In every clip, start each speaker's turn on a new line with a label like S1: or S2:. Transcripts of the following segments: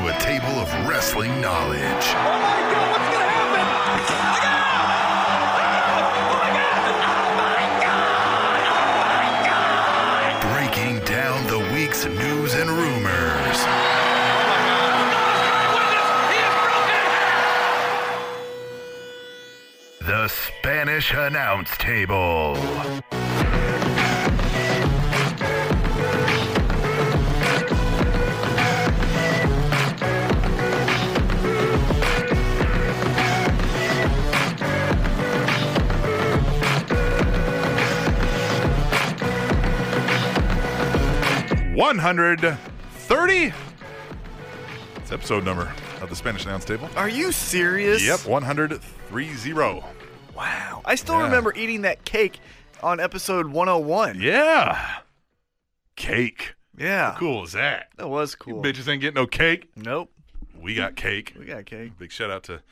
S1: of wrestling knowledge.
S2: Oh my God, what's going to happen? Look out!
S1: Breaking down the week's news and rumors. The Spanish Announce Table.
S3: One hundred thirty. It's episode number of the Spanish Announce Table.
S4: Are you serious?
S3: Yep, one hundred three zero.
S4: Wow. I still
S3: Yeah.
S4: remember eating that cake on episode 101.
S3: Yeah. Cake.
S4: Yeah.
S3: How cool is that?
S4: That was cool.
S3: Bitches ain't getting no cake.
S4: Nope.
S3: We got cake.
S4: We got cake.
S3: Big shout out to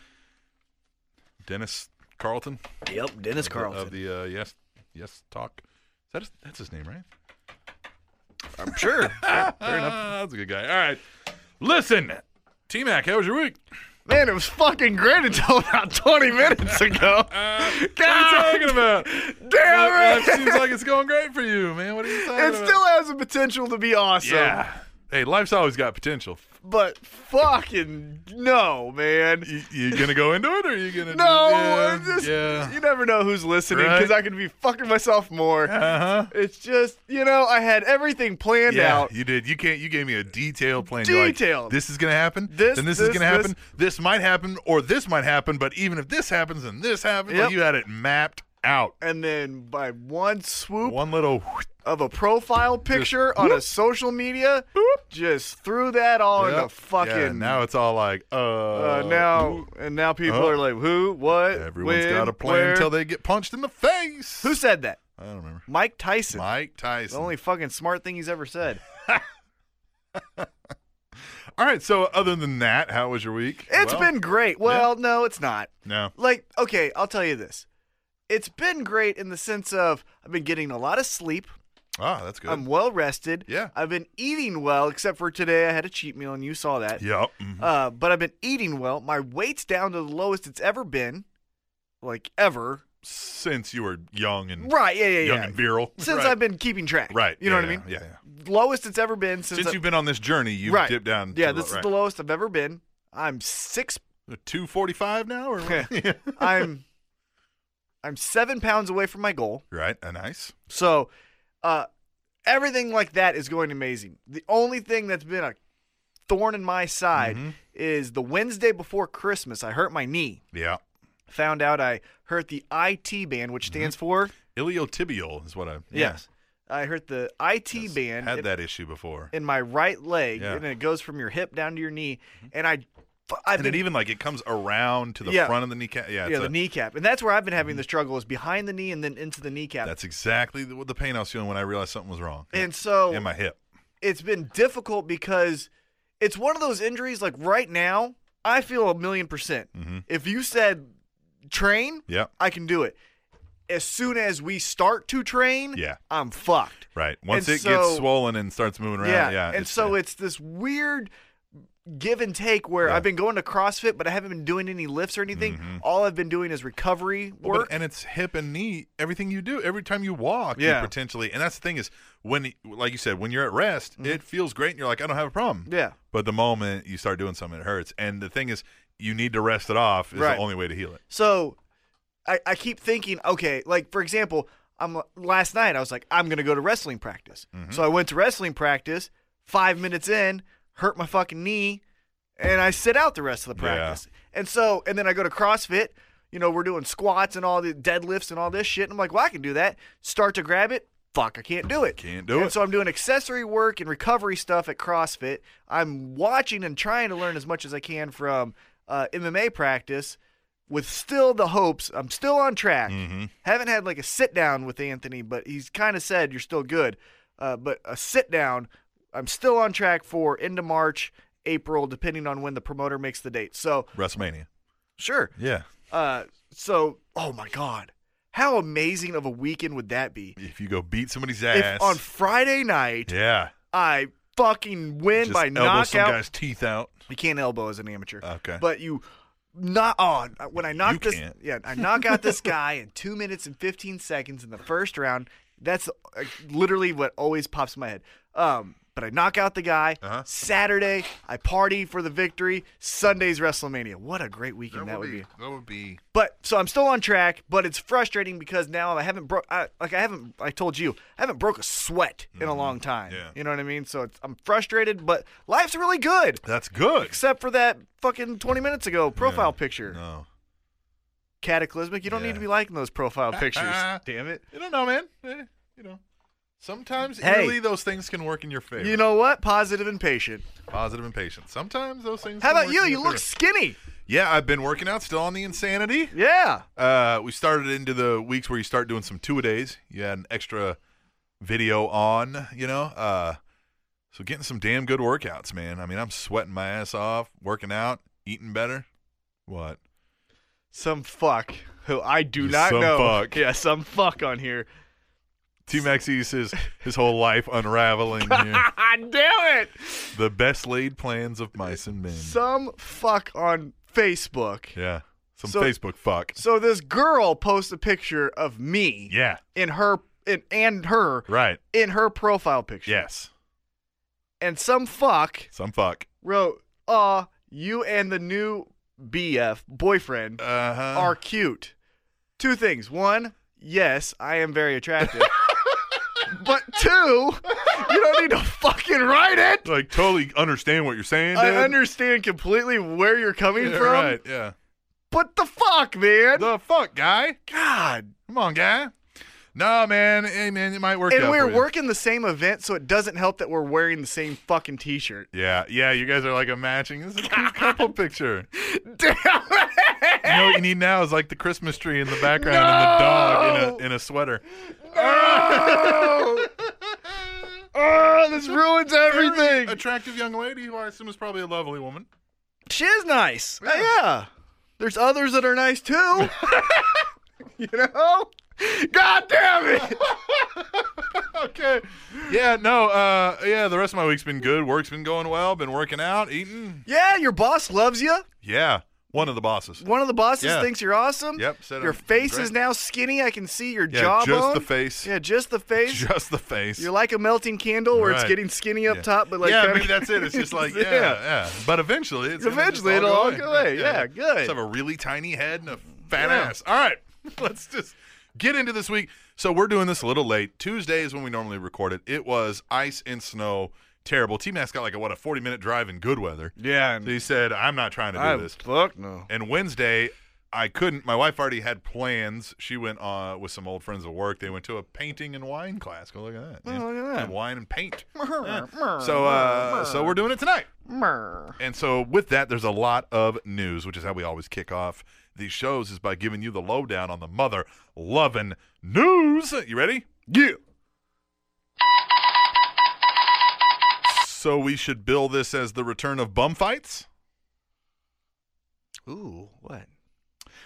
S3: Dennis Carlton
S4: Yep. Dennis Carlson.
S3: of the uh, Yes Yes Talk. Is that his, that's his name, right?
S4: I'm sure.
S3: Fair enough. That's a good guy. All right. Listen, T Mac, how was your week?
S4: Man, it was fucking great until about 20 minutes ago.
S3: Uh, What are you talking about?
S4: Damn
S3: Life- life
S4: it!
S3: seems like it's going great for you, man. What are you talking
S4: It
S3: about?
S4: still has the potential to be awesome.
S3: yeah. Hey, life's always got potential.
S4: But fucking no, man.
S3: You, you gonna go into it, or you gonna?
S4: No,
S3: yeah,
S4: it's just,
S3: yeah.
S4: you never know who's listening
S3: Right.
S4: because I could be fucking myself more.
S3: uh-huh.
S4: It's just, you know, I had everything planned
S3: Yeah,
S4: out.
S3: you did. You can't. You gave me a detailed plan. You're like,
S4: Detailed.
S3: this is gonna happen.
S4: This,
S3: Then this, is
S4: this,
S3: gonna happen. This. might happen, or this might happen. But even if this happens, and this happens,
S4: Yep.
S3: like you had it mapped out.
S4: And then by one swoop
S3: One little.
S4: of a profile picture on a social media, just threw that all
S3: Yep.
S4: into fucking.
S3: Yeah, now it's all like uh,
S4: uh, now and now people
S3: uh,
S4: are like, who, what,
S3: Everyone's
S4: when,
S3: got a plan
S4: where?
S3: until they get punched in the face.
S4: Who said that?
S3: I don't remember.
S4: Mike Tyson.
S3: Mike Tyson.
S4: The only fucking smart thing he's ever said.
S3: All right. So other than that, how was your week?
S4: It's
S3: It's
S4: been great. Well, no, it's not.
S3: no.
S4: Like, okay, I'll tell you this. It's been great in the sense of I've been getting a lot of sleep.
S3: Ah, that's good.
S4: I'm well rested.
S3: Yeah.
S4: I've been eating well, except for today I had a cheat meal and you saw that.
S3: yep. mhm.
S4: Uh, but I've been eating well. My weight's down to the lowest it's ever been, like ever.
S3: Since you were young and
S4: Right? Yeah, yeah, yeah.
S3: Mm. young and virile.
S4: Since
S3: Right.
S4: I've been keeping track.
S3: Right.
S4: You know
S3: yeah,
S4: what I mean?
S3: Yeah. yeah, yeah.
S4: Lowest it's ever been since.
S3: Since,
S4: I-
S3: you've been on this journey, you've
S4: right.
S3: dipped down.
S4: Yeah,
S3: to
S4: this is the lowest I've ever been. I'm six.
S3: Two forty-five now, or
S4: Yeah.
S3: yeah.
S4: I'm. I'm seven pounds away from my goal.
S3: right? Uh, nice.
S4: So, uh, everything like that is going amazing. The only thing that's been a thorn in my side
S3: Mm-hmm.
S4: is the Wednesday before Christmas. I hurt my knee.
S3: Yeah.
S4: Found out I hurt the IT band, which stands
S3: Mm-hmm.
S4: for
S3: Iliotibial is what I. yeah.
S4: yes. I hurt the IT
S3: Yes.
S4: band
S3: Had
S4: in,
S3: that issue before,
S4: in my right leg,
S3: Yeah. Mm-hmm.
S4: and it goes from your hip down to your knee. And I, fu- I've
S3: and
S4: been
S3: it even like it comes around to the
S4: Yeah.
S3: front of the kneecap. Yeah.
S4: yeah
S3: it's
S4: the
S3: a-
S4: kneecap, and that's where I've been having the struggle is behind the knee and then into the kneecap.
S3: Mm-hmm. That's exactly the, what the pain I was feeling when I realized something was wrong.
S4: and so
S3: in my hip.
S4: it's been difficult because it's one of those injuries like right now i feel a million percent if you said train
S3: Mm-hmm. Yep.
S4: i can do it as soon as we start to train
S3: Yeah.
S4: i'm fucked
S3: Right. Once
S4: And
S3: it
S4: so-
S3: gets swollen and starts moving around, yeah.
S4: and so it's this weird give and take where
S3: Yeah. Mm-hmm.
S4: i've been going to crossfit but i haven't been doing any lifts or anything all i've been doing is recovery
S3: Well, but-
S4: work
S3: and it's hip and knee. Everything you do, every time you walk,
S4: Yeah.
S3: you potentially. And that's the thing is, when like you said, when you're at rest, it feels great, and you're like, I don't have a problem.
S4: Mm-hmm. yeah
S3: But the moment you start doing something, it hurts. And the thing is, you need to rest it off. Is
S4: Right.
S3: the only way to heal it.
S4: So I, I keep thinking, okay, like for example, I'm last night I was like, I'm gonna go to wrestling practice. So I went to wrestling practice, five minutes in, hurt my fucking knee, and I sit out the rest of the
S3: Yeah.
S4: practice. And so and then I go to CrossFit, you know, we're doing squats and all the deadlifts and all this shit. And I'm like, well, I can do that. Start to grab it. Fuck, I can't do it.
S3: Can't do
S4: And
S3: it.
S4: So I'm doing accessory work and recovery stuff at CrossFit. I'm watching and trying to learn as much as I can from uh, MMA practice with still the hopes I'm still on track.
S3: Mm-hmm.
S4: Haven't had like a sit down with Anthony, but he's kind of said you're still good. Uh, but a sit down, I'm still on track for end of March, April, depending on when the promoter makes the date. So
S3: WrestleMania.
S4: sure.
S3: Yeah.
S4: Uh, so oh my god, how amazing of a weekend would that be?
S3: If you go beat somebody's
S4: If
S3: ass.
S4: on Friday night
S3: yeah.
S4: I fucking win
S3: Just
S4: by
S3: elbow some
S4: knockout.
S3: guy's teeth out.
S4: You can't elbow as an amateur.
S3: Okay.
S4: But you not on when I knock this
S3: can't.
S4: yeah, I knock out this guy in 2 minutes and 15 seconds in the first round. That's uh, literally what always pops in my head. Um but I knock out the guy.
S3: Uh-huh.
S4: Saturday, I party for the victory. Sunday's WrestleMania. What a great weekend that would be.
S3: That would be.
S4: But so I'm still on track, but it's frustrating because now I haven't broke. I, like I haven't. I told you I haven't broke a sweat in a long time.
S3: Mm-hmm. Yeah.
S4: You know what I mean? So it's, I'm frustrated, but life's really good
S3: That's good.
S4: except for that fucking 20 minutes ago profile picture.
S3: No.
S4: Cataclysmic. You don't
S3: Yeah.
S4: need to be liking those profile pictures. Damn it.
S3: You don't know, man. Eh, you know. Sometimes
S4: Hey.
S3: eerily those things can work in your favor.
S4: You know what? Positive and patient.
S3: positive and patient. Sometimes those things.
S4: How
S3: can
S4: about
S3: work
S4: you?
S3: in
S4: You
S3: your favor.
S4: look skinny.
S3: Yeah, I've been working out. Still on the insanity.
S4: Yeah.
S3: Uh, we started into the weeks where you start doing some two a days. You had an extra video on, you know. Uh, so getting some damn good workouts, man. I mean, I'm sweating my ass off, working out, eating better. What?
S4: Some fuck who I do not
S3: Some
S4: know.
S3: fuck.
S4: Yeah, some fuck on here.
S3: T Max sees his his whole life unraveling here.
S4: I do it.
S3: the best laid plans of mice and men.
S4: Some fuck on Facebook.
S3: yeah. Some
S4: So-
S3: Facebook fuck.
S4: So this girl posts a picture of me
S3: Yeah.
S4: in her in, and her
S3: Right.
S4: in her profile picture.
S3: Yes.
S4: And some fuck
S3: Some fuck.
S4: wrote, "Uh, you and the new BF boyfriend
S3: Uh huh.
S4: are cute." Two things. One, yes, I am very attractive. but two, you don't need to fucking write it.
S3: like totally understand what you're saying.
S4: I
S3: dude.
S4: understand completely where you're coming
S3: Yeah,
S4: from.
S3: Right. Yeah.
S4: But the fuck, man.
S3: The fuck, guy.
S4: God.
S3: Come on, guy. No, man. Hey, man, it might work.
S4: And
S3: out
S4: we're
S3: for you.
S4: working the same event, so it doesn't help that we're wearing the same fucking t-shirt.
S3: Yeah, yeah. You guys are like a matching. This is a cute couple picture.
S4: Damn
S3: You know what you need now is like the Christmas tree in the background and the dog in a in a sweater.
S4: Oh, oh this ruins
S3: Very
S4: everything.
S3: attractive young lady who I assume is probably a lovely woman.
S4: She is nice. Uh, Yeah.
S3: Yeah.
S4: There's others that are nice too. you know? God damn it.
S3: okay. Yeah. No. Uh. Yeah. The rest of my week's been good. Work's been going well. Been working out, eating.
S4: Yeah, your boss loves you.
S3: Yeah. One of the bosses.
S4: One of the bosses
S3: Yeah.
S4: thinks you're awesome.
S3: Yep, said
S4: your
S3: I'm
S4: face
S3: great.
S4: is now skinny. I can see your
S3: Yeah.
S4: jawbone.
S3: Just the face.
S4: Yeah, just the face.
S3: Just the face.
S4: You're like a melting candle where it's
S3: Right.
S4: getting skinny up
S3: Yeah.
S4: top, but like
S3: yeah,
S4: kinda-
S3: maybe that's it. It's just like yeah,
S4: Yeah.
S3: yeah. But eventually, it's gonna just
S4: Eventually, it'll all
S3: go
S4: go away. Yeah, good.
S3: Just have a really tiny head and a fat
S4: Yeah.
S3: ass. All right, let's just get into this week. So we're doing this a little late. Tuesday is when we normally record it. It was ice and snow, terrible. T Max got like a what a forty minute drive in good weather.
S4: yeah.
S3: So he said, "I'm not trying to do
S4: I,
S3: this."
S4: fuck no.
S3: And Wednesday, I couldn't. My wife already had plans. She went uh, with some old friends at work. They went to a painting and wine class. Go look at that. man.
S4: Oh, look at that.
S3: And wine and paint. Yeah. so, uh, so we're doing it tonight. And so, with that, there's a lot of news, which is how we always kick off these shows, is by giving you the lowdown on the mother loving news. You ready?
S4: Yeah.
S3: So we should bill this as the return of bum fights.
S4: Ooh, what?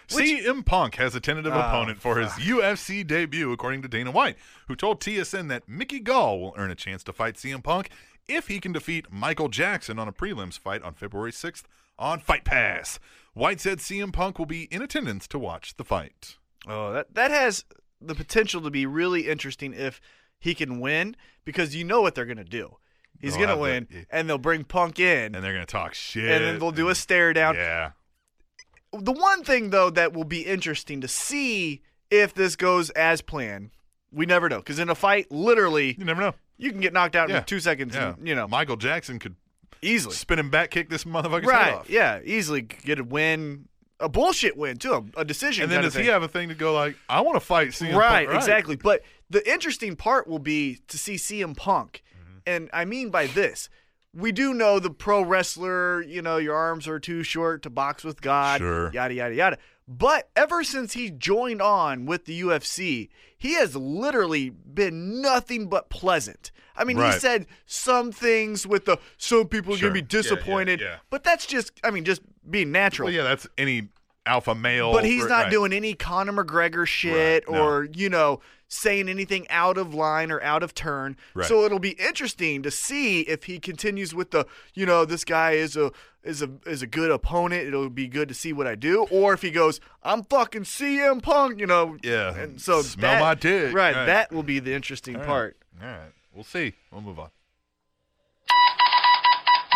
S3: CM Punk has a tentative
S4: Oh,
S3: opponent for his UFC debut, according to Dana White, who told TSN that Mickey Gall will earn a chance to fight CM Punk if he can defeat Michael Jackson on a prelims fight on February 6th on Fight Pass. White said CM Punk will be in attendance to watch the fight.
S4: Oh, that that has the potential to be really interesting if he can win because you know what they're gonna do. He's
S3: They'll
S4: gonna win,
S3: have the- yeah.
S4: and they'll bring Punk in,
S3: And
S4: and,
S3: they're going to talk shit.
S4: then they'll do a stare down.
S3: Yeah.
S4: The one thing though that will be interesting to see if this goes as planned, we never know because in a fight, literally,
S3: You never know.
S4: you can get knocked out
S3: Yeah.
S4: in two seconds.
S3: Yeah.
S4: And, you know,
S3: Michael Jackson could
S4: easily.
S3: spin and back kick this motherfucker's head
S4: Right?
S3: off.
S4: Yeah, easily get a win, a bullshit win too, a, a decision.
S3: And then
S4: kinda
S3: does he
S4: thing.
S3: have a thing to go like, I want to fight CM Punk?
S4: right, exactly. But the interesting part will be to see CM Punk.
S3: Mm-hmm.
S4: And I mean by this, we do know the pro wrestler, you know, your arms are too short to box with God,
S3: Sure.
S4: yada, yada, yada. But ever since he joined on with the UFC, he has literally been nothing but pleasant. I mean, he
S3: Right.
S4: said some things with the some people are
S3: Sure.
S4: going to be
S3: Yeah, yeah,
S4: disappointed,
S3: yeah.
S4: but that's just, I mean, just being natural.
S3: Well, yeah, that's any alpha male.
S4: But he's
S3: or-
S4: not
S3: right.
S4: doing any Conor McGregor shit
S3: Right, no.
S4: or, you know, saying anything out of line or out of turn.
S3: Right.
S4: So it'll be interesting to see if he continues with the, you know, this guy is a is a is a good opponent. It'll be good to see what I do, or if he goes, I'm fucking CM Punk, you know.
S3: Yeah.
S4: And so
S3: Smell
S4: that-
S3: my dick.
S4: Right,
S3: Right.
S4: that will be the interesting
S3: All right.
S4: part.
S3: All right. We'll see. We'll move on.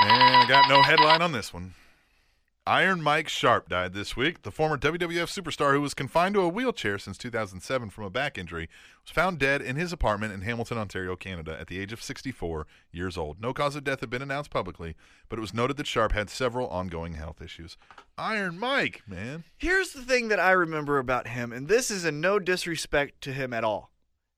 S3: And I got no headline on this one. Iron Mike Sharp died this week. The former WWF superstar who was confined to a wheelchair since 2007 from a back injury was found dead in his apartment in Hamilton, Ontario, Canada, at the age of 64 years old. No cause of death had been announced publicly, but it was noted that Sharp had several ongoing health issues. Iron Mike, man.
S4: Here's the thing that I remember about him, and this is in no disrespect to him at all,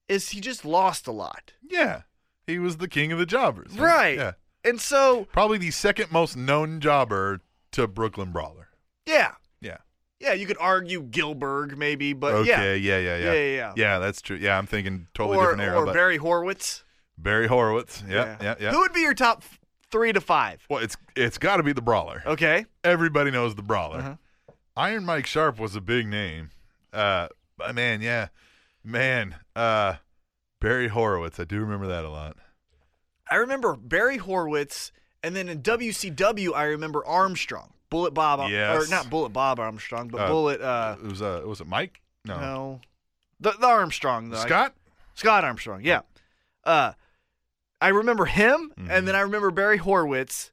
S4: is he just lost a lot.
S3: Yeah. He was the king of the jobbers.
S4: Right.
S3: Yeah.
S4: And so,
S3: Probably the second most known jobber to Brooklyn Brawler.
S4: yeah,
S3: Yeah.
S4: yeah, you could argue Gilberg maybe, but yeah,
S3: okay. Yeah. Yeah. Yeah.
S4: Yeah, yeah, yeah.
S3: that's true. Yeah, I'm thinking totally
S4: or,
S3: different era.
S4: or
S3: but Barry,
S4: Barry Horowitz.
S3: Horowitz. Yeah. Yeah. Yeah.
S4: Who would be your top f- three to five?
S3: well, it's it's got to be the Brawler.
S4: Okay,
S3: Everybody knows the Brawler.
S4: Oh. Uh-huh.
S3: Iron Mike Sharp was a big name. Uh, but man, yeah, man. Uh, Barry Horowitz. I do remember that a lot.
S4: I remember Barry Horowitz, and then in WCW, I remember Armstrong, Bullet Bob,
S3: Yes.
S4: or not Bullet Bob Armstrong, but
S3: Uh,
S4: Bullet. Uh,
S3: it was uh, was it Mike?
S4: no.
S3: No,
S4: the the Armstrong though. I-
S3: Scott.
S4: Scott Armstrong, yeah. Uh, I remember him,
S3: Mm-hmm.
S4: and then I remember Barry Horowitz,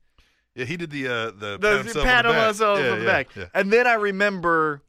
S3: Yeah, he did the uh, the,
S4: the, the pat on myself
S3: yeah,
S4: on the
S3: yeah,
S4: back,
S3: yeah.
S4: and then I remember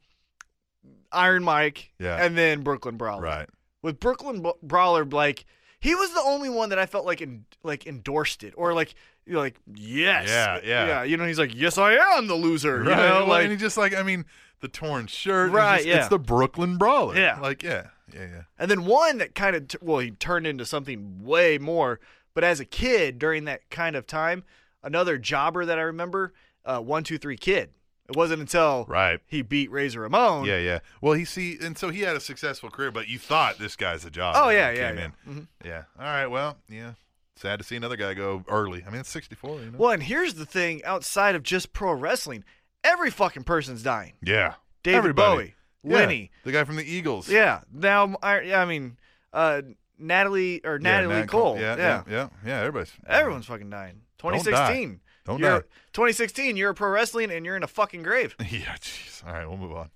S4: Iron Mike,
S3: Yeah.
S4: and then Brooklyn Brawler.
S3: Right.
S4: With Brooklyn Bra- Brawler, like he was the only one that I felt like en- like endorsed it or like you know, like yes,
S3: Yeah, yeah.
S4: You know, he's like, yes, I am the loser.
S3: Right.
S4: You know,
S3: well,
S4: like
S3: and he just like I mean the torn shirt. and
S4: Right,
S3: just-
S4: yeah.
S3: It's the Brooklyn Brawler.
S4: Yeah.
S3: Like yeah. Yeah. Yeah.
S4: And then one that kind of, t- well, he turned into something way more. But as a kid during that kind of time, another jobber that I remember, uh, one, two, three kid. It wasn't until
S3: Right.
S4: he beat Razor Ramon.
S3: Yeah, yeah. Well, he see, and so he had a successful career, but you thought this guy's a job.
S4: Oh,
S3: when
S4: yeah,
S3: he
S4: yeah,
S3: came
S4: yeah.
S3: in. Yeah. All right. Well, yeah. Sad to see another guy go early. I mean, it's sixty-four. You know.
S4: Well, and here's the thing outside of just pro wrestling, every fucking person's dying.
S3: yeah.
S4: David
S3: Everybody.
S4: Bowie,
S3: Yeah.
S4: Lenny.
S3: the guy from the Eagles.
S4: Yeah. Now, I, yeah, I mean, uh, Natalie or
S3: Yeah,
S4: Natalie
S3: Nat
S4: Cole.
S3: Yeah, yeah, yeah, yeah. Everybody's
S4: Everyone's fucking dying.
S3: Don't die.
S4: 2016.
S3: Don't
S4: you're,
S3: die.
S4: 2016, you're a pro wrestling and you're in a fucking grave.
S3: Yeah, jeez. All right, we'll move on.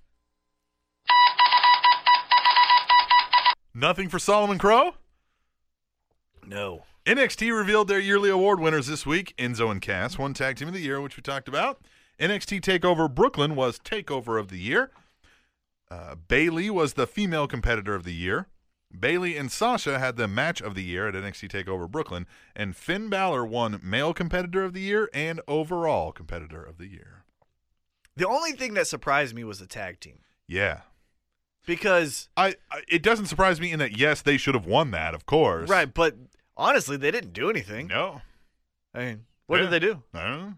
S3: Nothing for Solomon Crow.
S4: No.
S3: NXT revealed their yearly award winners this week. Enzo and Cass won Tag Team of the Year, which we talked about. NXT Takeover Brooklyn was Takeover of the Year. Uh, Bailey was the Female Competitor of the Year. Bailey and Sasha had the Match of the Year at NXT Takeover Brooklyn, and Finn Balor won Male Competitor of the Year and Overall Competitor of the Year.
S4: The only thing that surprised me was the tag team
S3: Yeah,
S4: because
S3: I, I it doesn't surprise me in that yes they should have won that of course
S4: right, but honestly, they didn't do anything.
S3: no
S4: I mean, what
S3: Yeah.
S4: did they do?
S3: I don't know.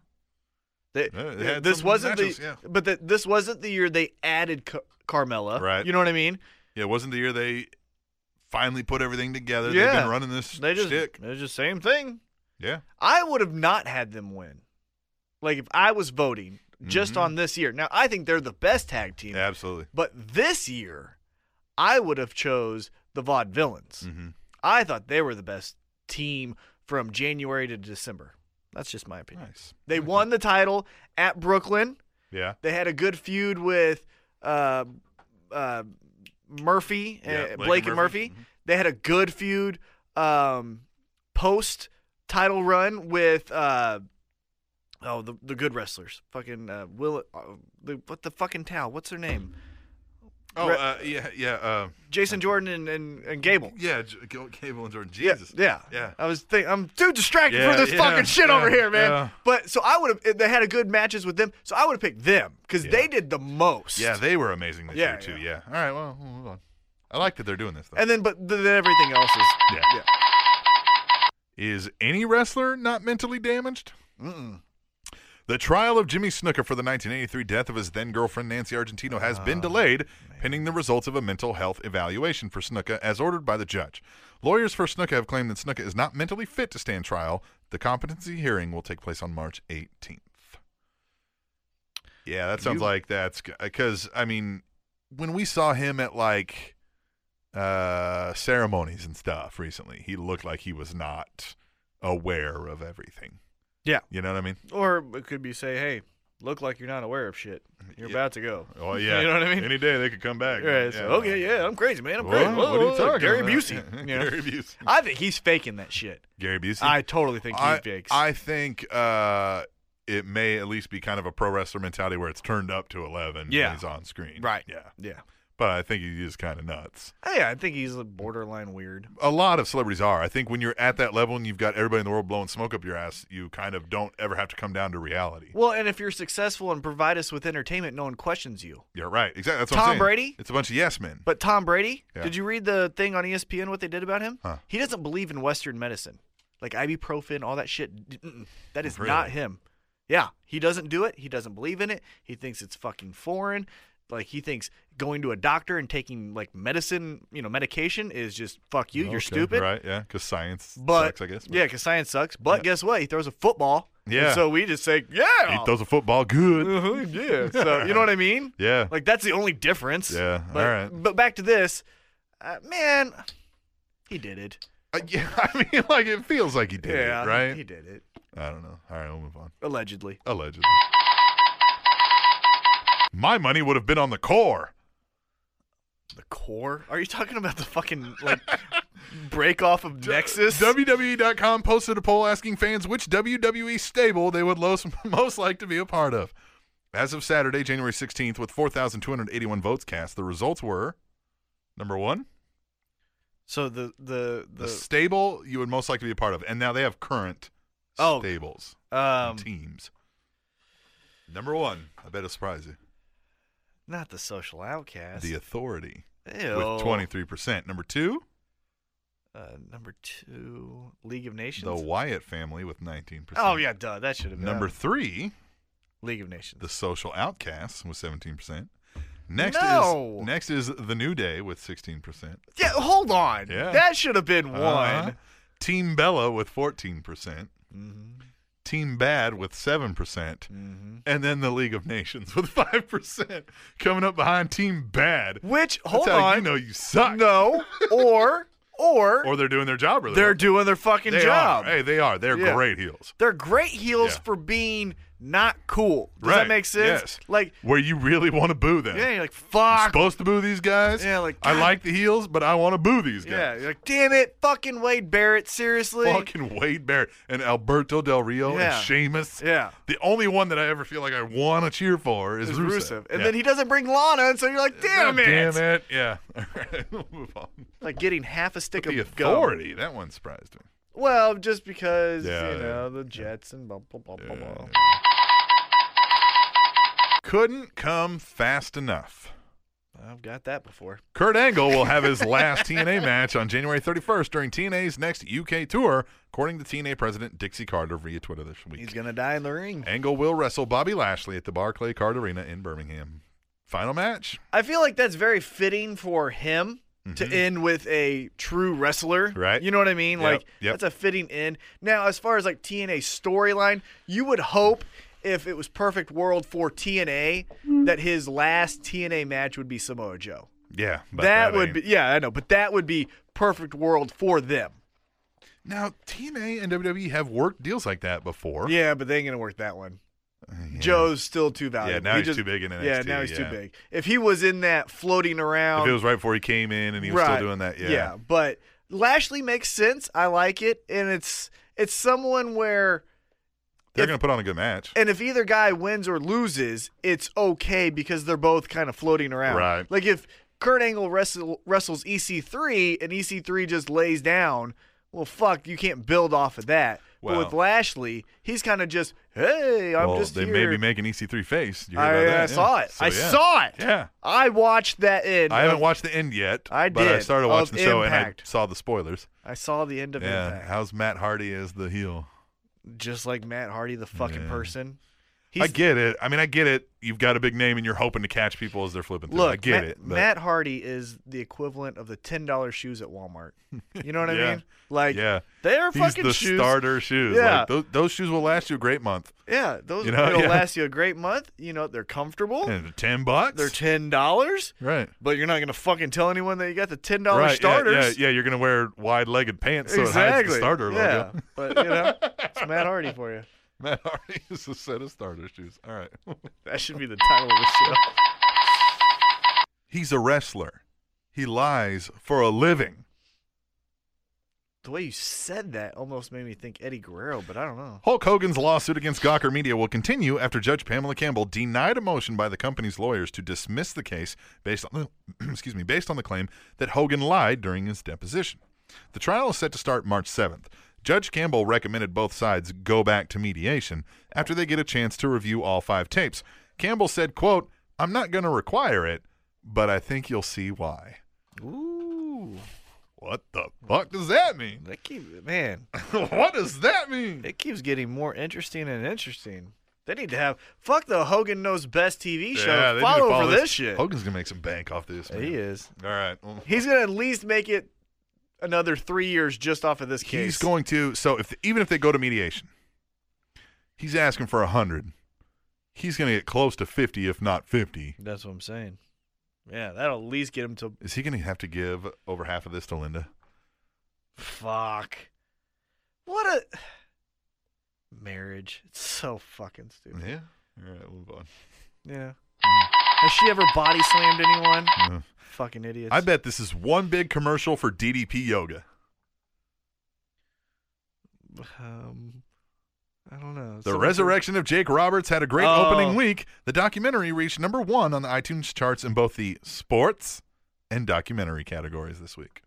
S4: They,
S3: Yeah, they had
S4: this
S3: some
S4: wasn't
S3: matches,
S4: the
S3: yeah.
S4: but the, this wasn't the year they added Car- Carmella.
S3: Right.
S4: You know what I mean?
S3: Yeah, it wasn't the year they finally put everything together. They've
S4: Yeah.
S3: been running this
S4: They just
S3: shtick.
S4: it was just same thing.
S3: Yeah.
S4: I would have not had them win. Like if I was voting just
S3: Mhm.
S4: on this year. Now I think they're the best tag team.
S3: Absolutely.
S4: But this year, I would have chose the Vaudevillains.
S3: Mhm.
S4: I thought they were the best team from January to December. That's just my opinion.
S3: Nice.
S4: They won the title at Brooklyn.
S3: Yeah.
S4: They had a good feud with uh, uh, Murphy,
S3: Yeah,
S4: uh,
S3: Blake
S4: Blake,
S3: and
S4: and
S3: Murphy. Mm-hmm.
S4: Murphy. They had a good feud um, post title run with uh, oh the the good wrestlers. Fucking uh, Will, uh, the, what the fucking towel? What's their name?
S3: Oh,
S4: Re-
S3: uh, yeah, yeah, uh,
S4: Jason Jordan and, and, and Gable.
S3: yeah. J- G- Cable and Jordan. Jesus.
S4: Yeah,
S3: Yeah.
S4: I was think I'm too distracted
S3: Yeah,
S4: for this
S3: yeah,
S4: fucking shit
S3: yeah,
S4: over here, man.
S3: yeah.
S4: But so I would have. They had a good matches with them, so I would have picked them because
S3: Yeah.
S4: they did the most.
S3: Yeah, they were amazing this
S4: Yeah,
S3: year too. Yeah. All right. Well, we'll move on. I like that they're doing this though.
S4: and then, but th- then everything else is.
S3: yeah.
S4: yeah.
S3: Is any wrestler not mentally damaged?
S4: Mm-mm.
S3: The trial of Jimmy Snooker for the 1983 death of his then girlfriend Nancy Argentino has been
S4: Oh,
S3: delayed pending the results of a mental health evaluation for Snuka as ordered by the judge. Lawyers for Snuka have claimed that Snuka is not mentally fit to stand trial. The competency hearing will take place on March 18th. Yeah, that sounds
S4: You-
S3: like that's because I mean, when we saw him at like uh ceremonies and stuff recently, he looked like he was not aware of everything.
S4: Yeah.
S3: you know what I mean.
S4: Or it could be say, hey, look like you're not aware of shit. You're
S3: Yeah.
S4: about to go.
S3: Oh yeah,
S4: You know what I mean?
S3: Any day they could come back.
S4: Right, so, okay, yeah, I'm crazy, man. I'm
S3: Whoa,
S4: crazy. Whoa,
S3: what are you
S4: whoa,
S3: talking
S4: Gary
S3: about?
S4: Busey. you know?
S3: Gary Busey.
S4: I think he's faking that shit.
S3: Gary Busey.
S4: I totally think he
S3: I,
S4: fakes.
S3: I think uh, it may at least be kind of a pro wrestler mentality where it's turned up to eleven. when
S4: Yeah.
S3: he's on screen.
S4: Right.
S3: Yeah,
S4: yeah.
S3: but I think he is kind of nuts.
S4: Hey, I think he's like, borderline weird.
S3: a lot of celebrities are. I think when you're at that level and you've got everybody in the world blowing smoke up your ass, you kind of don't ever have to come down to reality.
S4: Well, and if you're successful and provide us with entertainment, no one questions you.
S3: Yeah, right. Exactly. That's what I'm
S4: Tom
S3: saying.
S4: Brady?
S3: It's a bunch of yes men.
S4: But Tom Brady,
S3: Yeah.
S4: did you read the thing on E ESPN what they did about him?
S3: Huh.
S4: He doesn't believe in Western medicine, like ibuprofen, all that shit. D- mm-mm. That is
S3: Really?
S4: not him. Yeah, he doesn't do it. He doesn't believe in it. He thinks it's fucking foreign. Like he thinks going to a doctor and taking like medicine, you know, medication is just fuck you. You're
S3: Okay,
S4: stupid.
S3: Right. Yeah. Because science
S4: But
S3: sucks, I guess. but-
S4: yeah, because science sucks. But guess what? He throws a football. and
S3: Yeah.
S4: so we just say yeah.
S3: He throws a football good.
S4: Uh-huh, yeah. So you know what I mean?
S3: Yeah.
S4: Like that's the only difference.
S3: Yeah,
S4: But,
S3: all right.
S4: But back to this, uh, man, he did it.
S3: Uh, yeah. I mean, like, it feels like he did it,
S4: yeah,
S3: right?
S4: He did it
S3: I don't know. All right. We'll move on.
S4: allegedly.
S3: Allegedly. My money would have been on the core.
S4: The core? Are you talking about the fucking like break off of Nexus?
S3: WWE.com E posted a poll asking fans which WWE stable they would los- most like to be a part of. As of Saturday, January 16th, with 4,281 votes cast, the results were number one,
S4: so the the
S3: the,
S4: the,
S3: stable you would most like to be a part of. And now they have current
S4: Oh.
S3: stables, and
S4: um
S3: teams. Number one, I bet it'll surprise you,
S4: not the social outcast.
S3: The Authority
S4: Ew.
S3: with 23%. Number two,
S4: Uh, number two, League of Nations.
S3: the Wyatt family with 19%.
S4: oh yeah, duh. That should have been
S3: Number
S4: out.
S3: three,
S4: League of Nations.
S3: The Social Outcasts with 17%. Next
S4: No.
S3: is next is The New Day with 16%.
S4: yeah, hold on.
S3: Yeah.
S4: That should have been one.
S3: Uh-huh. Team Bella with 14%. percent
S4: Mm-hmm.
S3: Team Bad with 7%. percent And then the League of Nations with 5%. Coming up behind Team Bad.
S4: Which hold
S3: That's how
S4: on.
S3: you know you suck.
S4: No, or or,
S3: Or they're doing their job really
S4: they're
S3: well.
S4: doing their fucking
S3: They
S4: job.
S3: Are. Hey, they are. They're
S4: Yeah.
S3: great heels.
S4: They're great heels
S3: Yeah.
S4: for being not cool. Does
S3: right.
S4: that make sense?
S3: Yes.
S4: Like,
S3: where you really want to boo them.
S4: yeah, you're like
S3: I'm
S4: fuck.
S3: supposed to boo these guys.
S4: Yeah, like,
S3: I
S4: God.
S3: like the heels, but I want to boo these guys.
S4: yeah, you're like damn it, fucking Wade Barrett. Seriously,
S3: fucking Wade Barrett and Alberto Del Rio
S4: Yeah.
S3: and Sheamus.
S4: yeah.
S3: The only one that I ever feel like I want to cheer for is,
S4: It's
S3: Rusev.
S4: Rusev, and
S3: Yeah.
S4: then he doesn't bring Lana, and so you're like,
S3: Ah,
S4: damn it,
S3: Damn it. Yeah. All right. We'll move on.
S4: like getting half a stick
S3: The
S4: of gum.
S3: authority. That one surprised me.
S4: Well, just because
S3: Yeah,
S4: you
S3: yeah.
S4: know the Jets and blah blah blah blah blah.
S3: Couldn't come fast enough.
S4: I've got that before.
S3: Kurt Angle will have his last TNA match on January 31st during TNA's next UK tour, according to TNA president Dixie Carter via Twitter this week.
S4: He's gonna die in the ring.
S3: Angle will wrestle Bobby Lashley at the Barclay Card Arena in Birmingham. Final match?
S4: I feel like that's very fitting for him to end with a true wrestler.
S3: Mm-hmm. Right.
S4: You know what I mean?
S3: Yep,
S4: Like
S3: yep.
S4: that's a fitting end. Now, as far as like TNA storyline, you would hope if it was perfect world for TNA that his last TNA match would be Samoa Joe.
S3: Yeah, but
S4: that
S3: ain't-
S4: would be yeah, I know, but that would be perfect world for them.
S3: Now TNA and WWE have worked deals like that before.
S4: Yeah, but they ain't gonna work that one.
S3: Uh, Yeah.
S4: Joe's still too valuable.
S3: now
S4: He
S3: he's too big in
S4: Yeah,
S3: NXT,
S4: now he's
S3: yeah.
S4: too big. If he was in that floating around,
S3: If it was right before he came in and he was
S4: um, Right.
S3: still doing that, yeah.
S4: but Lashley makes sense. I like it, and it's it's someone where,
S3: They're
S4: If-
S3: gonna put on a good match.
S4: and if either guy wins or loses, it's okay because they're both kind of floating around.
S3: Right.
S4: Like if Kurt Angle wrestle, wrestles EC3 and EC3 just lays down, well, fuck, you can't build off of that.
S3: Well-
S4: but with Lashley, he's kind of just, hey, I'm
S3: well,
S4: just
S3: they
S4: here.
S3: may be making EC3 face. You hear
S4: I,
S3: about that?
S4: I
S3: Yeah.
S4: saw it.
S3: So,
S4: I
S3: yeah.
S4: saw it.
S3: Yeah,
S4: I watched that in.
S3: I haven't watched the end yet.
S4: I
S3: but I
S4: did,
S3: started
S4: of
S3: watching the show and I
S4: Impact.
S3: saw the spoilers.
S4: I saw the end of
S3: yeah,
S4: Impact.
S3: how's Matt Hardy as the heel?
S4: just like Matt Hardy, the fucking
S3: Yeah.
S4: person. He's,
S3: I get it. I mean, I get it. You've got a big name and you're hoping to catch people as they're flipping through.
S4: Look,
S3: I get
S4: Matt,
S3: it. but-
S4: Matt Hardy is the equivalent of the ten dollars shoes at Walmart. You know what
S3: Yeah.
S4: I mean? Like,
S3: yeah,
S4: they're
S3: he's
S4: fucking
S3: the
S4: shoes.
S3: starter shoes.
S4: Yeah.
S3: Like, those, those shoes will last you a great month.
S4: Yeah, those
S3: You know,
S4: will
S3: yeah.
S4: last you a great month. You know, they're comfortable.
S3: And they're ten bucks.
S4: They're ten dollars,
S3: right.
S4: but you're not gonna fucking tell anyone that you got the ten dollar
S3: Right. yeah,
S4: starters.
S3: Yeah, yeah, You're gonna wear wide-legged pants so it hides
S4: exactly.
S3: the starter
S4: yeah,
S3: logo.
S4: but you know, it's Matt Hardy for you.
S3: Matt Hardy is a set of starter shoes. All right.
S4: That should be the title of the show.
S3: He's a wrestler. He lies for a living.
S4: The way you said that almost made me think Eddie Guerrero, but I don't know.
S3: Hulk Hogan's lawsuit against Gawker Media will continue after Judge Pamela Campbell denied a motion by the company's lawyers to dismiss the case based on excuse me, based on the claim that Hogan lied during his deposition. The trial is set to start March 7th. Judge Campbell recommended both sides go back to mediation after they get a chance to review all five tapes. Campbell said, quote, "I'm not going to require it, but I think you'll see why."
S4: Ooh,
S3: What the fuck does that mean?
S4: that keep man,
S3: what does that mean?
S4: it keeps getting more interesting and interesting. They need to have fuck the Hogan knows best TV show.
S3: Yeah, they need to
S4: follow,
S3: follow
S4: for this, shit.
S3: Hogan's gonna make some bank off this. Man.
S4: He is.
S3: All right. Well,
S4: He's gonna at least make it another three years just off of this case.
S3: he's going to. So if even if they go to mediation, he's asking for a hundred. He's gonna get close to fifty, if not fifty.
S4: That's what I'm saying. Yeah, that'll at least get him to
S3: Is he gonna have to give over half of this to Linda?
S4: fuck. What a marriage. It's so fucking stupid.
S3: Yeah. All right. Move on.
S4: Yeah. Has she ever body slammed anyone?
S3: No.
S4: Fucking idiots.
S3: I bet this is one big commercial for DDP Yoga.
S4: Um, I don't know.
S3: The
S4: Someone-
S3: Resurrection of Jake Roberts had a great
S4: Oh.
S3: opening week. The documentary reached number one on the iTunes charts in both the sports and documentary categories this week.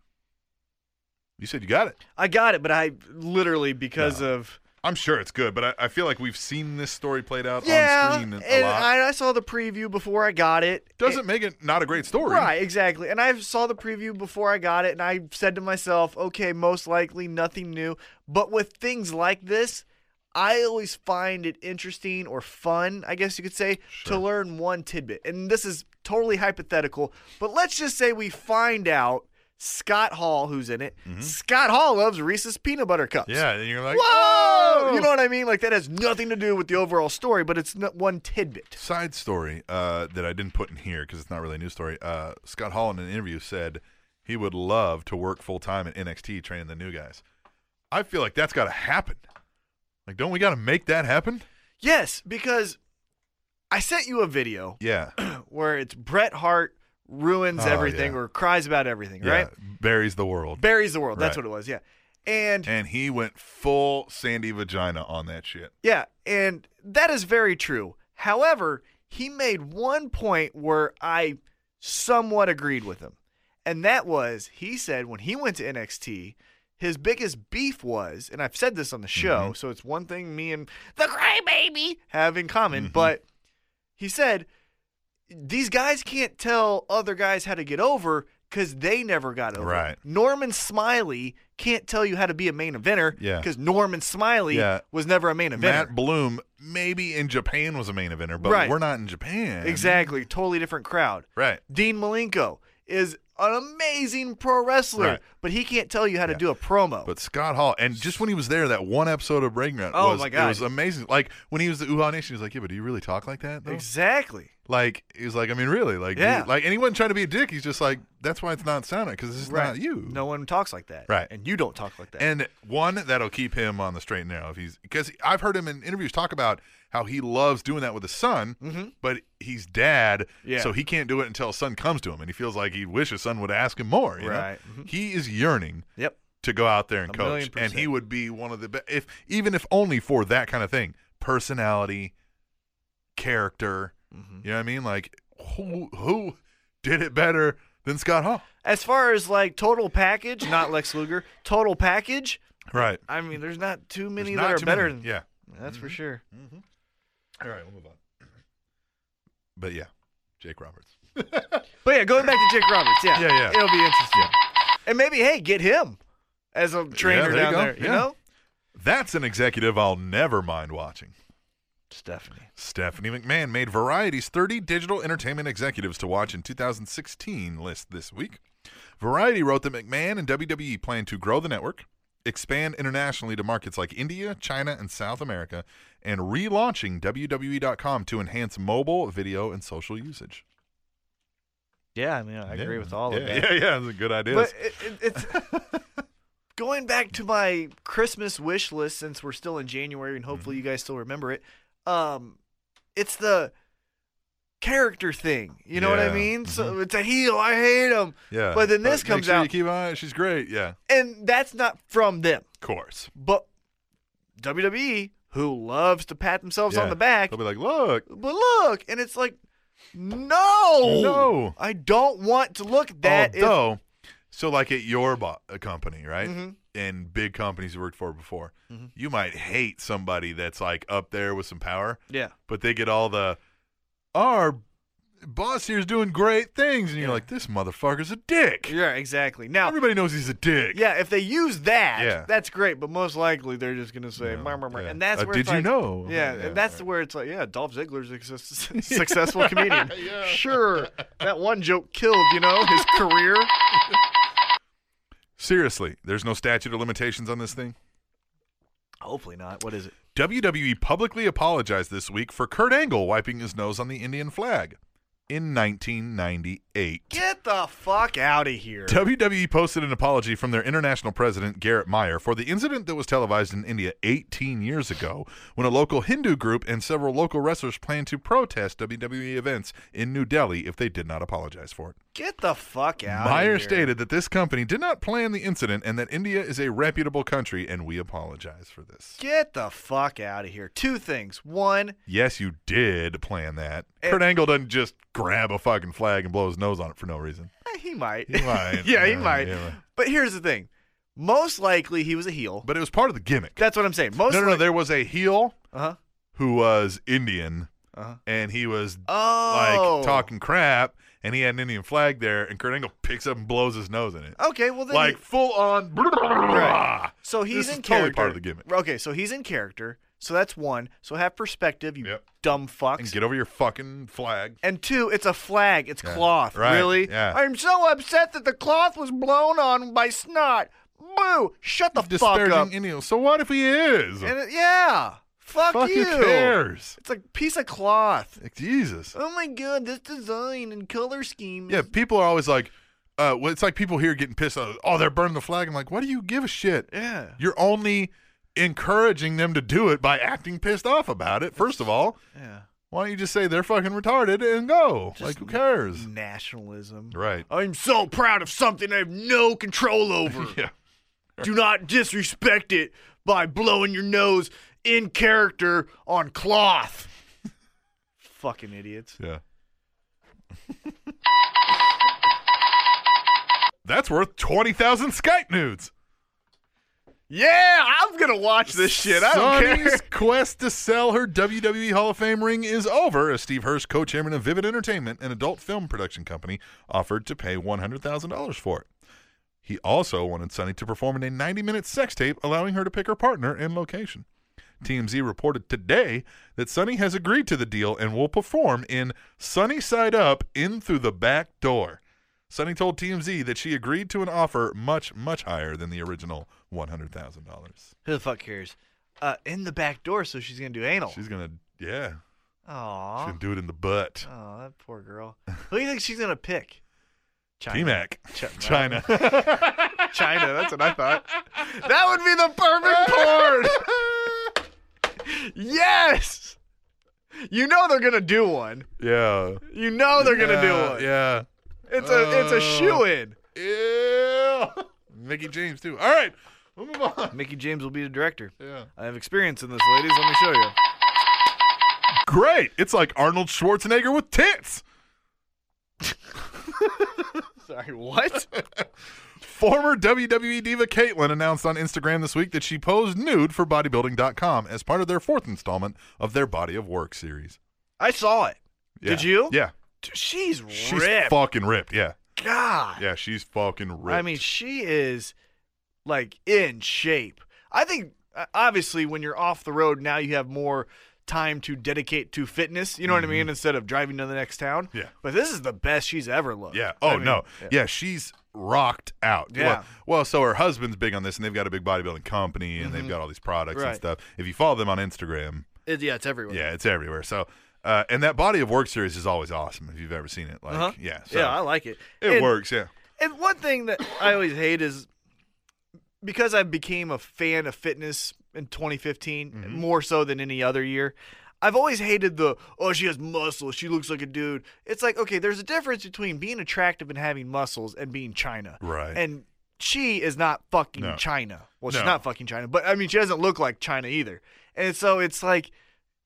S3: You said you got it.
S4: I got it, but I literally because of
S3: I'm sure it's good, but I, I feel like we've seen this story played out
S4: yeah,
S3: on screen a
S4: and
S3: lot.
S4: I, I saw the preview before I got it.
S3: Doesn't make it not a great story.
S4: Right, exactly. And I saw the preview before I got it, and I said to myself, okay, most likely nothing new. But with things like this, I always find it interesting or fun, I guess you could say, to learn one tidbit. And this is totally hypothetical, but let's just say we find out Scott Hall, who's in it, Scott Hall loves Reese's peanut butter cups.
S3: Mm-hmm. Yeah, and you're like,
S4: Whoa! You know what I mean? Like, that has nothing to do with the overall story, but it's not one tidbit.
S3: Side story uh, that I didn't put in here because it's not really a news story. Uh, Scott Hall in an interview said he would love to work full time at NXT training the new guys. I feel like that's got to happen. Like, don't we got to make that happen?
S4: Yes, because I sent you a video.
S3: Yeah,
S4: where it's Bret Hart ruins
S3: Oh,
S4: everything
S3: yeah.
S4: or cries about everything,
S3: yeah.
S4: right?
S3: Buries the world,
S4: Buries the world. That's
S3: Right.
S4: what it was. Yeah. And
S3: and he went full Sandy vagina on that shit.
S4: yeah, and that is very true. However, he made one point where I somewhat agreed with him. And that was he said when he went to NXT, his biggest beef was, and I've said this on the show,
S3: Mm-hmm.
S4: so it's one thing me and the Cry Baby have in common,
S3: Mm-hmm.
S4: but he said these guys can't tell other guys how to get over because they never got over.
S3: Right.
S4: Norman Smiley can't tell you how to be a main eventer
S3: Yeah.
S4: because Norman Smiley
S3: Yeah.
S4: was never a main eventer.
S3: Matt Bloom maybe in Japan was a main eventer, but
S4: Right.
S3: we're not in Japan.
S4: Exactly. Totally different crowd.
S3: Right.
S4: Dean Malenko is an amazing pro wrestler,
S3: Right.
S4: but he can't tell you how to
S3: Yeah.
S4: do a promo.
S3: But Scott Hall, and just when he was there, that one episode of Breaking Ground
S4: Oh,
S3: was,
S4: my God.
S3: it was amazing. Like when he was the Uha Nation, he was like, "Yeah, but do you really talk like that?" Though?
S4: exactly.
S3: Like he was like, "I mean, really?" Like, do
S4: Yeah.
S3: you- like, and he wasn't trying to be a dick. He's just like, "That's why it's not sounding because it's
S4: Right.
S3: not you."
S4: No one talks like that.
S3: Right.
S4: And you don't talk like that.
S3: And one that'll keep him on the straight and narrow if he's because I've heard him in interviews talk about how he loves doing that with his son, but he's dad,
S4: Mm-hmm. Yeah.
S3: so he can't do it until his son comes to him, and he feels like he wishes his son would ask him more. you know?
S4: Right. Mhm.
S3: He is yearning
S4: yep.
S3: to go out there and
S4: A million
S3: coach, and he
S4: percent.
S3: would be one of the best. If even if only for that kind of thing, personality, character.
S4: Mm-hmm.
S3: You know what I mean? Like who who did it better than Scott Hall?
S4: As far as like total package, not Lex Luger, total package,
S3: Right.
S4: I mean, there's not too
S3: There's
S4: many
S3: not
S4: that are
S3: too
S4: better
S3: many.
S4: than
S3: yeah. Mm-hmm.
S4: That's for sure.
S3: All right, we'll move on. But yeah, Jake Roberts.
S4: But yeah, going back to Jake Roberts, yeah.
S3: Yeah, yeah.
S4: It'll be interesting.
S3: Yeah.
S4: And maybe, hey, get him as a trainer
S3: there you
S4: down
S3: go.
S4: there, you
S3: Yeah.
S4: know?
S3: That's an executive I'll never mind watching.
S4: Stephanie.
S3: Stephanie McMahon made Variety's 30 digital entertainment executives to watch in 2016 list this week. Variety wrote that McMahon and WWE plan to grow the network, expand internationally to markets like India, China, and South America, and relaunching WWE.com to enhance mobile, video, and social usage.
S4: Yeah, I mean, I agree
S3: Yeah.
S4: with all
S3: Yeah,
S4: of that.
S3: Yeah, yeah, that's a good idea.
S4: But it, it, it's going back to my Christmas wish list since we're still in January and hopefully
S3: Mm-hmm.
S4: you guys still remember it. Um, it's the character thing. You know what
S3: Yeah. Mm-hmm.
S4: I mean? So it's a heel. I hate him.
S3: yeah,
S4: But then this
S3: make
S4: comes
S3: sure you
S4: out.
S3: keep an eye- She's great. Yeah,
S4: And that's not from them.
S3: of course.
S4: But WWE, who loves to pat themselves on
S3: Yeah.
S4: the back,
S3: They'll be like, look,
S4: but look, and it's like, no,
S3: No. Oh,
S4: I don't want to look at that. if-
S3: although, so like at your bo- uh, company, right?
S4: Mhm.
S3: And big companies you worked for before,
S4: Mm-hmm.
S3: you might hate somebody that's like up there with some power,
S4: yeah,
S3: but they get all the our boss here's doing great things, and you're like, this motherfucker's a dick.
S4: yeah, exactly. Now,
S3: Everybody knows he's a dick.
S4: Yeah, if they use that,
S3: Yeah.
S4: that's great. But most likely they're just gonna say,
S3: No,
S4: "Mar, mar, mar,"
S3: yeah.
S4: and that's
S3: Uh,
S4: where
S3: did
S4: it's
S3: you
S4: like,
S3: know?
S4: Yeah,
S3: Yeah,
S4: and that's
S3: yeah.
S4: where it's like, yeah, Dolph Ziggler's a success- successful comedian.
S3: Yeah.
S4: Sure, that one joke killed, you know, his career.
S3: Seriously, there's no statute of limitations on this thing.
S4: Hopefully not. What is it?
S3: WWE publicly apologized this week for Kurt Angle wiping his nose on the Indian flag in 1998.
S4: Get the fuck out of here.
S3: WWE E posted an apology from their international president, Garrett Meyer, for the incident that was televised in India 18 years ago when a local Hindu group and several local wrestlers planned to protest WWE events in New Delhi if they did not apologize for it.
S4: Get the fuck out.
S3: Meyer
S4: of here.
S3: stated that this company did not plan the incident and that India is a reputable country, and we apologize for this.
S4: Get the fuck out of here. Two things. One,
S3: Yes, you did plan that.
S4: Eh.
S3: Kurt Angle doesn't just grab a fucking flag and blow his nose on it for no reason.
S4: eh, he might.
S3: He might.
S4: yeah, he
S3: Yeah,
S4: might.
S3: yeah, right.
S4: But here's the thing. Most likely he was a heel.
S3: But it was part of the gimmick.
S4: That's what I'm saying. Most
S3: no, no, no.
S4: like-
S3: There was a heel
S4: Uh-huh.
S3: who was Indian
S4: Uh-huh.
S3: and he was
S4: Oh.
S3: like talking crap and he had an Indian flag there and Kurt Angle picks up and blows his nose in it.
S4: Okay, well then
S3: Like
S4: he-
S3: full on.
S4: Right. so
S3: This
S4: he's
S3: is
S4: in
S3: totally
S4: character.
S3: part of the gimmick.
S4: Okay, so he's in character. So that's one. So have perspective, you
S3: Yep.
S4: dumb fucks.
S3: And get over your fucking flag.
S4: And two, it's a flag. It's
S3: Yeah,
S4: cloth.
S3: right,
S4: Really?
S3: yeah.
S4: I'm so upset that the cloth was blown on by snot. Boo! Shut the fuck
S3: Disparaging
S4: up.
S3: Indian. So what if he is?
S4: And it- yeah. Fuck,
S3: Fuck
S4: you.
S3: who cares?
S4: It's a piece of cloth.
S3: Like, Jesus.
S4: Oh my god, this design and color scheme.
S3: Yeah,
S4: is-
S3: people are always like, uh, well, it's like people here getting pissed. off. Oh, they're burning the flag. I'm like, what do you give a shit?
S4: Yeah.
S3: You're only encouraging them to do it by acting pissed off about it. First of all,
S4: Yeah.
S3: why don't you just say they're fucking retarded and go?
S4: Just
S3: like, who cares?
S4: Nationalism.
S3: Right.
S4: I'm so proud of something I have no control over.
S3: Yeah.
S4: Do not disrespect it by blowing your nose in character on cloth. Fucking idiots.
S3: Yeah. That's worth 20,000 Skype nudes.
S4: Yeah, I'm gonna watch this shit. I don't
S3: Sonny's
S4: care.
S3: quest to sell her WWE Hall of Fame ring is over as Steve Hurst, co chairman of Vivid Entertainment, an adult film production company, offered to pay $100,000 for it. He also wanted Sonny to perform in a 90 minute sex tape, allowing her to pick her partner and location. TMZ reported today that Sonny has agreed to the deal and will perform in Sunny Side Up in Through the Back Door. Sonny told TMZ that she agreed to an offer much, much higher than the original $100,000.
S4: Who the fuck cares? Uh, in the back door, so she's gonna do anal.
S3: She's gonna, yeah, she's
S4: Aww.
S3: gonna do it in the butt.
S4: Oh, that poor girl. Who do you think she's gonna pick? China.
S3: T Mac,
S4: Ch-
S3: China.
S4: China. That's what I thought. That would be the perfect porn. yes. You know they're gonna do one.
S3: yeah,
S4: You know they're gonna do
S3: Yeah,
S4: one.
S3: Yeah,
S4: It's a it's
S3: Uh,
S4: a shoe in.
S3: Ew. Mickey James too. All right, we'll move on.
S4: Mickey James will be the director.
S3: Yeah,
S4: I have experience in this, ladies. Let me show you.
S3: great. It's like Arnold Schwarzenegger with tits.
S4: Sorry, what?
S3: Former WWE diva Caitlyn announced on Instagram this week that she posed nude for bodybuilding.com as part of their fourth installment of their Body of Work series.
S4: I saw it.
S3: Yeah.
S4: Did you?
S3: Yeah.
S4: Dude, she's
S3: She's
S4: ripped.
S3: fucking ripped. Yeah.
S4: God.
S3: Yeah, she's fucking ripped.
S4: I mean, she is like in shape. I think uh, obviously when you're off the road now, you have more time to dedicate to fitness. You know what I mean? Instead of driving to the next town.
S3: Mm-hmm. Yeah.
S4: But this is the best she's ever looked.
S3: Yeah.
S4: I
S3: Oh
S4: mean,
S3: no. Yeah. she's rocked out.
S4: Yeah.
S3: Well, well, so her husband's big on this, and they've got a big bodybuilding company, and they've got all these products and
S4: Mm-hmm. Right.
S3: stuff. If you follow them on Instagram,
S4: It, yeah, it's everywhere.
S3: yeah, it's everywhere. So, uh, and that body of work series is always awesome if you've ever seen it. Like,
S4: Uh-huh.
S3: yeah, so
S4: yeah, I like it.
S3: it
S4: And-
S3: works. Yeah.
S4: And one thing that I always hate is because I became a fan of fitness in 2015
S3: Mm-hmm.
S4: more so than any other year. I've always hated the oh she has muscles, she looks like a dude. It's like okay, there's a difference between being attractive and having muscles and being China.
S3: Right.
S4: And she is not fucking
S3: No.
S4: China. Well, she's
S3: No.
S4: not fucking China, but I mean she doesn't look like China either. And so it's like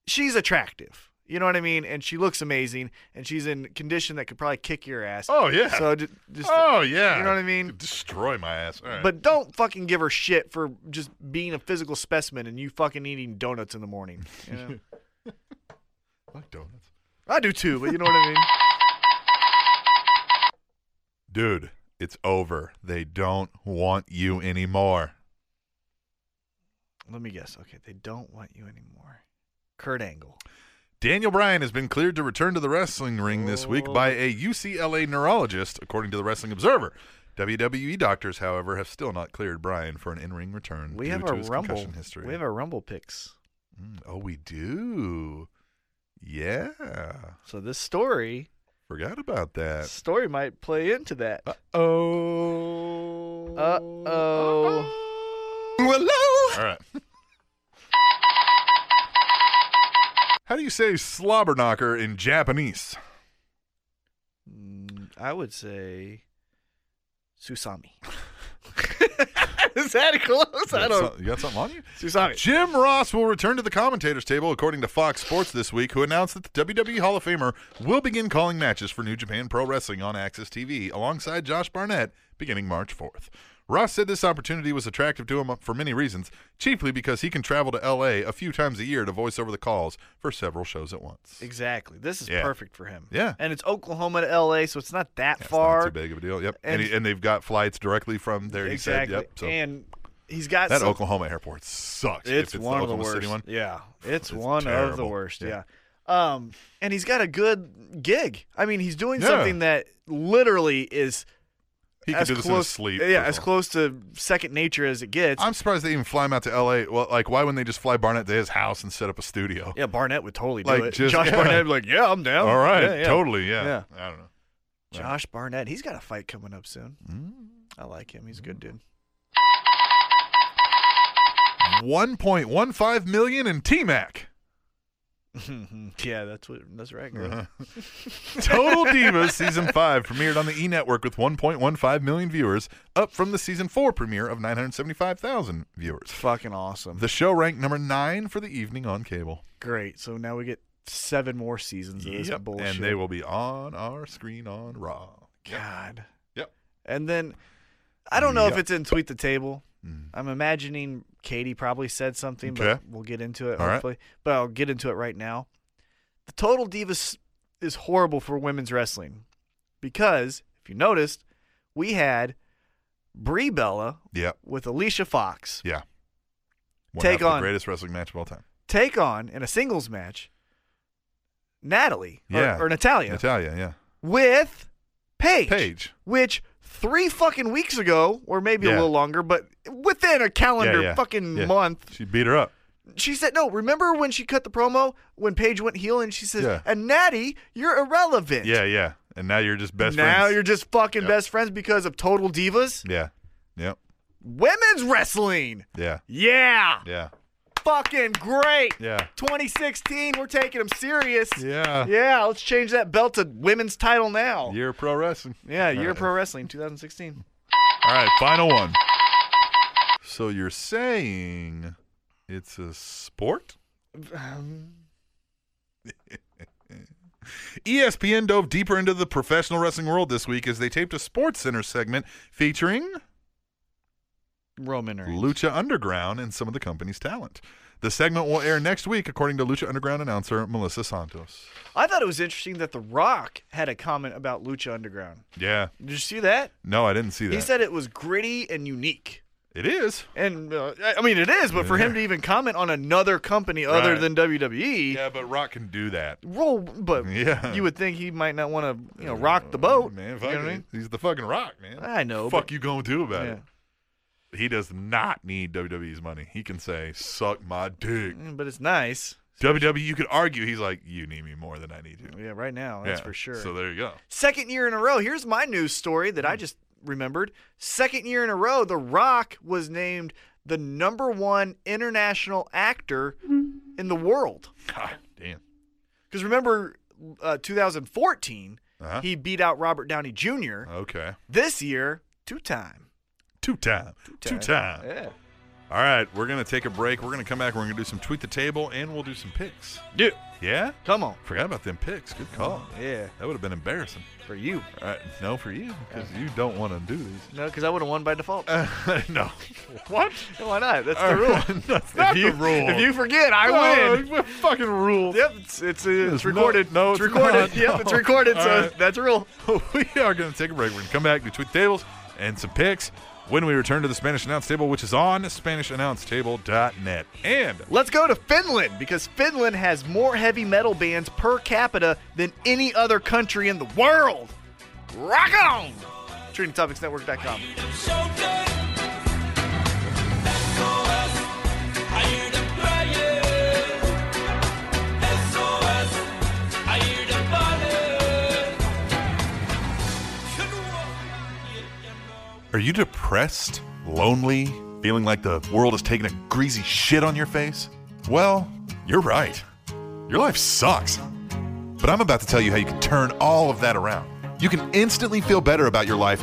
S4: she's attractive. You know what I mean? And she looks amazing and she's in condition that could probably kick your ass.
S3: Oh yeah.
S4: So ju- just
S3: oh yeah.
S4: you know what I mean?
S3: Destroy my ass. All right.
S4: But don't fucking give her shit for just being a physical specimen and you fucking eating donuts in the morning. you know?
S3: Fuck donuts.
S4: I do too, but you know what I mean.
S3: Dude, it's over. They don't want you anymore.
S4: Let me guess. Okay, they don't want you anymore. Kurt Angle.
S3: Daniel Bryan has been cleared to return to the wrestling ring this week by a UCLA neurologist, according to the Wrestling Observer. WWE doctors, however, have still not cleared Bryan for an in-ring return
S4: We
S3: Mm, due
S4: have
S3: to
S4: our
S3: his
S4: rumble.
S3: concussion history.
S4: We have our rumble picks.
S3: Mm, oh, we do. Yeah,
S4: So this story
S3: forgot about that.
S4: story might play into that.
S3: uh, Oh.
S4: Uh oh.
S3: All right. How do you say slobberknocker in Japanese?
S4: Mm, I would say Susami. Is that close? I
S3: You got
S4: don't.
S3: some- You got something on you?
S4: Susami.
S3: Jim Ross will return to the commentators table, according to Fox Sports this week, who announced that the WWE Hall of Famer will begin calling matches for New Japan Pro Wrestling on Access TV alongside Josh Barnett beginning March 4th. Ross said this opportunity was attractive to him for many reasons, chiefly because he can travel to LA a few times a year to voice over the calls for several shows at once.
S4: Exactly. This is
S3: Yeah.
S4: perfect for him.
S3: Yeah.
S4: And it's Oklahoma to LA, so it's not that
S3: That's
S4: far.
S3: not too big of a deal. Yep. And,
S4: And-
S3: he- and they've got flights directly from there.
S4: Exactly.
S3: He said, yep. So
S4: And he's got
S3: that
S4: some,
S3: Oklahoma airport sucks.
S4: It's
S3: if it's
S4: one
S3: the
S4: of the
S3: Oklahoma
S4: worst.
S3: City one.
S4: Yeah. It's,
S3: It's
S4: one of the
S3: terrible.
S4: worst.
S3: Yeah.
S4: Yeah. Um and he's got a good gig. I mean, he's doing
S3: Yeah.
S4: something that literally is
S3: He could
S4: as
S3: do this
S4: close
S3: in his sleep.
S4: Yeah,
S3: as
S4: as
S3: close.
S4: close to second nature as it gets.
S3: I'm surprised they even fly him out to L.A. Well, like, why wouldn't they just fly Barnett to his house and set up a studio?
S4: yeah, Barnett would totally do
S3: Like,
S4: it.
S3: just-
S4: Josh
S3: yeah.
S4: Barnett would be like, "Yeah, I'm down."
S3: All right,
S4: Yeah, yeah.
S3: totally. Yeah.
S4: Yeah.
S3: I don't know.
S4: Josh Barnett, he's got a fight coming up soon.
S3: Mm.
S4: I like him. He's a good dude.
S3: 1.15 million in T-Mac.
S4: Mm-hmm. yeah, that's what that's right.
S3: Uh-huh.
S4: girl.
S3: Total Divas season five premiered on the E Network with 1.15 million viewers, up from the season four premiere of 975,000 viewers.
S4: Fucking awesome.
S3: The show ranked number nine for the evening on cable.
S4: Great. So now we get seven more seasons of this
S3: Yep.
S4: bullshit.
S3: And they will be on our screen on Raw.
S4: God.
S3: Yep.
S4: And then I don't know
S3: Yep. Mm.
S4: if it's in tweet the table. I'm imagining Katie probably said something,
S3: Okay.
S4: but we'll get into it
S3: All right.
S4: hopefully. But I'll get into it right now. The total divas is horrible for women's wrestling because if you noticed, we had Brie Bella
S3: Yep.
S4: with Alicia Fox
S3: Yeah. One
S4: Take
S3: half of the
S4: on-
S3: greatest wrestling match of all time.
S4: take on in a singles match Natalie or-
S3: Yeah.
S4: or, Natalia
S3: Natalia, yeah.
S4: with Paige.
S3: Paige.
S4: which three fucking weeks ago, or maybe
S3: Yeah.
S4: a little longer, but within a calendar
S3: yeah,
S4: fucking
S3: yeah.
S4: month,
S3: She beat her up.
S4: she said, "No, remember when she cut the promo when Paige went heel and she says,
S3: Yeah.
S4: and Natty, you're irrelevant.
S3: Yeah, yeah. And now you're just best
S4: now
S3: friends.
S4: you're just fucking
S3: Yep.
S4: best friends because of total divas,
S3: Yeah. Yep.
S4: women's wrestling.
S3: Yeah.
S4: Yeah,
S3: Yeah.
S4: fucking great.
S3: Yeah.
S4: 2016, we're taking them serious.
S3: Yeah.
S4: Yeah, let's change that belt to women's title now.
S3: Year of pro wrestling.
S4: Yeah,
S3: All
S4: year
S3: right.
S4: of pro wrestling 2016.
S3: All right, final one. So you're saying it's a sport?
S4: Um,
S3: ESPN dove deeper into the professional wrestling world this week as they taped a Sports Center segment featuring
S4: Roman Reigns.
S3: Lucha Underground and some of the company's talent. The segment will air next week, according to Lucha Underground announcer Melissa Santos.
S4: I thought it was interesting that The Rock had a comment about Lucha Underground.
S3: Yeah.
S4: Did you see that?
S3: No, I didn't see that.
S4: He said it was gritty and unique.
S3: It is.
S4: And uh, I- I mean, it is, but for him to even comment on another company other
S3: Right.
S4: than WWE,
S3: Yeah, but Rock can do that.
S4: roll. But
S3: Yeah. Uh,
S4: you would think he might not want to, you know, rock the boat,
S3: man.
S4: You know
S3: Fuck
S4: what I mean? Ah,
S3: He's the fucking Rock, man.
S4: I know,
S3: Fuck
S4: but-
S3: you gonna do about
S4: Yeah.
S3: it? He does not need WWE's money. He can say, "Suck my dick."
S4: Mm, But it's nice.
S3: WWE, you could argue. He's like, "You need me more than I need you."
S4: Yeah, right now, that's
S3: Yeah,
S4: for sure.
S3: So there you go.
S4: Second year in a row. Here's my news story that I
S3: Hmm.
S4: just remembered. Second year in a row, The Rock was named the number one international actor
S3: Mm-hmm.
S4: in the world.
S3: God damn.
S4: Because remember, uh, 2014,
S3: Uh-huh.
S4: he beat out Robert Downey Jr.
S3: Okay.
S4: This year, two time.
S3: Two time. Two time.
S4: Yeah.
S3: All right, we're gonna take a break. We're gonna come back. We're gonna do some tweet the table, and we'll do some picks.
S4: Dude,
S3: Yeah.
S4: come on.
S3: Forgot about them picks. Good call.
S4: Yeah,
S3: That would have been embarrassing.
S4: for you.
S3: All right, no for you because you don't want to do these.
S4: No, because I would have won by default.
S3: Uh-huh. no. What?
S4: Why not? That's the rule.
S3: That's not
S4: if you,
S3: the rule.
S4: If you forget, I
S3: No,
S4: win.
S3: what fucking rule.
S4: Yep, it's it's, uh, it's
S3: It's not-
S4: recorded.
S3: no,
S4: it's
S3: it's
S4: recorded.
S3: not,
S4: Yep,
S3: no.
S4: it's recorded.
S3: All
S4: so
S3: right.
S4: that's a rule.
S3: we are going to take a break. We're going to come back do tweet tables and some picks when we return to the Spanish Announce Table, which is on SpanishAnnounceTable.net. And
S4: Let's go to Finland because Finland has more heavy metal bands per capita than any other country in the world. Rock on! TreatingTopicsNetwork.com.
S3: are you depressed, lonely, feeling like the world is taking a greasy shit on your face? Well, you're right. Your life sucks. But I'm about to tell you how you can turn all of that around. You can instantly feel better about your life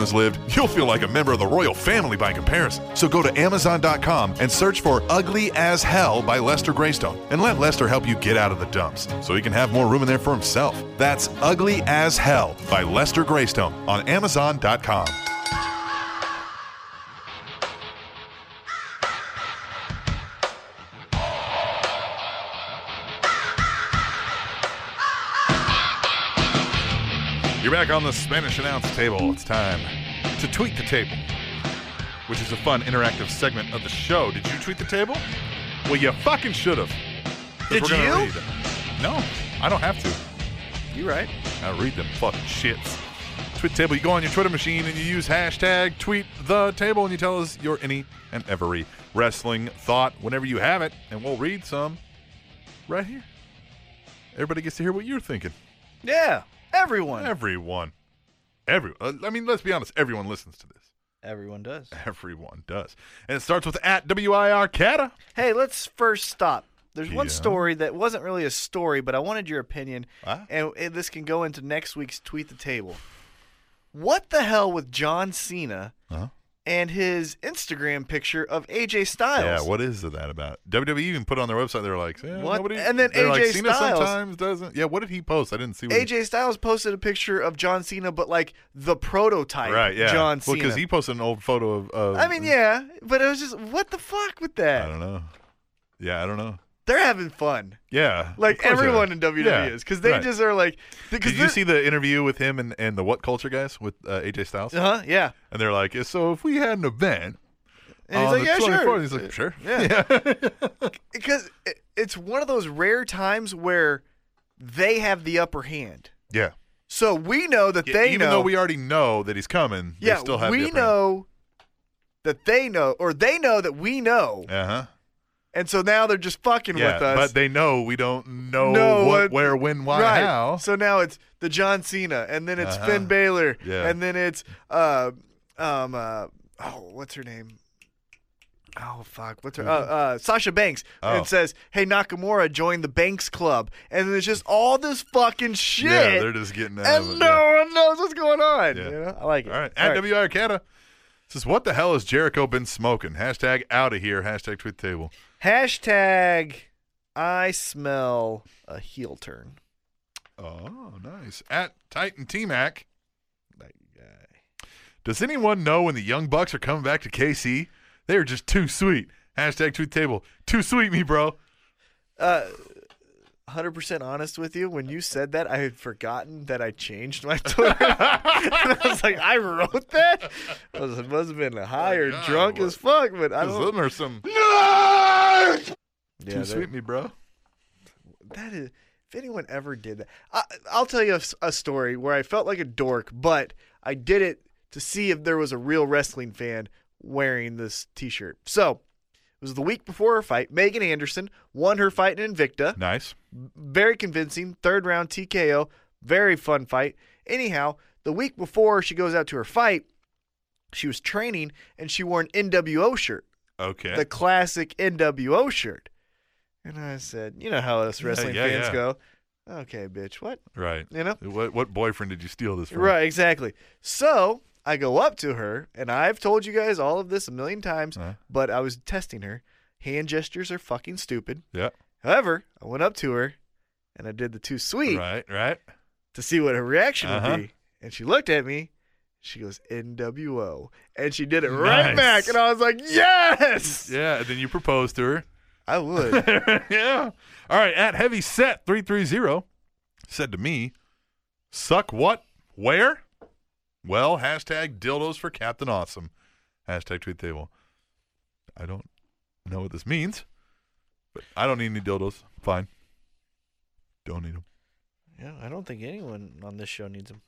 S3: has lived, you'll feel like a member of the royal family by comparison. So go to Amazon.com and search for Ugly as Hell by Lester Greystone and let Lester help you get out of the dumps so he can have more room in there for himself. That's Ugly as Hell by Lester Greystone on Amazon.com. You're back on the Spanish announce table. It's time to tweet the table, which is a fun interactive segment of the show. Did you tweet the table? Well, you fucking should have. 'Cause
S4: Did
S3: we're gonna
S4: you?
S3: read them. No, I don't have to.
S4: You right?
S3: I read them fucking shits. Tweet table, you go on your Twitter machine and you use hashtag tweet the table and you tell us your any and every wrestling thought whenever you have it, and we'll read some right here. Everybody gets to hear what you're thinking.
S4: Yeah. Everyone.
S3: Everyone. Everyone. uh, I mean, let's be honest. Everyone listens to this.
S4: Everyone does.
S3: Everyone does. And it starts with at WIR Cata.
S4: Hey, let's first stop. There's one
S3: Yeah.
S4: story that wasn't really a story, but I wanted your opinion,
S3: Ah.
S4: and, and this can go into next week's tweet the table. What the hell with John Cena
S3: Huh?
S4: and his Instagram picture of AJ Styles?
S3: Yeah, what is that about? WWE even put on their website, they're like, eh,
S4: What?
S3: nobody.
S4: And then
S3: they're like,
S4: AJ
S3: Cena
S4: Styles-
S3: sometimes doesn't. Yeah, what did he post? I didn't see what he
S4: AJ Styles posted a picture of John Cena, but like the prototype
S3: Right, yeah.
S4: John Cena.
S3: because he posted an old photo of. of
S4: I mean, yeah, but it was just what the fuck with
S3: I
S4: that?
S3: don't know. Yeah, I don't know.
S4: They're having fun,
S3: Yeah. of
S4: like
S3: course they
S4: everyone
S3: are.
S4: in WWE
S3: Yeah,
S4: is, because they
S3: right.
S4: just are like. Because
S3: Did you see the interview with him and, and the What Culture guys with uh, AJ Styles?
S4: Uh huh. Yeah.
S3: And they're like, so if we had an event.
S4: And he's
S3: on
S4: like,
S3: the
S4: yeah,
S3: 24th,"
S4: sure.
S3: He's like, sure.
S4: Yeah. because it, it's one of those rare times where they have the upper hand.
S3: Yeah.
S4: So we know that
S3: Yeah,
S4: they
S3: even
S4: know.
S3: though we already know that he's coming,
S4: yeah,
S3: they still have
S4: we know that they know, or they know that we know,
S3: Uh huh.
S4: and so now they're just fucking
S3: Yeah,
S4: with us.
S3: but they know we don't know
S4: No,
S3: what,
S4: what-
S3: where, when, why,
S4: right.
S3: how.
S4: So now it's the John Cena, and then it's
S3: Uh-huh.
S4: Finn Balor,
S3: Yeah.
S4: and then it's uh, um, uh, oh, what's her name? Oh fuck! What's her? Uh, uh, Sasha Banks.
S3: Mm-hmm. Oh.
S4: It says, "Hey Nakamura, join the Banks Club," and then it's just all this fucking shit,
S3: Yeah, they're just getting out of
S4: and
S3: it,
S4: no
S3: yeah.
S4: one knows what's going on.
S3: Yeah.
S4: You know? I like it.
S3: All right, at WR Canada. Says, what the hell has Jericho been smoking? Hashtag out of here. Hashtag tweet the table.
S4: Hashtag I smell a heel turn.
S3: Oh, nice. At Titan T Mac.
S4: That guy.
S3: Does anyone know when the Young Bucks are coming back to KC? They are just too sweet. Hashtag tweet the table. Too sweet, me bro.
S4: Uh, 100% honest with you, when you said that, I had forgotten that I changed my Twitter. and I was like, I wrote that? I was, I must have been high or
S3: God,
S4: drunk
S3: what-
S4: as fuck, but I
S3: Because
S4: don't
S3: them are some
S4: Oh. yeah,
S3: too
S4: that-
S3: sweet, me bro.
S4: that is if anyone ever did that I, i'll tell you a, s- a story where i felt like a dork but i did it to see if there was a real wrestling fan wearing this t-shirt so it was the week before her fight megan anderson won her fight in invicta
S3: Nice.
S4: very convincing third round tko very fun fight anyhow the week before she goes out to her fight she was training and she wore an nwo shirt
S3: Okay.
S4: the classic NWO shirt. And I said, you know how us wrestling
S3: yeah,
S4: fans
S3: yeah.
S4: go. Okay, bitch, what?
S3: right.
S4: You know?
S3: What, what boyfriend did you steal this from?
S4: Right, exactly. So I go up to her, and I've told you guys all of this a million times,
S3: Uh-huh.
S4: but I was testing her. Hand gestures are fucking stupid.
S3: Yeah.
S4: However, I went up to her and I did the too sweet
S3: Right, right.
S4: to see what her reaction
S3: Uh-huh.
S4: would be. And she looked at me. She goes, NWO. And she did it right
S3: Nice.
S4: back. And I was like, yes!
S3: Yeah, and then you proposed to her.
S4: I would.
S3: yeah. All right. At heavy set three three zero said to me, "Suck what? Where? Well, hashtag dildos for Captain Awesome. Hashtag tweet table. I don't know what this means, but I don't need any dildos. Fine. Don't need them.
S4: Yeah, I don't think anyone on this show needs them.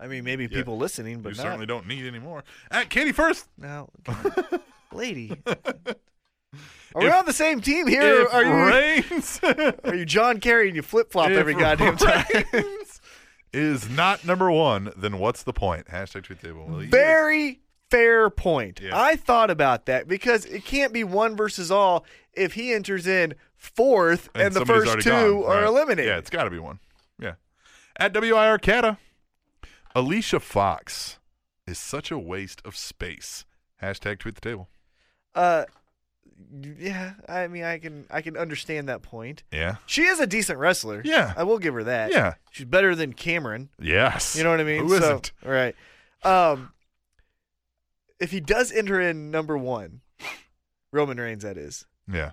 S4: I mean, maybe
S3: Yeah.
S4: people listening, but
S3: you
S4: not.
S3: certainly don't need any more. At Katie first.
S4: No, lady, are we on the same team here?
S3: If
S4: Are you?
S3: rains,
S4: Are you John Kerry and you flip flop
S3: If
S4: every goddamn time?
S3: rains is not number one, then what's the point? Hashtag tweet table. Well, you-
S4: Very fair point.
S3: Yeah.
S4: I thought about that because it can't be one versus all if he enters in fourth and, the
S3: somebody's
S4: first
S3: already
S4: two
S3: gone,
S4: are
S3: right.
S4: eliminated.
S3: Yeah, it's got to be one. Yeah. At WIR Cata, Alicia Fox is such a waste of space. Hashtag tweet the table.
S4: uh, yeah. I mean, I can I can understand that point.
S3: Yeah.
S4: She is a decent wrestler.
S3: Yeah.
S4: I will give her that.
S3: Yeah.
S4: she's better than Cameron.
S3: Yes.
S4: You know what I mean?
S3: Who
S4: So-
S3: isn't?
S4: Right. Um, if he does enter in number one, Roman Reigns, that is,
S3: Yeah.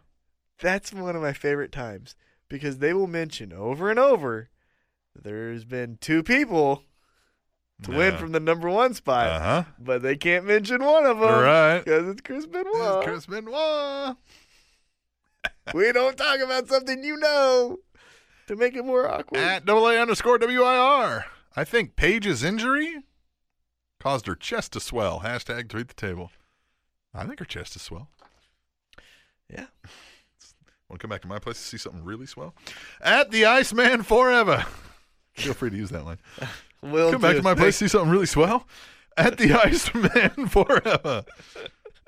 S4: that's one of my favorite times because they will mention over and over there's been two people to win
S3: Yeah.
S4: from the number one spot,
S3: Uh-huh.
S4: but they can't mention one of them.
S3: right.
S4: Because it's Chris Benoit.
S3: This is Chris Benoit.
S4: We don't talk about something you know to make it more awkward.
S3: At double A underscore WIR. I think Paige's injury caused her chest to swell. Hashtag tweet the table. I think her chest is swell.
S4: yeah.
S3: Want to come back to my place to see something really swell? At the Iceman Forever. Feel free to use that line.
S4: Will
S3: Come back to
S4: do.
S3: my place, see something really swell. At the Iceman Forever.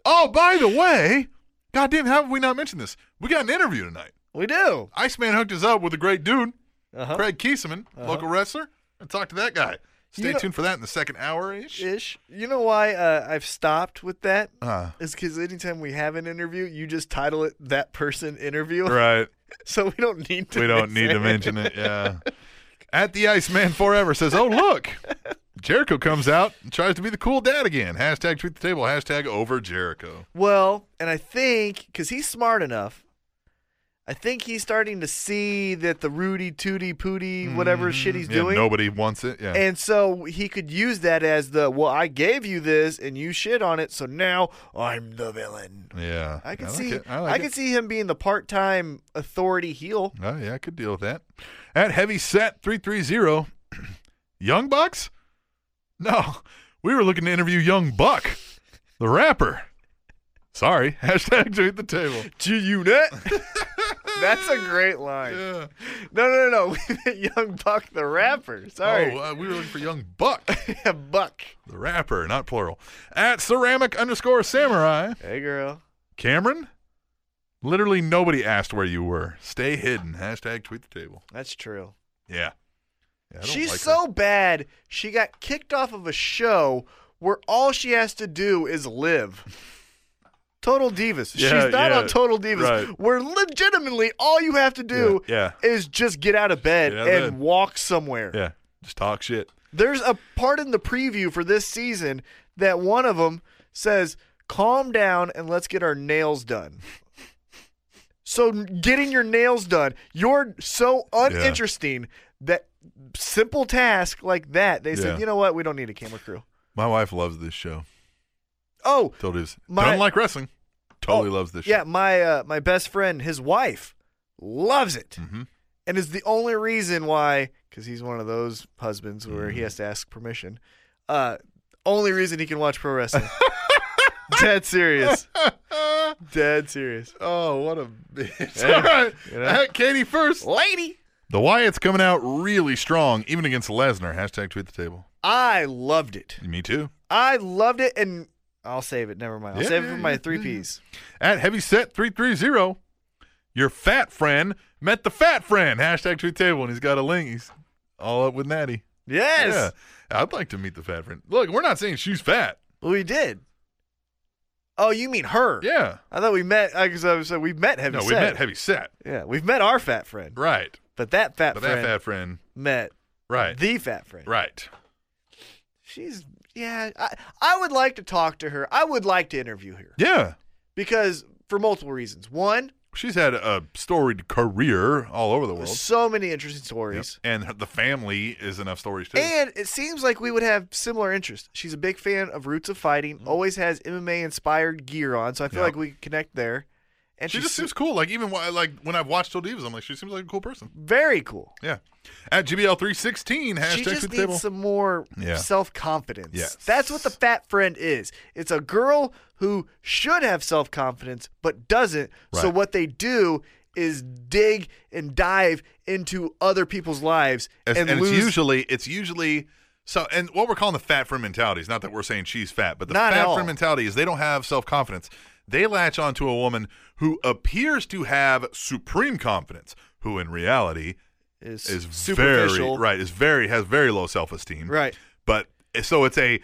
S3: Oh, by the way, goddamn, how have we not mentioned this? We got an interview tonight.
S4: We do.
S3: Iceman hooked us up with a great dude,
S4: Uh-huh.
S3: Craig Kieseman, local wrestler. I talked to that guy. Stay
S4: You know-
S3: tuned for that in the second hour ish.
S4: ish. You know why uh, I've stopped with that?
S3: Uh,
S4: Is because anytime we have an interview, you just title it that person interview,
S3: right.
S4: so we don't need to.
S3: we don't need to mention it. Yeah. At the Iceman Forever says, "Oh look, Jericho comes out and tries to be the cool dad again." Hashtag tweet the table. Hashtag over Jericho.
S4: Well, and I think because he's smart enough, I think he's starting to see that the Rudy Tooty Pooty whatever shit he's
S3: Mm, Yeah,
S4: doing,
S3: nobody wants it. Yeah.
S4: and so he could use that as the well, I gave you this and you shit on it, so now I'm the villain.
S3: yeah.
S4: I can
S3: like
S4: see,
S3: it. I, like
S4: can
S3: it.
S4: see him being the part-time authority heel.
S3: Oh yeah, I could deal with that. At heavy set three three zero, Young Bucks. No, we were looking to interview Young Buck, the rapper. Sorry. Hashtag tweet the table.
S4: Do you net? That's a great line.
S3: Yeah.
S4: No, no, no, no. We meant Young Buck the rapper. Sorry.
S3: Oh, uh, we were looking for Young Buck.
S4: Yeah, Buck.
S3: The rapper, not plural. At ceramic underscore samurai.
S4: Hey, girl.
S3: Cameron, literally nobody asked where you were. Stay hidden. Hashtag tweet the table.
S4: That's true.
S3: Yeah. Yeah, I don't
S4: She's
S3: like her.
S4: so bad, she got kicked off of a show where all she has to do is live. Total Divas.
S3: Yeah,
S4: She's not
S3: yeah,
S4: on Total Divas.
S3: right.
S4: Where legitimately all you have to do
S3: Yeah,
S4: is just get out of bed
S3: Get out of
S4: and
S3: bed.
S4: walk somewhere.
S3: yeah. Just talk shit.
S4: There's a part in the preview for this season that one of them says, "Calm down and let's get our nails done." So getting your nails done, you're so uninteresting that simple task like that, they
S3: Yeah.
S4: said, "You know what? We don't need a camera crew."
S3: My wife loves this show.
S4: Oh,
S3: Totally does.
S4: My-
S3: Doesn't like wrestling. Totally loves this
S4: yeah,
S3: show.
S4: my uh, my best friend, his wife, loves it,
S3: Mhm.
S4: and is the only reason why, because he's one of those husbands where
S3: Mm-hmm.
S4: he has to ask permission. Uh, only reason he can watch pro wrestling. Dead serious. Dead serious.
S3: Oh, what a bitch. All right. Uh, Katie first.
S4: Lady,
S3: The Wyatt's coming out really strong, even against Lesnar. Hashtag tweet the table.
S4: I loved it.
S3: Me too.
S4: I loved it, and I'll save it. Never mind. I'll
S3: Yeah,
S4: save it
S3: yeah,
S4: for my
S3: yeah,
S4: three
S3: yeah.
S4: P's.
S3: At Heavyset330, your fat friend met the fat friend. Hashtag tweet the table. And he's got a link. He's all up with Natty.
S4: Yes,
S3: Yeah. I'd like to meet the fat friend. Look, we're not saying she's fat.
S4: Well, we did. Oh, you mean her?
S3: Yeah.
S4: I thought we met. Because I was so we met. Heavy
S3: no, we met Heavy Set.
S4: Yeah, we've met our fat friend,
S3: Right.
S4: but that fat
S3: But
S4: friend
S3: that fat friend.
S4: met
S3: Right.
S4: the fat friend.
S3: right.
S4: She's yeah. I I would like to talk to her. I would like to interview her
S3: Yeah.
S4: because for multiple reasons. One,
S3: She's had a storied career all over the world.
S4: so many interesting
S3: Yep.
S4: stories,
S3: And her- the family is enough stories too.
S4: and it seems like we would have similar interests. She's a big fan of Roots of Fighting. Always has MMA inspired gear on, so I
S3: Mm-hmm.
S4: feel
S3: Yep.
S4: like we could connect there. And
S3: she
S4: she's
S3: just seems cool. Like even wh- like when I've watched Till Divas, I'm like, she seems like a cool person.
S4: very cool.
S3: Yeah. At GBL316, hashtag
S4: she
S3: tweet
S4: just
S3: the
S4: needs
S3: table.
S4: some more
S3: Yeah.
S4: self confidence.
S3: Yes.
S4: That's what the fat friend is. It's a girl who should have self confidence but doesn't. So
S3: Right.
S4: what they do is dig and dive into other people's lives
S3: As-
S4: and,
S3: and
S4: lose.
S3: it's usually it's usually so and what we're calling the fat friend mentality is not that we're saying she's fat, but the
S4: Not at
S3: fat
S4: all.
S3: friend mentality is they don't have self confidence. They latch onto a woman who appears to have supreme confidence, who in reality
S4: is,
S3: is very
S4: superficial.
S3: right, is very has very low self esteem.
S4: Right.
S3: But eh, so it's a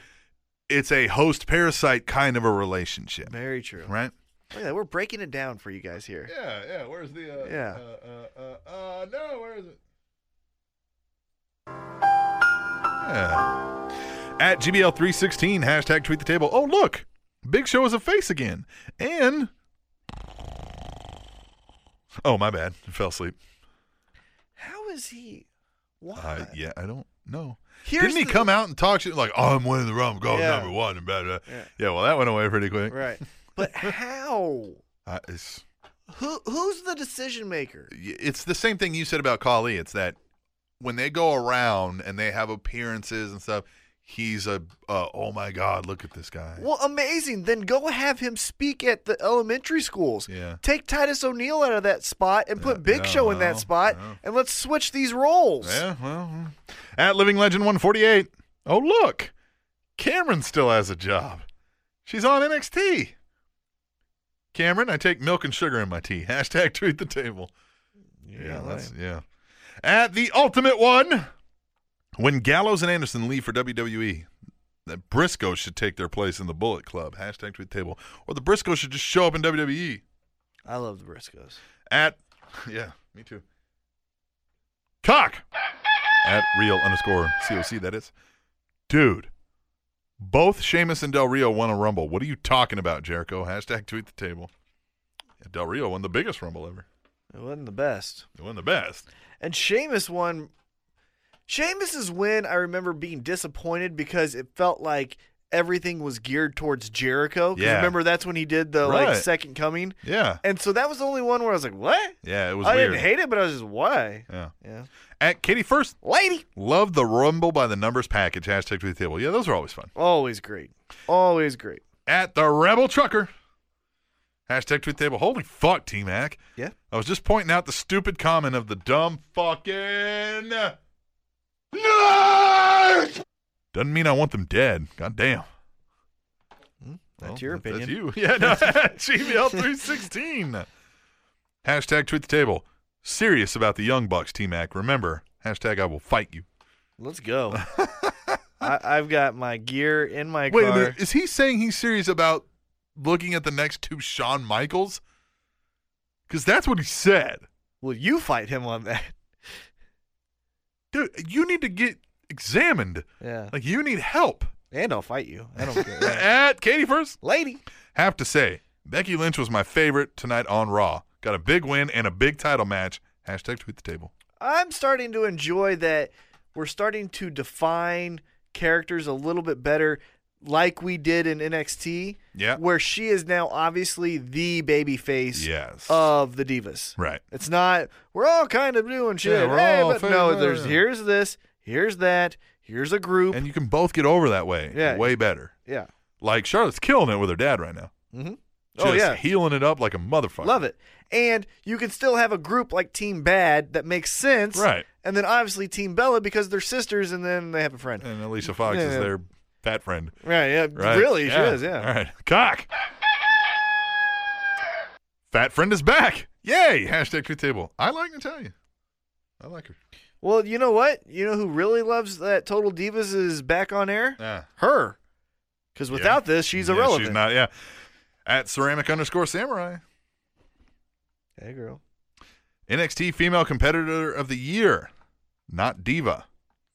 S3: it's a host parasite kind of a relationship.
S4: Very true.
S3: Right?
S4: Look at that. We're breaking it down for you guys here.
S3: Yeah, yeah. Where's the uh,
S4: Yeah.
S3: uh, uh, uh, uh, no, where is it? Yeah. At GBL316, hashtag tweet the table. Oh, look. Big Show is a face again. And. Oh, my bad. I fell asleep.
S4: How is he? Why?
S3: I, Uh, yeah, I don't know.
S4: Uh, Here's
S3: Didn't he
S4: the-
S3: come out and talk shit like, oh, I'm winning the Rumble, gold
S4: Yeah.
S3: number one, and blah, blah. Yeah.
S4: Yeah.
S3: well, that went away pretty quick.
S4: Right. But how?
S3: I, Uh, it's,
S4: Who who's the decision maker?
S3: y- it's the same thing you said about Kali. It's that when they go around and they have appearances and stuff, he's a uh, oh my god, look at this guy.
S4: Well, amazing. Then go have him speak at the elementary schools.
S3: Yeah.
S4: Take Titus O'Neil out of that spot and put
S3: Yeah,
S4: Big
S3: no,
S4: Show in
S3: no,
S4: that spot,
S3: no.
S4: and let's switch these roles.
S3: uh-huh, Yeah, well, mm. at Living Legend 148. Oh look, Cameron still has a job. She's on NXT. Cameron, I take milk and sugar in my tea. Hashtag tweet the table. Yeah, that's yeah. At the ultimate one, when Gallows and Anderson leave for WWE, the Briscoes should take their place in the Bullet Club. Hashtag tweet the table, or the Briscoes should just show up in WWE.
S4: I love the Briscoes.
S3: At yeah, me too. Cock at real underscore coc that is, dude. Both Sheamus and Del Rio won a Rumble. What are you talking about, Jericho? Hashtag tweet the table. Yeah, Del Rio won the biggest Rumble ever.
S4: It wasn't the best.
S3: It won the best.
S4: And Sheamus won. Sheamus's win, I remember being disappointed because it felt like everything was geared towards Jericho. 'Cause
S3: Yeah.
S4: Remember, that's when he did the like
S3: Right.
S4: second coming.
S3: Yeah,
S4: And so that was the only one where I was like, what?
S3: yeah, it was
S4: I
S3: weird.
S4: didn't hate it, but I was just, why?
S3: yeah.
S4: Yeah.
S3: At Katie First,
S4: Lady.
S3: love the Rumble by the Numbers package. Hashtag tweet the table. Yeah, those are always fun.
S4: Always great. Always great.
S3: At the Rebel Trucker. Hashtag tweet the table. Holy fuck, T Mac.
S4: Yeah.
S3: I was just pointing out the stupid comment of the dumb fucking. Nerd! Doesn't mean I want them dead. God damn.
S4: That's
S3: Well,
S4: your
S3: that-
S4: opinion.
S3: That's you. Yeah, no, GBL 316. Hashtag tweet the table. Serious about the Young Bucks, T Mac. Remember, hashtag I will fight you.
S4: Let's go. I, I've got my gear in my
S3: Wait
S4: car.
S3: a minute. Is he saying he's serious about looking at the next two Shawn Michaels? Because that's what he said.
S4: Will you fight him on that?
S3: Dude, you need to get examined.
S4: Yeah.
S3: Like, you need help.
S4: And I'll fight you. I don't care. Yeah.
S3: At Katie first.
S4: Lady.
S3: Have to say, Becky Lynch was my favorite tonight on Raw. Got a big win and a big title match. Hashtag tweet the table.
S4: I'm starting to enjoy that we're starting to define characters a little bit better, like we did in NXT.
S3: Yeah.
S4: Where she is now obviously the baby face
S3: Yes.
S4: of the Divas.
S3: Right.
S4: It's not we're all kind of doing shit.
S3: Yeah, we're
S4: hey,
S3: all
S4: but no,
S3: favorite.
S4: there's here's this, here's that, here's a group.
S3: And you can both get over that way.
S4: Yeah.
S3: Way better.
S4: yeah.
S3: Like, Charlotte's killing it with her dad right now.
S4: Mm-hmm.
S3: Just
S4: oh yeah.
S3: healing it up like a motherfucker.
S4: Love it. And you can still have a group like Team Bad that makes sense.
S3: Right.
S4: And then obviously Team Bella because they're sisters and then they have a friend.
S3: And Alicia Fox is
S4: Yeah.
S3: their fat friend.
S4: Right, yeah.
S3: Uh, Right.
S4: Really, she is, yeah.
S3: All right. Cock. Fat friend is back. Yay. Hashtag tweet table. I like Natalia. I like her.
S4: Well, you know what? You know who really loves that Total Divas is back on air?
S3: Ah.
S4: Her. Because without this, she's
S3: Yeah,
S4: irrelevant.
S3: She's not, yeah. At ceramic underscore samurai.
S4: Hey, girl.
S3: NXT female competitor of the year. Not diva.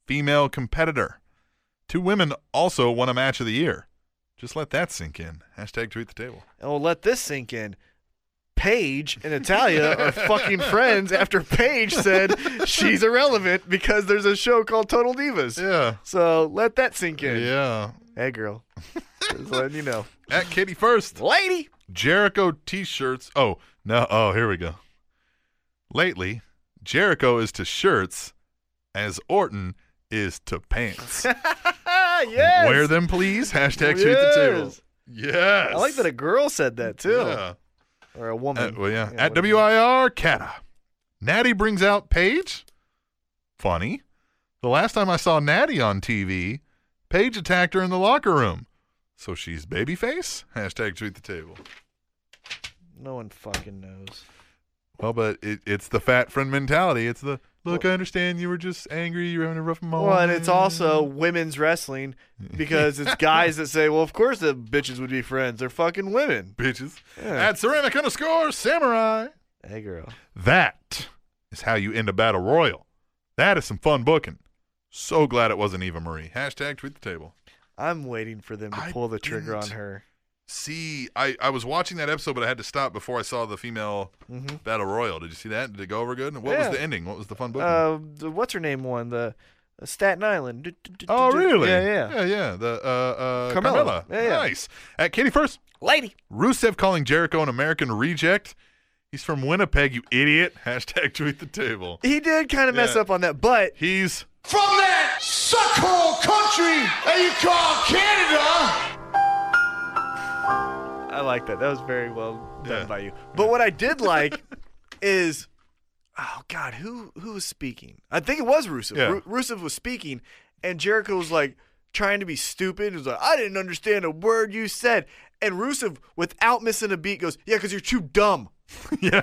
S3: Female competitor. Two women also won a match of the year. Just let that sink in. Hashtag tweet the table.
S4: And we'll let this sink in. Paige and Natalia are fucking friends after Paige said she's irrelevant because there's a show called Total Divas.
S3: Yeah.
S4: So let that sink in.
S3: Yeah.
S4: Hey, girl. Just letting you know.
S3: At Katie first.
S4: Lady!
S3: Jericho t shirts. Oh, no. Oh, here we go. Lately, Jericho is to shirts as Orton is to pants.
S4: yes!
S3: Wear them, please. Hashtag tweet the table.
S4: Yes.
S3: Yes.
S4: I like that a girl said that too.
S3: Yeah.
S4: Or a woman.
S3: At, well, yeah. At
S4: whatever.
S3: WIR, Cata. Natty brings out Paige. Funny. The last time I saw Natty on TV, Paige attacked her in the locker room. So she's babyface? Hashtag tweet the table.
S4: No one fucking knows.
S3: Well, but it, it's the fat friend mentality. It's the look, I understand you were just angry. You're having a rough moment.
S4: Well, and it's also women's wrestling because it's guys that say, well, of course the bitches would be friends. They're fucking women.
S3: bitches.
S4: Yeah.
S3: At ceramic underscore samurai.
S4: Hey, girl.
S3: That is how you end a battle royal. That is some fun booking. So glad it wasn't Eva Marie. Hashtag tweet the table.
S4: I'm waiting for them to
S3: I
S4: pull the trigger on
S3: didn't-
S4: her.
S3: See, I, I was watching that episode, but I had to stop before I saw the female
S4: Mhm.
S3: battle royal. Did you see that? Did it go over good? What
S4: Yeah.
S3: was the ending? What was the fun booking?
S4: Uh, the, what's her name one? The uh, Staten Island. Du- du- du-
S3: oh,
S4: du- du-
S3: really?
S4: Yeah, yeah.
S3: yeah, yeah. The uh, uh,
S4: Carmella.
S3: Carmella.
S4: Yeah, yeah.
S3: Nice. At Katie first,
S4: Lady.
S3: Rusev calling Jericho an American reject. He's from Winnipeg, you idiot. Hashtag tweet the table.
S4: He did kind of mess
S3: Yeah.
S4: up on that, but
S3: He's
S5: from that suckhole country that you call Canada.
S4: I like that. That was very well done
S3: Yeah.
S4: by you. But what I did like is, oh God, who who was speaking? I think it was Rusev.
S3: Yeah.
S4: Ru- Rusev was speaking, and Jericho was like trying to be stupid. He was like, I didn't understand a word you said. And Rusev, without missing a beat, goes, Yeah, because you're too dumb.
S3: yeah,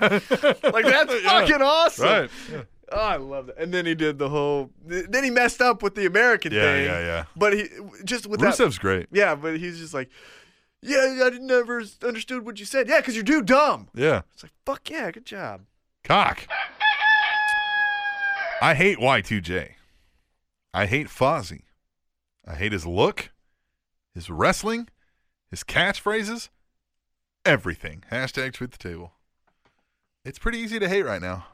S4: Like that's fucking awesome.
S3: right. Yeah.
S4: Oh, I love that. And then he did the whole. Then he messed up with the American
S3: Yeah,
S4: thing.
S3: yeah, yeah.
S4: But he just with that.
S3: Rusev's great.
S4: Yeah, but he's just like, yeah, I didn't- never s- understood what you said. Yeah, because you're too dumb.
S3: Yeah,
S4: It's like, fuck yeah, good job.
S3: cock. I hate Y2J. I hate Fozzy. I hate his look, his wrestling, his catchphrases, everything. Hashtag tweet the table. It's pretty easy to hate right now.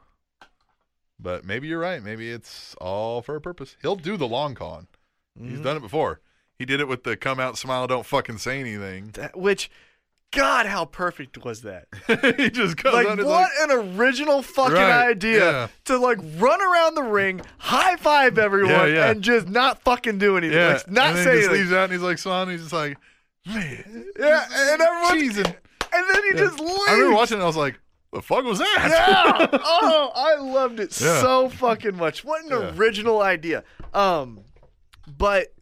S3: But maybe you're right. Maybe it's all for a purpose. He'll do the long con.
S4: Mm-hmm.
S3: He's done it before. He did it with the come out, smile, don't fucking say anything.
S4: That, which, God, how perfect was that?
S3: he just comes
S4: Like,
S3: out and
S4: what
S3: is like,
S4: an original fucking
S3: Right,
S4: idea
S3: yeah.
S4: to like run around the ring, high five everyone,
S3: Yeah, yeah.
S4: and just not fucking do anything,
S3: yeah.
S4: Like, not
S3: and then
S4: say
S3: he just
S4: anything.
S3: leaves out and he's like, smiling. He's just like, man.
S4: Yeah, and everyone,
S3: Jesus.
S4: and then he just leaves.
S3: I remember watching it. I was like, "The fuck was
S4: yeah.
S3: that?"
S4: Oh, I loved it
S3: Yeah.
S4: so fucking much. What an
S3: Yeah.
S4: original idea. Um, but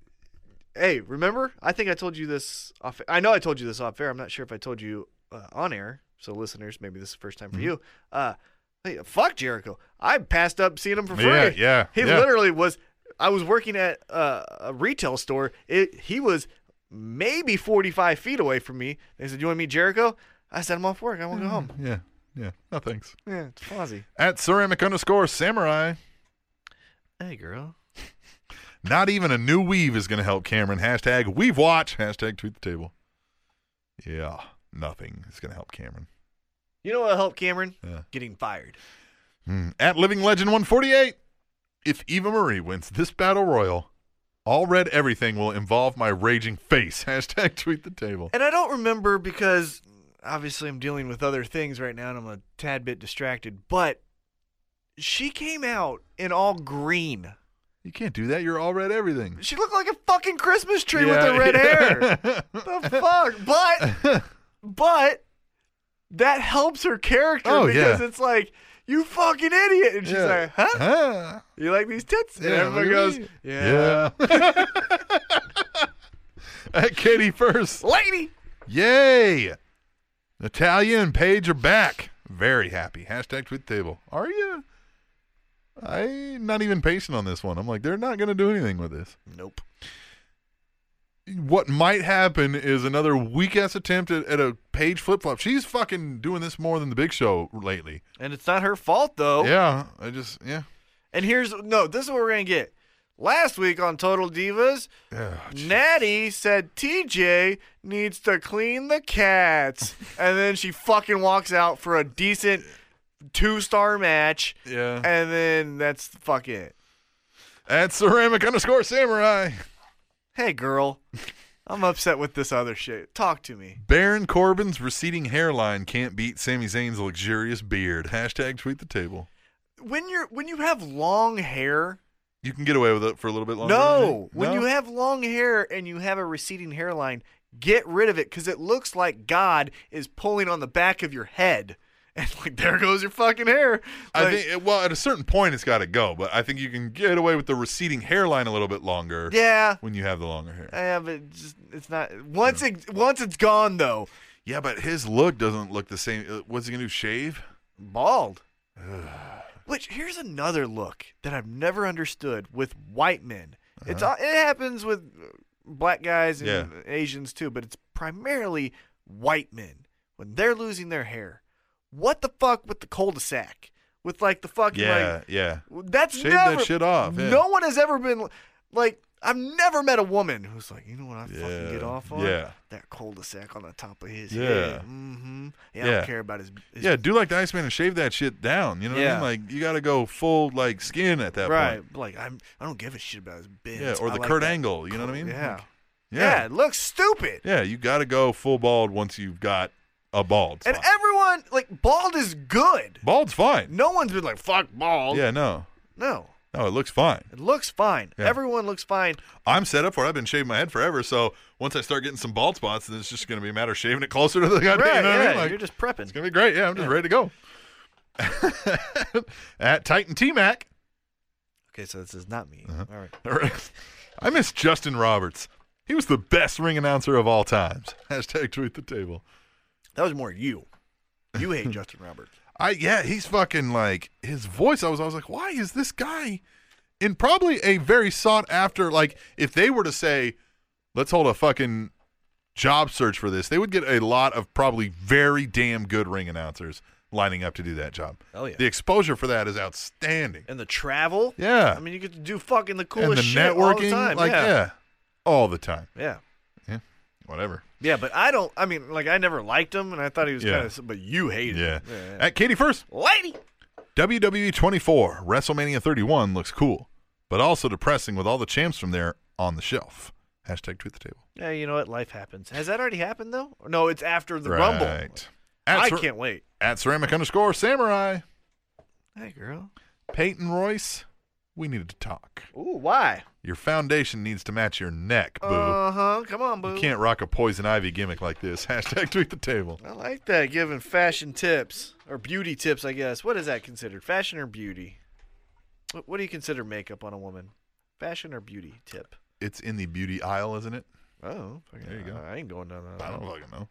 S4: hey, remember? I think I told you this off. I know I told you this off air. I'm not sure if I told you uh, on air. So listeners, maybe this is the first
S3: Mm-hmm.
S4: time for you. Uh, hey, fuck Jericho. I passed up seeing him for free.
S3: Yeah, yeah,
S4: He
S3: yeah.
S4: literally was. I was working at a, a retail store. It he was maybe 45 feet away from me. They said, "You want to meet Jericho?" I said, "I'm off work. I want
S3: Mm.
S4: to go home."
S3: Yeah. Yeah. No thanks.
S4: Yeah, it's Fozzy.
S3: At ceramic underscore samurai.
S4: Hey, girl.
S3: Not even a new weave is going to help Cameron. Hashtag weave watch. Hashtag tweet the table. Yeah, nothing is going to help Cameron.
S4: You know what helped Cameron?
S3: Yeah.
S4: Getting fired.
S3: Hmm. At Living Legend 148. If Eva Marie wins this battle royal, all red everything will involve my raging face. Hashtag tweet the table.
S4: And I don't remember because obviously I'm dealing with other things right now and I'm a tad bit distracted, but she came out in all green.
S3: You can't do that. You're all red everything.
S4: She looked like a fucking Christmas tree with her red hair. the fuck? But
S3: hair.
S4: but that helps her character
S3: Oh,
S4: because
S3: yeah.
S4: it's like you fucking idiot, and she's
S3: Yeah.
S4: like, "Huh?
S3: Huh?
S4: You like these tits?" And
S3: Yeah,
S4: everyone
S3: look
S4: goes,
S3: at me.
S4: yeah.
S3: At Katie first.
S4: lady."
S3: Yay! Natalia and Paige are back. Very happy. Hashtag tweet the table. Are you? I'm not even patient on this one. I'm like, they're not going to do anything with this.
S4: Nope.
S3: What might happen is another weak ass attempt at, at a Paige flip flop. She's fucking doing this more than the Big Show lately.
S4: And it's not her fault though.
S3: Yeah, I just yeah.
S4: And here's no, this is what we're gonna get. Last week on Total Divas, Natty said TJ needs to clean the cats, and then she fucking walks out for a decent two star match,
S3: Yeah.
S4: and then that's fuck it.
S3: At ceramic underscore samurai.
S4: Hey girl, I'm upset with this other shit. Talk to me.
S3: Baron Corbin's receding hairline can't beat Sami Zayn's luxurious beard. Hashtag tweet the table.
S4: When you're when you have long hair,
S3: You can get away with it for a little bit longer.
S4: no.
S3: than
S4: When you have long hair and you have a receding hairline, get rid of it because it looks like God is pulling on the back of your head, and like there goes your fucking hair.
S3: I
S4: Like,
S3: think well, at a certain point, it's got to go. But I think you can get away with the receding hairline a little bit longer
S4: yeah. Uh,
S3: when you have the longer hair.
S4: Yeah, but it's just, it's not once it once it's gone though.
S3: Yeah, but his look doesn't look the same. Uh, What's he gonna do? Shave?
S4: Bald. Which here's another look that I've never understood with white men. It's all it happens with uh, black guys and
S3: Uh-huh. Yeah.
S4: Asians too, but it's primarily white men when they're losing their hair. What the fuck with the cul-de-sac? With like the fucking
S3: Yeah,
S4: like
S3: yeah.
S4: That's
S3: Shave that
S4: never
S3: shit off, yeah.
S4: No one has ever been like I've never met a woman who's like, you know what I
S3: Yeah,
S4: fucking get off on?
S3: yeah.
S4: That cul-de-sac on the top of his
S3: Yeah.
S4: head. Mm-hmm. Yeah,
S3: Yeah.
S4: I don't care about his, his
S3: Yeah, do like the Iceman and shave that shit down. You know
S4: Yeah.
S3: what I mean? Like you got to go full like skin at that
S4: right.
S3: point.
S4: Like I'm I don't give a shit about his bins.
S3: Yeah, or
S4: I
S3: the
S4: like
S3: Kurt
S4: that.
S3: Angle. You know what I mean?
S4: Yeah.
S3: Like,
S4: yeah.
S3: yeah,
S4: it looks stupid.
S3: yeah. You got to go full bald once you've got a bald.
S4: And
S3: spot.
S4: everyone like bald is good.
S3: bald's fine.
S4: No one's been like fuck bald.
S3: Yeah, no,
S4: No.
S3: no, it looks fine.
S4: It looks fine.
S3: Yeah.
S4: Everyone looks fine.
S3: I'm set up for it. I've been shaving my head forever, so once I start getting some bald spots, then it's just going to be a matter of shaving it closer to the goddamn.
S4: Right,
S3: you know what I
S4: yeah,
S3: mean? Like,
S4: you're just
S3: it's
S4: prepping.
S3: going to be great. Yeah, I'm just ready to go. At Titan T Mac,
S4: Okay, so this is not me.
S3: Uh-huh.
S4: All right.
S3: I miss Justin Roberts. He was the best ring announcer of all times. Hashtag tweet the table.
S4: That was more you. You hate Justin Roberts.
S3: I yeah, he's fucking like his voice. I was I was like, why is this guy in probably a very sought after? Like if they were to say, let's hold a fucking job search for this, they would get a lot of probably very damn good ring announcers lining up to do that job.
S4: Oh, yeah.
S3: the exposure for that is outstanding.
S4: And the travel.
S3: Yeah,
S4: I mean, you get to do fucking the coolest
S3: and the
S4: shit
S3: networking,
S4: all the time.
S3: like
S4: yeah.
S3: all the time.
S4: yeah.
S3: Yeah, whatever.
S4: Yeah, but I don't. I mean, like I never liked him, and I thought he was
S3: Yeah.
S4: kind of. But you hated
S3: Yeah.
S4: him. Yeah,
S3: At Katie first.
S4: lady.
S3: WWE 24, E WrestleMania 31 looks cool, but also depressing with all the champs from there on the shelf. Hashtag tweet the table.
S4: Yeah, you know what? Life happens. Has that already happened though? No, it's after the Rumble.
S3: Right. At,
S4: I
S3: cer-
S4: can't wait.
S3: at ceramic underscore samurai,
S4: Hey, girl.
S3: Peyton Royce, we needed to talk.
S4: Ooh, why?
S3: Your foundation needs to match your neck, boo.
S4: Uh huh. Come on, boo.
S3: you can't rock a poison ivy gimmick like this. Hashtag tweet the table.
S4: I like that. Giving fashion tips or beauty tips, I guess. What is that considered? Fashion or beauty? What, what do you consider makeup on a woman? Fashion or beauty tip?
S3: It's in the beauty aisle, isn't it?
S4: Oh,
S3: There you go.
S4: I ain't going down that.
S3: I
S4: aisle.
S3: don't fucking know.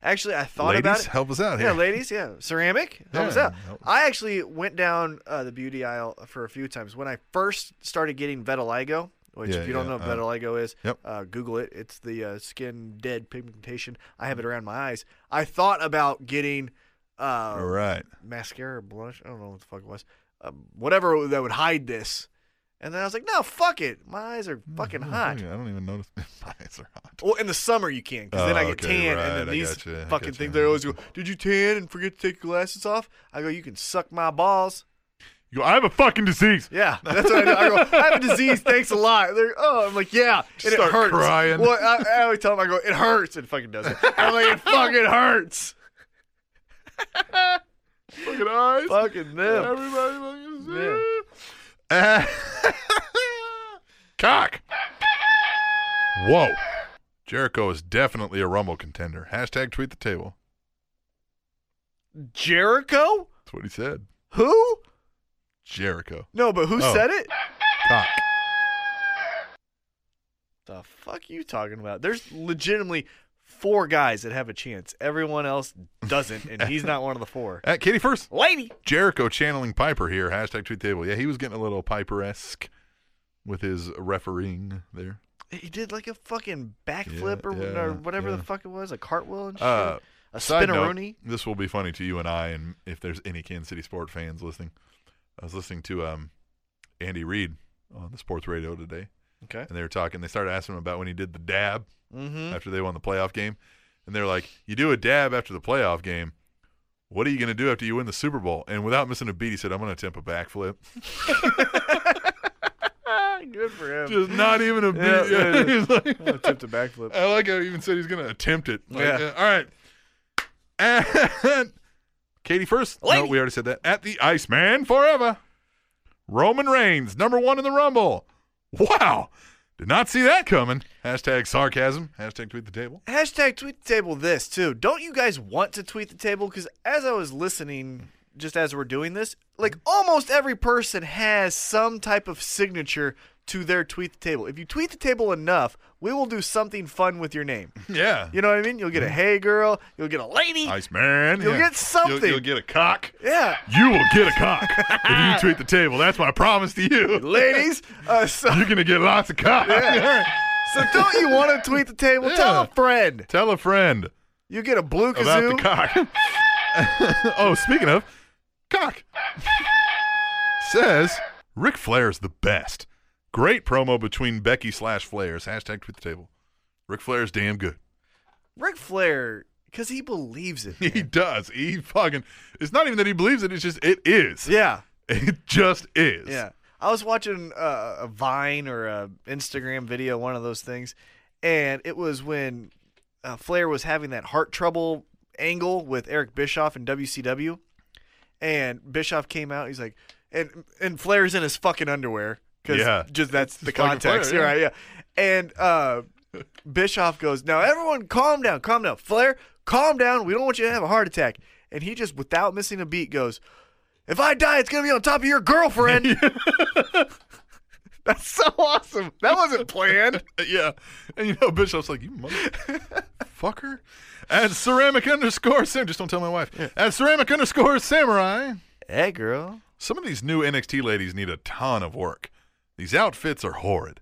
S4: Actually, I thought
S3: Ladies,
S4: about it.
S3: help us out
S4: Yeah,
S3: here.
S4: ladies, yeah. Ceramic, help us
S3: Yeah,
S4: out.
S3: help us.
S4: I actually went down uh, the beauty aisle for a few times. When I first started getting vitiligo, which
S3: Yeah,
S4: if you don't
S3: yeah,
S4: know
S3: uh,
S4: what vitiligo is,
S3: yep.
S4: uh, Google it. It's the uh, skin dead pigmentation. I have it around my eyes. I thought about getting uh,
S3: All right.
S4: mascara or blush. I don't know what the fuck it was. Um, whatever that would hide this. And then I was like, no, fuck it. My eyes are fucking hot.
S3: I don't even notice my eyes are hot.
S4: Well, in the summer you can, because then
S3: Oh,
S4: I get
S3: okay,
S4: tan,
S3: right,
S4: and
S3: I
S4: then these
S3: gotcha, I
S4: fucking
S3: gotcha.
S4: things. They always go, "Did you tan and forget to take your glasses off?" I go, "You can suck my balls."
S3: You go, I have a fucking disease.
S4: Yeah, that's what I do. I go, "I have a disease. Thanks a lot." They're, oh, I'm like, yeah, and it
S3: Start
S4: hurts.
S3: crying.
S4: Well, I, I always tell them, I go, "It hurts." It fucking doesn't. I'm like, "It fucking hurts."
S3: Fucking eyes.
S4: Fucking them.
S3: Everybody fucking see
S4: Yeah.
S3: it. Uh, cock. Whoa. Jericho is definitely a Rumble contender. Hashtag tweet the table.
S4: Jericho?
S3: That's what he said.
S4: Who?
S3: Jericho.
S4: No, but who
S3: Oh.
S4: said it?
S3: Cock.
S4: The fuck you talking about? There's legitimately four guys that have a chance. Everyone else doesn't, and he's not one of the four.
S3: At Katie first.
S4: Lady.
S3: Jericho channeling Piper here. Hashtag tweet the table. Yeah, he was getting a little Piper esque with his refereeing there.
S4: He did like a fucking backflip or,
S3: Yeah,
S4: or whatever
S3: yeah.
S4: the fuck it was, a cartwheel and shit.
S3: Uh,
S4: a
S3: Side note,
S4: spinneroonie.
S3: this will be funny to you and I, and if there's any Kansas City sport fans listening. I was listening to um, Andy Reid on the sports radio today,
S4: Okay.
S3: and they were talking. They started asking him about when he did the dab
S4: Mm-hmm.
S3: after they won the playoff game, and they're like, "You do a dab after the playoff game. What are you going to do after you win the Super Bowl?" And without missing a beat, he said, "I'm going to attempt a backflip."
S4: Good for him.
S3: Just not even a beat.
S4: Yeah, yeah, yeah.
S3: He's like-
S4: Oh, tipped a backflip.
S3: I like how he even said he's going to attempt it. Like,
S4: Yeah.
S3: uh, all right. And Katie first. No,
S4: Lady.
S3: we already said that. At the Iceman forever. Roman Reigns, number one in the Rumble. Wow. Did not see that coming. Hashtag sarcasm. Hashtag tweet the table.
S4: Hashtag tweet the table this too. Don't you guys want to tweet the table? Because as I was listening, just as we're doing this, like almost every person has some type of signature to their tweet the table. If you tweet the table enough, we will do something fun with your name.
S3: Yeah.
S4: You know what I mean? You'll get a hey girl. You'll get a lady.
S3: Iceman.
S4: You'll
S3: yeah.
S4: get something.
S3: You'll, you'll get a cock.
S4: yeah.
S3: You will get a cock if you tweet the table. That's my promise to you.
S4: Ladies, uh, so
S3: You're going to get lots of cock.
S4: So don't you want to tweet the table? Tell
S3: Yeah.
S4: a friend.
S3: Tell a friend.
S4: You get a blue
S3: about
S4: kazoo.
S3: the cock. oh, speaking of cock, says Ric Flair's the best. Great promo between Becky slash Flair's. Hashtag tweet the table. Ric Flair's damn good.
S4: Ric Flair, because he believes it.
S3: He does. He fucking. It's not even that he believes it. It's just it is.
S4: yeah,
S3: It just is.
S4: yeah. I was watching uh, a Vine or a Instagram video, one of those things, and it was when uh, Flair was having that heart trouble angle with Eric Bischoff and WCW, and Bischoff came out. He's like, and and Flair's in his fucking underwear because
S3: Yeah.
S4: just that's the
S3: fucking Flair,
S4: context,
S3: yeah.
S4: right? Yeah, and uh, Bischoff goes, now everyone, calm down, calm down, Flair, calm down. We don't want you to have a heart attack. And he just, without missing a beat, goes, if I die, it's gonna be on top of your girlfriend. That's so awesome. That wasn't planned.
S3: yeah. And you know, Bishop's like, you motherfucker. At ceramic underscore sam. Just don't tell my wife. At ceramic underscore samurai.
S4: hey, girl.
S3: Some of these new NXT ladies need a ton of work. These outfits are horrid.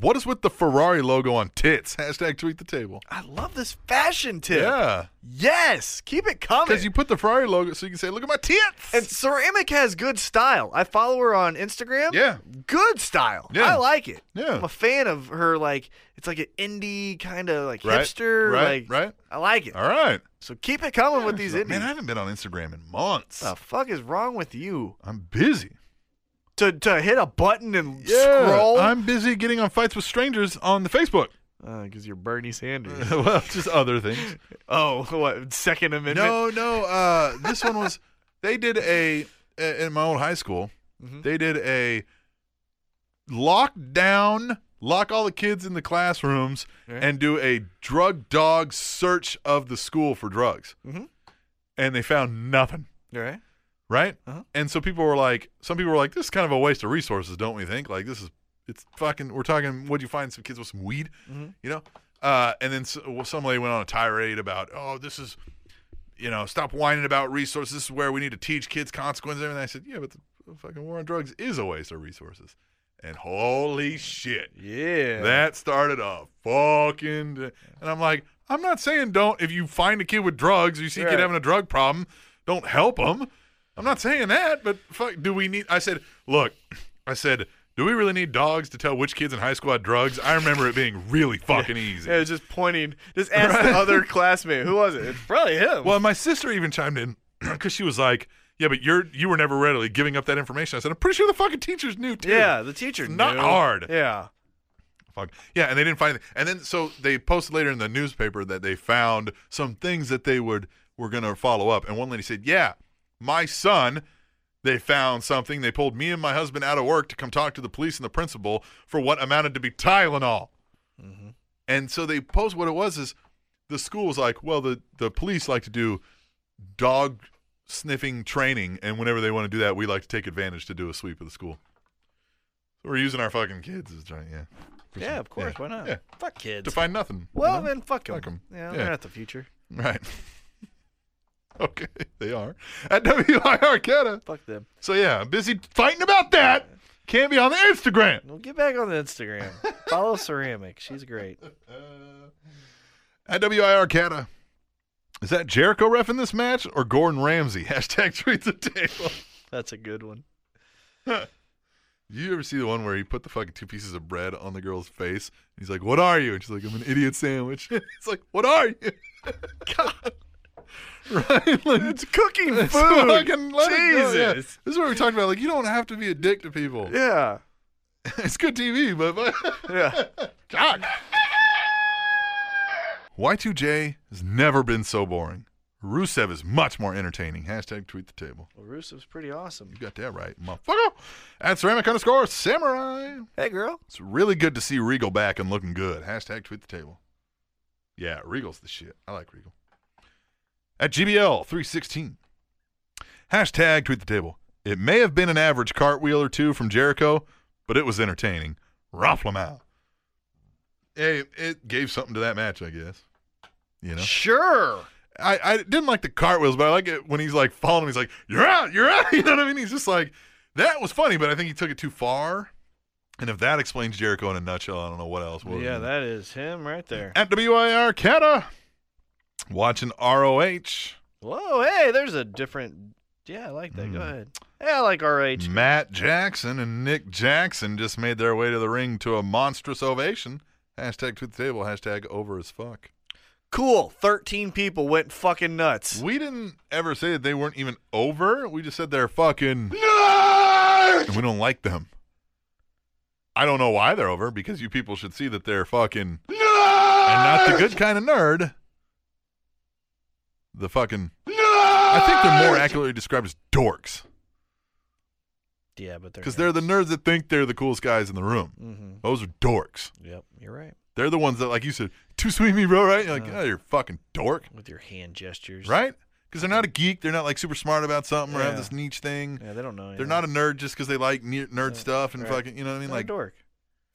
S3: What is with the Ferrari logo on tits? Hashtag tweet the table.
S4: I love this fashion tip.
S3: Yeah.
S4: Yes, keep it coming.
S3: Because you put the Ferrari logo so you can say, look at my tits.
S4: and Ceramic has good style. I follow her on Instagram.
S3: Yeah.
S4: Good style.
S3: Yeah.
S4: I like it.
S3: Yeah.
S4: I'm a fan of her like it's like an indie kind of like
S3: Right,
S4: hipster
S3: right,
S4: like
S3: right.
S4: I like it.
S3: All right.
S4: So keep it coming with these indies. Oh.
S3: Man, I haven't been on Instagram in months.
S4: the fuck is wrong with you?
S3: I'm busy.
S4: To to hit a button and scroll?
S3: I'm busy getting on fights with strangers on the Facebook.
S4: because Uh, you're Bernie Sanders.
S3: well, just other things.
S4: oh, what Second Amendment?
S3: No, no. Uh, this one was they did a in my old high school. They did a lockdown, lock all the kids in the classrooms, and do a drug dog search of the school for drugs.
S4: Mhm.
S3: And they found nothing.
S4: All right.
S3: Right.
S4: Uh-huh.
S3: And so people were like, some people were like, this is kind of a waste of
S4: Mm-hmm.
S3: resources, don't we think? Like this is, it's fucking. We're talking. Would you find some kids with some weed? You know. Uh, and then s well, somebody went on a tirade about, oh, this is, you know, stop whining about resources. This is where we need to teach kids consequences. And I said, yeah, but the fucking war on drugs is a waste of resources. And holy shit,
S4: Yeah.
S3: that started a fucking. d- And I'm like, I'm not saying don't. If you find a kid with drugs, you see a
S4: Right.
S3: kid having a drug problem, don't help them. I'm not saying that, but fuck, do we need? I said, look, I said, do we really need dogs to tell which kids in high school had drugs? I remember it being really fucking easy.
S4: Yeah, it was just pointing. Just ask the other classmate. Who was it? It's probably him.
S3: Well, my sister even chimed in because she was like, yeah, but you're you were never readily giving up that information. I said, I'm pretty sure the fucking teachers knew too.
S4: yeah, the teacher.
S3: It's not
S4: knew.
S3: hard.
S4: Yeah.
S3: Fuck. Yeah, and they didn't find anything. And then so they posted later in the newspaper that they found some things that they would were gonna follow up. And one lady said, Yeah, my son they found something. They pulled me and my husband out of work to come talk to the police and the principal for what amounted to be Tylenol. And so they posed what it was is the school was like, well, the, the police like to do dog sniffing training. And whenever they want to do that, we like to take advantage to do a sweep of the school. So we're using our fucking kids as trying, yeah. For
S4: Yeah,
S3: some-
S4: of course. Why not?
S3: Yeah.
S4: Fuck kids.
S3: To find nothing. you
S4: well,
S3: know?
S4: then fuck 'em.
S3: fuck 'em.
S4: Yeah,
S3: Yeah.
S4: they're not the future.
S3: Right. okay, they are. At WIR Canada.
S4: Fuck them.
S3: So yeah, busy fighting about that. Can't be on the Instagram.
S4: Well, get back on the Instagram. Follow Ceramic. She's great.
S3: At WIR Canada. Is that Jericho ref in this match or Gordon Ramsay? Hashtag treat the table.
S4: That's a good one.
S3: You ever see the one where he put the fucking two pieces of bread on the girl's face? And he's like, "What are you?" And she's like, "I'm an idiot sandwich." it's like, "What are you?" God. right? Like,
S4: It's cooking food.
S3: it's fucking- let it go, yeah.
S4: Jesus.
S3: This is what we talked about. Like, you don't have to be a dick to people.
S4: Yeah.
S3: it's good TV, but
S4: Yeah.
S3: God. Y2J has never been so boring. Rusev is much more entertaining. Hashtag tweet the table.
S4: Well, Rusev's pretty awesome.
S3: You got that right, motherfucker. At ceramic underscore samurai.
S4: Hey, girl.
S3: It's really good to see Regal back and looking good. Hashtag tweet the table. Yeah, Regal's the shit. I like Regal. At GBL316. Hashtag tweet the table. It may have been an average cartwheel or two from Jericho, but it was entertaining. Ralph Lamau. Hey, it gave something to that match, I guess. You know?
S4: Sure.
S3: I, I didn't like the cartwheels, but I like it when he's like falling. He's like, "You're out, you're out." You know what I mean? He's just like, "That was funny," but I think he took it too far. And if that explains Jericho in a nutshell, I don't know what else. would.
S4: yeah, that is him right there.
S3: at WIR Kata watching ROH.
S4: Whoa, hey, there's a different. Yeah, I like that.
S3: Mm.
S4: Go ahead. Yeah, I like RH.
S3: Matt Jackson and Nick Jackson just made their way to the ring to a monstrous ovation. Hashtag tweet the table. Hashtag over as fuck.
S4: Cool. 13 people went fucking nuts.
S3: We didn't ever say that they weren't even over. We just said they're fucking. and we don't like them. I don't know why they're over because you people should see that they're fucking and not the good kind of nerd. The fucking I think they're more accurately described as dorks
S4: Yeah, but they're.
S3: because they're the nerds that think they're the coolest guys in the room.
S4: Mm-hmm.
S3: Those are dorks.
S4: Yep, you're right.
S3: They're the ones that, like you said, too sweet me, bro. Right? You're
S4: Uh.
S3: like, oh, you're a fucking dork,
S4: With your hand gestures.
S3: right? Because they're not a geek. They're not like super smart about something or have
S4: Yeah.
S3: this niche thing.
S4: Yeah, they don't know.
S3: They're not a nerd just because they like ne- nerd
S4: Yeah,
S3: stuff and
S4: right.
S3: fucking, you know what I mean? Like,
S4: dork.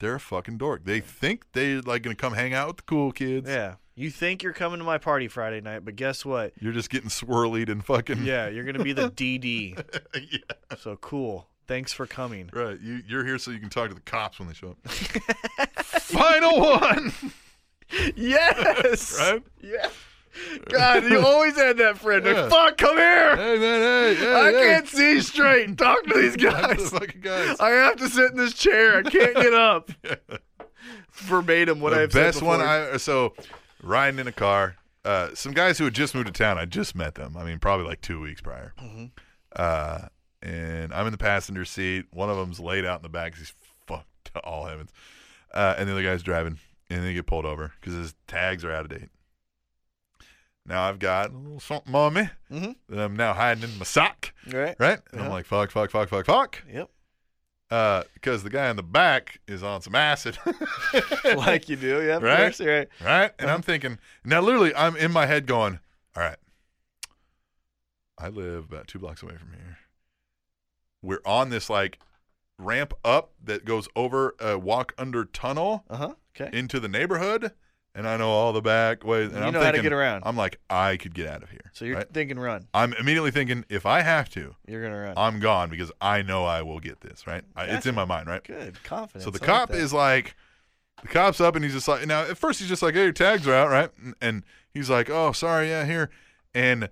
S3: they're a fucking dork. They think they're like gonna come hang out with the cool kids.
S4: Yeah. You think you're coming to my party Friday night, but guess what?
S3: You're just getting swirlied and fucking.
S4: Yeah, you're going to be the DD.
S3: Yeah.
S4: So cool. Thanks for coming.
S3: Right. You, you're here so you can talk to the cops when they show up. Final one.
S4: Yes.
S3: Right?
S4: Yeah. God, you always had that friend. Like,
S3: Yeah.
S4: fuck, come here.
S3: Hey, man. Hey. hey hey.
S4: I can't see straight. Talk to these
S3: Talk to the
S4: guys.
S3: fucking guys.
S4: I have to sit in this chair. I can't get up. Verbatim, what
S3: the
S4: I've
S3: best
S4: said
S3: one
S4: before.
S3: I so riding in a car. Uh, some guys who had just moved to town. I just met them. I mean, probably like two weeks prior.
S4: Mm-hmm.
S3: Uh, and I'm in the passenger seat. One of them's laid out in the back. 'cause He's fucked to all heavens. Uh, and the other guy's driving, and they get pulled over because his tags are out of date. Now I've got a little something on me
S4: Mhm.
S3: that I'm now hiding in my sock,
S4: Right.
S3: right? And I'm
S4: Yeah.
S3: like, fuck, fuck, fuck, fuck, fuck,
S4: Yep.
S3: uh, because the guy in the back is on some acid.
S4: Like you do. Yeah.
S3: Right?
S4: Right. Course, you're right.
S3: right? And
S4: Uh-huh.
S3: I'm thinking now, literally, I'm in my head going, "All right, I live about two blocks away from here. We're on this like ramp up that goes over a walk under tunnel
S4: Uh huh. Okay.
S3: into the neighborhood, and I know all the back ways. And
S4: You
S3: I'm
S4: know how to
S3: thinking,
S4: get around.
S3: I'm like, I could get out of here.
S4: So you're
S3: right?
S4: thinking run.
S3: I'm immediately thinking, if I have to,
S4: You're gonna run.
S3: I'm gone because I know I will get this. Right? I, it's in my mind. Right?
S4: Good confidence.
S3: So the
S4: I like
S3: cop
S4: that.
S3: is like, the cop's up and he's just like, now at first he's just like, hey, your tags are out, right? And, and he's like, oh, sorry, yeah, here. And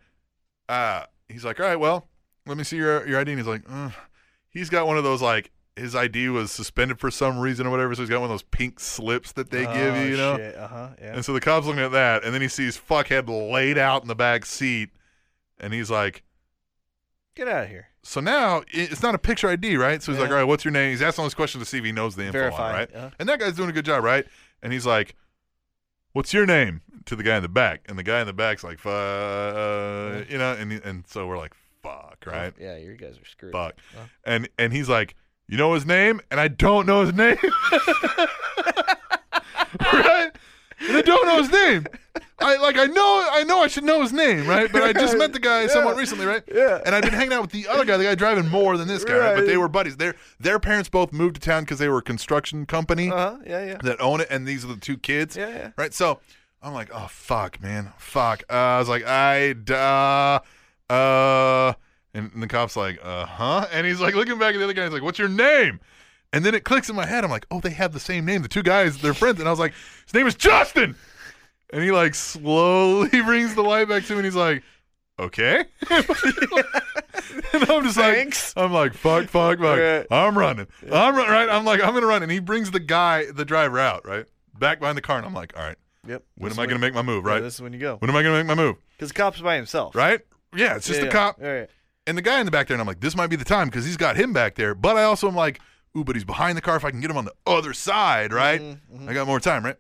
S3: uh, he's like, all right, well, let me see your your ID. And he's like, Ugh. he's got one of those like his ID was suspended for some reason or whatever, so he's got one of those pink slips that they give you, you know.
S4: Uh huh. Yeah.
S3: And so the cop's looking at that, and then he sees fuckhead laid out in the back seat, and he's like,
S4: Get out of here.
S3: so now i- it's not a picture ID, right? So he's like,
S4: Yeah.
S3: all right, what's your name? He's asking all these questions to see if he knows the info, on it,
S4: Verify,
S3: right?
S4: yeah.
S3: And that guy's doing a good job, right? And he's like, what's your name to the guy in the back? And the guy in the back's like, fuck, uh, you know, and and so we're like, fuck, right?
S4: Yeah, you guys are screwed.
S3: Fuck. And and he's like, you know his name? And I don't know his name. right? And I don't know his name. I like I know I know I should know his name, right? But I just met the guy somewhat recently, right?
S4: Yeah.
S3: And I've been hanging out with the other guy, the guy driving more than this guy, right? But
S4: Right.
S3: they were buddies. Their their parents both moved to town because they were a construction company
S4: Uh huh. Yeah, yeah.
S3: that own it, and these are the two kids.
S4: Yeah, yeah.
S3: Right. So I'm like, oh fuck, man, fuck. Uh, I was like, I duh, uh, and, and the cop's like, uh huh, and he's like looking back at the other guy. He's like, what's your name? And then it clicks in my head. I'm like, oh, they have the same name. The two guys, they're friends. And I was like, his name is Justin. And he like slowly brings the light back to me, and he's like, okay. And I'm just
S4: Thanks.
S3: like, I'm like, fuck, fuck, fuck.
S4: Right.
S3: I'm running. I'm run, right. I'm like, I'm gonna run, and he brings the guy, the driver out, right, back behind the car, and I'm like, all right,
S4: Yep.
S3: when
S4: This
S3: am I
S4: is
S3: gonna make my move,
S4: yeah,
S3: right?
S4: This is when you go.
S3: when am I gonna make my move,
S4: Because the cop's by himself.
S3: right? Yeah, it's just the
S4: Yeah, yeah.
S3: cop
S4: All right.
S3: and the guy in the back there, and I'm like, this might be the time because he's got him back there, but I also am like, ooh, but he's behind the car. If I can get him on the other side, right,
S4: Mm-hmm,
S3: I got more time, right?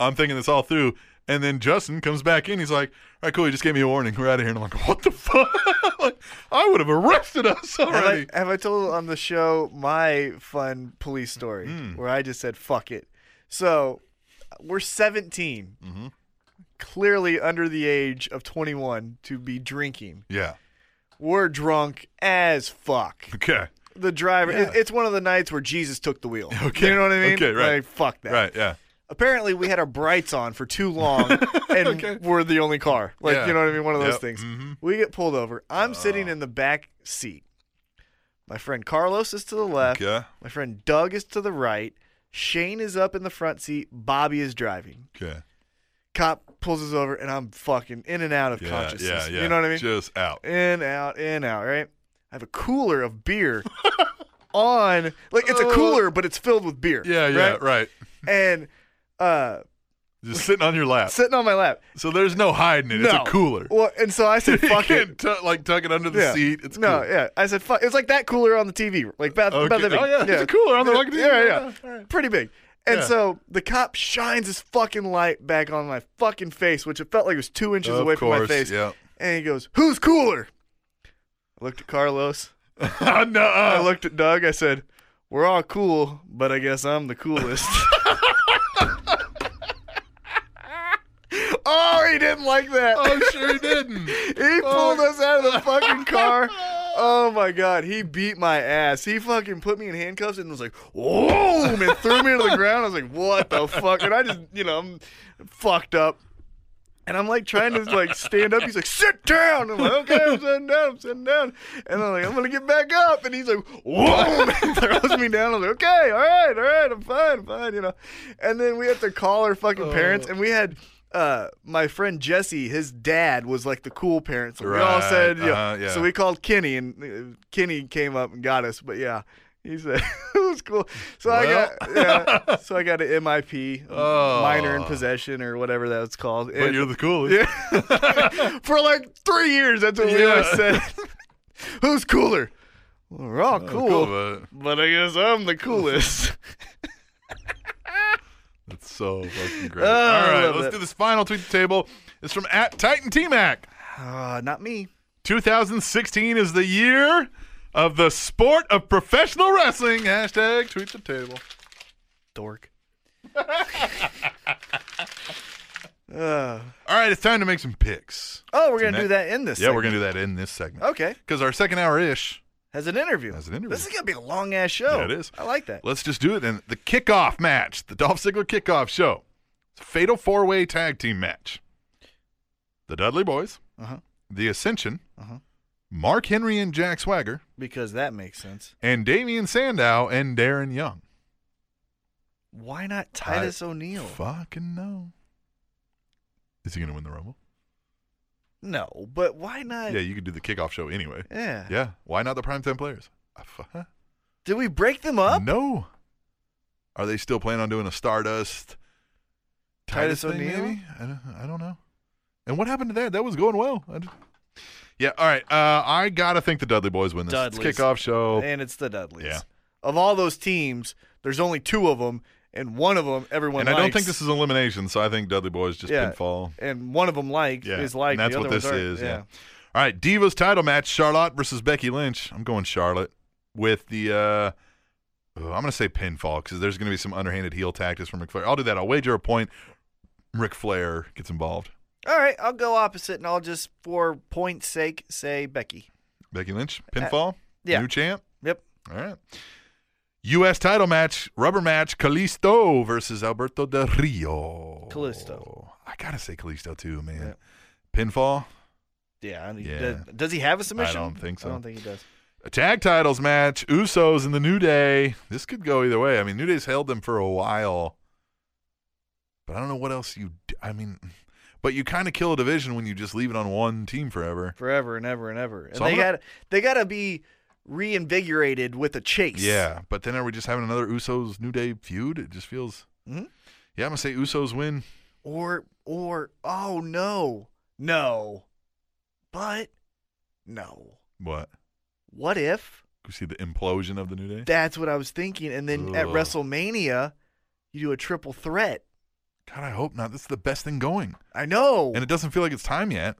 S3: I'm thinking this all through, and then Justin comes back in. He's like, all right, cool, he just gave me a warning. We're out of here, and I'm like, what the fuck? like, I would have arrested us
S4: Have
S3: already.
S4: I, have I told on the show my fun police story
S3: Hmm.
S4: where I just said fuck it? So we're 17,
S3: Mm-hmm.
S4: clearly under the age of 21 to be drinking.
S3: yeah.
S4: We're drunk as fuck.
S3: Okay.
S4: The driver, it-
S3: Yeah.
S4: it's one of the nights where Jesus took the wheel.
S3: Okay.
S4: You know what I mean?
S3: Okay, right.
S4: Like, fuck that.
S3: Right. Yeah.
S4: Apparently, we had our brights on for too long and we're the only car. Like,
S3: Yeah.
S4: you know what I mean? One of those
S3: Yep. Uh.
S4: things.
S3: Mhm.
S4: We get pulled over. I'm sitting in the back seat. My friend Carlos is to the left.
S3: Okay.
S4: My friend Doug is to the right. Shane is up in the front seat. Bobby is driving.
S3: Okay.
S4: Cop pulls us over, and I'm fucking in and out of
S3: Yeah.
S4: consciousness.
S3: Yeah. Yeah.
S4: You know what I mean?
S3: Just out.
S4: in, out, in, out, right? I have a cooler of beer on. Like, it's a
S3: Oh.
S4: cooler, but it's filled with beer.
S3: Yeah. Yeah. Right.
S4: Right? And uh,
S3: Just sitting on your lap.
S4: sitting on my lap.
S3: So there's no hiding it.
S4: No.
S3: It's a cooler.
S4: Well, and so I said,
S3: you
S4: fuck
S3: can't
S4: it.
S3: tu- like tuck it under the
S4: Yeah.
S3: seat. It's
S4: no,
S3: cool.
S4: yeah. I said, fuck. It's like that cooler on the TV, like about,
S3: Okay.
S4: about that big.
S3: Oh, yeah, there's a cooler on the
S4: Yeah,
S3: fucking TV.
S4: Yeah, yeah,
S3: Yeah, all right.
S4: pretty big. And
S3: Yeah.
S4: so the cop shines his fucking light back on my fucking face, which it felt like it was two inches
S3: Of
S4: away from my
S3: course,
S4: face.
S3: yeah.
S4: And he goes, "Who's cooler?" I looked at Carlos.
S3: no.
S4: I looked at Doug. I said, "We're all cool, but I guess I'm the coolest." oh, he didn't like that.
S3: I'm sure he didn't.
S4: He pulled us out of the fucking car. Oh my god, he beat my ass. He fucking put me in handcuffs and was like, "Whoa!" and threw me to the ground. I was like, "What the fuck?" And I just, you know, I'm fucked up. And I'm like trying to like stand up. He's like, "Sit down." I'm like, "Okay, I'm sitting down. I'm sitting down." And I'm like, "I'm gonna get back up." And he's like, "Whoa!" and throws me down. I'm like, "Okay, all right, all right, I'm fine, I'm fine," you know. And then we had to call our
S3: Oh.
S4: fucking parents, and we had. Uh, my friend Jesse, his dad was like the cool parent, so we all
S3: Right,
S4: said, yeah.
S3: uh-huh, yeah.
S4: So we called Kenny, and uh, Kenny came up and got us. But yeah, he said it was cool. So
S3: Well.
S4: I got, yeah, so I got an MIP,
S3: Oh.
S4: minor in possession or whatever that's called.
S3: But
S4: And-
S3: you're the coolest.
S4: yeah. For like three years, that's what we
S3: Yeah. Oh,
S4: always said. Who's cooler? Well, we're all
S3: Cool.
S4: cool,
S3: but
S4: but I guess I'm the coolest.
S3: That's so fucking great.
S4: Oh, I
S3: All right,
S4: love
S3: let's
S4: it.
S3: do this final tweet the table. It's from at Titan T Mac.
S4: uh, not me.
S3: 2016 is the year of the sport of professional wrestling. Hashtag tweet the table.
S4: Dork. Uh,
S3: All right, it's time to make some picks.
S4: oh, we're going to
S3: Next-
S4: do that in this.
S3: yeah, we're going to do that in this segment.
S4: Okay.
S3: Because our second hour ish,
S4: Has an interview.
S3: Has an interview.
S4: This is going to be a long ass show.
S3: Yeah, it is.
S4: I like that.
S3: let's just do it in the kickoff match, the Dolph Ziggler kickoff show. It's a fatal four way tag team match. The Dudley Boys,
S4: Uh-huh.
S3: The Ascension,
S4: Uh-huh.
S3: Mark Henry and Jack Swagger,
S4: Because that makes sense.
S3: and Damian Sandow and Darren Young.
S4: Why not Titus O'Neil?
S3: Fucking no. Is he going to win the Rumble?
S4: no, but why not?
S3: yeah, you could do the kickoff show anyway.
S4: Yeah.
S3: Yeah. Why not the primetime players? Ah, I fu-
S4: Did we break them up?
S3: No. Are they still planning on doing a Stardust
S4: Titus
S3: thing,
S4: O'Neil?
S3: Maybe? I don't, I don't know. And what happened to that? That was going well. I just- yeah. All right. Uh, I gotta think the Dudley Boys win this It's
S4: Dudleys.
S3: kickoff show.
S4: And it's the Dudleys.
S3: Oh. Yeah.
S4: Of all those teams, there's only two of them, and one of them everyone.
S3: and I don't
S4: likes,
S3: think this is elimination, so I think Dudley Boys just
S4: Yeah.
S3: pinfall.
S4: And one of them like
S3: Yeah,
S4: is like
S3: and that's
S4: the
S3: what
S4: other
S3: this
S4: ones aren't.
S3: is. Yeah. All right, Divas title match: Charlotte versus Becky Lynch. I'm going Charlotte with the. uh oh, I'm going to say pinfall because there's going to be some underhanded heel tactics from Ric Flair. I'll do that. I'll wager a point. Ric Flair gets involved.
S4: All right, I'll go opposite, and I'll just for point's sake say Becky.
S3: Becky Lynch pinfall.
S4: Uh, yeah.
S3: New champ.
S4: Yep.
S3: All right. U.S. title match, rubber match: Kalisto versus Alberto Del Rio.
S4: Kalisto.
S3: I gotta say Kalisto too, man. Pinfall.
S4: Yeah. and he-
S3: Yeah.
S4: Does, does he have a submission?
S3: don't think so.
S4: I don't think he does.
S3: A tag titles match, Usos and the New Day. This could go either way. I mean, New Day's held them for a while, but I don't know what else you. d I I mean, but you kind of kill a division when you just leave it on one team forever.
S4: Forever and ever and ever. And
S3: So I'm
S4: they
S3: gonna-
S4: got they got to be reinvigorated with a chase.
S3: Yeah, but then are we just having another Usos New Day feud? It just feels.
S4: Mhm.
S3: Yeah, I'm gonna say Usos win.
S4: Or or oh no no, but no.
S3: What?
S4: What if?
S3: We see the implosion of the New Day.
S4: That's what I was thinking. And then at
S3: Ugh.
S4: WrestleMania, you do a triple threat.
S3: God, I hope not. This is the best thing going,
S4: I know,
S3: and it doesn't feel like it's time yet.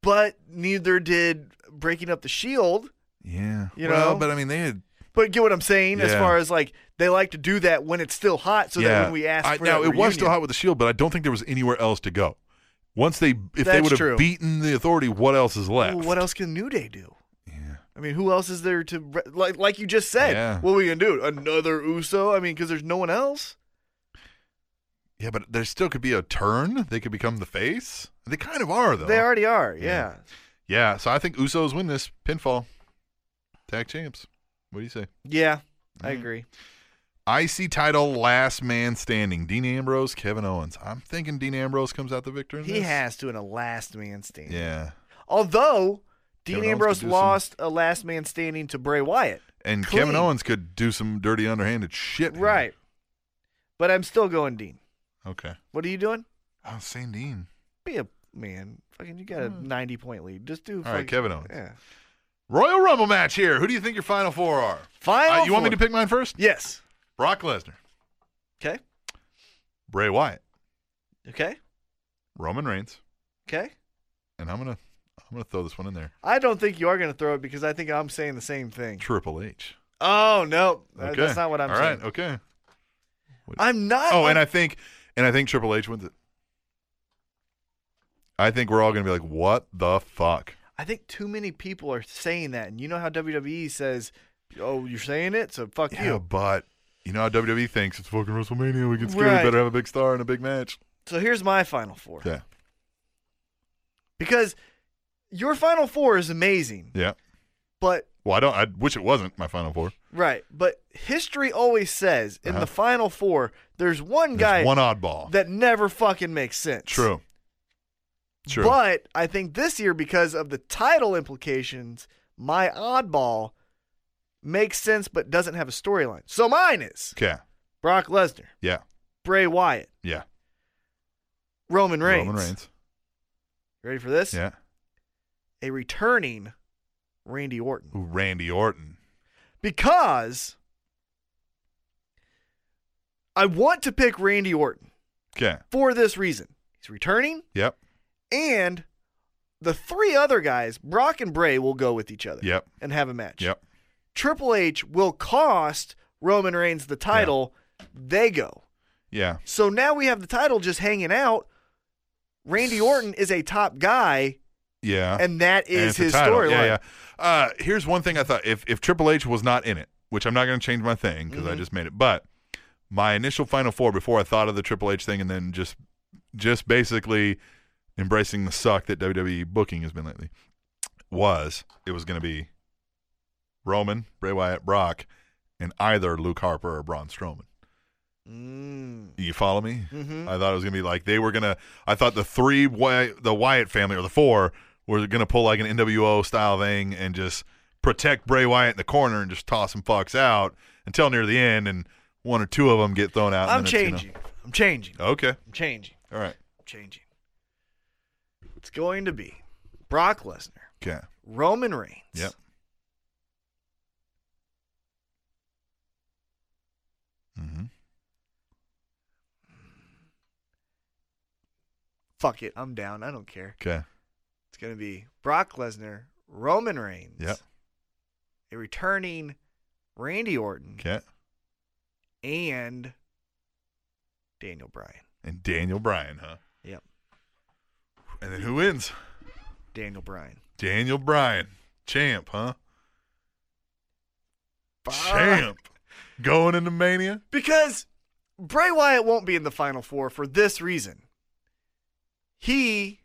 S4: but neither did breaking up the Shield.
S3: Yeah,
S4: You
S3: well,
S4: know?
S3: but I mean, they had
S4: But get what I'm saying as
S3: Yeah.
S4: far as like they like to do that when it's still hot, so that when we ask
S3: I-
S4: for
S3: now it
S4: that
S3: was still
S4: reunion-
S3: hot with the Shield, but I don't think there was anywhere else to go. Once they, if they
S4: That's
S3: would have
S4: true.
S3: beaten the Authority, what else is left?
S4: Well, what else can New Day do?
S3: Yeah.
S4: I mean, who else is there to re- like? Like you just said,
S3: Yeah.
S4: what are we gonna do? Another Uso? I mean, because there's no one else.
S3: Yeah, but there still could be a turn. They could become the face. They kind of are though.
S4: They already are. Yeah.
S3: Yeah, so I think Usos win this pinfall. Tag champs. What do you say?
S4: Yeah, I
S3: Mm.
S4: agree.
S3: IC title, last man standing. Dean Ambrose, Kevin Owens. I'm thinking Dean Ambrose comes out the victor. In
S4: He
S3: this.
S4: has to in a last man standing.
S3: Yeah,
S4: Although Dean
S3: Kevin Owens
S4: Ambrose
S3: could do some-
S4: lost a last man standing to Bray Wyatt.
S3: and
S4: Clean.
S3: Kevin Owens could do some dirty, underhanded shit. here.
S4: Right. But I'm still going Dean.
S3: Okay.
S4: What are you doing?
S3: Oh, Sandine. Dean.
S4: Be a man. Fucking you got a 90 point lead. Just do
S3: All right,
S4: fucking-
S3: Kevin Owens.
S4: Yeah.
S3: Royal Rumble match here. Who do you think your final four are?
S4: Final
S3: Uh, you want me
S4: four.
S3: to pick mine first?
S4: Yes.
S3: Brock Lesnar,
S4: Okay.
S3: Bray Wyatt,
S4: Okay.
S3: Roman Reigns,
S4: Okay.
S3: and I'm gonna I'm gonna throw this one in there.
S4: I don't think you are going to throw it because I think I'm saying the same thing.
S3: Triple H.
S4: Oh, no. Uh,
S3: Okay,
S4: That's not what I'm
S3: All right,
S4: saying.
S3: okay.
S4: I'm not.
S3: Oh, and I think and I think Triple H wins it. I think we're all gonna be like, what the fuck?
S4: I think too many people are saying that. And you know how WWE says, oh, you're saying it? So fuck
S3: Yeah,
S4: you.
S3: but you know how WWE thinks it's fucking WrestleMania. We can screw.
S4: Right.
S3: We better have a big star and a big match.
S4: So here's my final four.
S3: Yeah,
S4: Because your final four is amazing,
S3: yeah.
S4: but
S3: Well, I don't. I wish it wasn't my final four.
S4: right, but history always says in the final four there's
S3: Uh-huh.
S4: one
S3: There's
S4: guy
S3: one oddball.
S4: that never fucking makes sense.
S3: True. True.
S4: But I think this year because of the title implications, my oddball makes sense but doesn't have a storyline. So mine is
S3: okay.
S4: Brock Lesnar,
S3: Yeah.
S4: Bray Wyatt,
S3: Yeah.
S4: Roman Reigns.
S3: Roman Reigns.
S4: Ready for this?
S3: Yeah.
S4: A returning Randy Orton.
S3: Ooh, Randy Orton.
S4: because I want to pick Randy Orton
S3: Okay.
S4: for this reason. He's returning,
S3: Yep.
S4: and the three other guys, Brock and Bray, will go with each other
S3: Yep.
S4: and have a match.
S3: Yep.
S4: Triple H will cost Roman Reigns the title. They go.
S3: Yeah.
S4: So now we have the title just hanging out. Randy Orton is a top guy,
S3: Yeah.
S4: and that
S3: And
S4: is
S3: it's a
S4: his
S3: title.
S4: storyline.
S3: Yeah, yeah. Uh, here's one thing I thought: if if Triple H was not in it, which I'm not going to change
S4: Mm-hmm.
S3: my thing because I just made it, but my initial Final Four before I thought of the Triple H thing and then just just basically embracing the suck that WWE booking has been lately, was it was going to be Roman, Bray Wyatt, Brock, and either Luke Harper or Braun Strowman.
S4: Mm.
S3: You follow me? Mm-hmm. I thought it was gonna be like they were gonna. I thought the three Wy- the Wyatt family or the four were gonna pull like an NWO style thing and just protect Bray Wyatt in the corner and just toss some fucks out until near the end, and one or two of them get thrown out. and then
S4: I'm
S3: it's, you know-
S4: changing. I'm changing.
S3: okay,
S4: I'm changing.
S3: all right,
S4: I'm changing. It's going to be Brock Lesnar,
S3: okay,
S4: Roman Reigns,
S3: yep. Mm-hmm.
S4: Fuck it, I'm down. I don't care.
S3: Okay.
S4: It's going to be Brock Lesnar, Roman Reigns,
S3: Yep.
S4: a returning Randy Orton,
S3: Okay.
S4: and Daniel Bryan.
S3: And Daniel Bryan, huh?
S4: Yep,
S3: And then who wins?
S4: Daniel Bryan.
S3: Daniel Bryan, champ, huh? Champ, going into Mania.
S4: Because Bray Wyatt won't be in the final four for this reason. He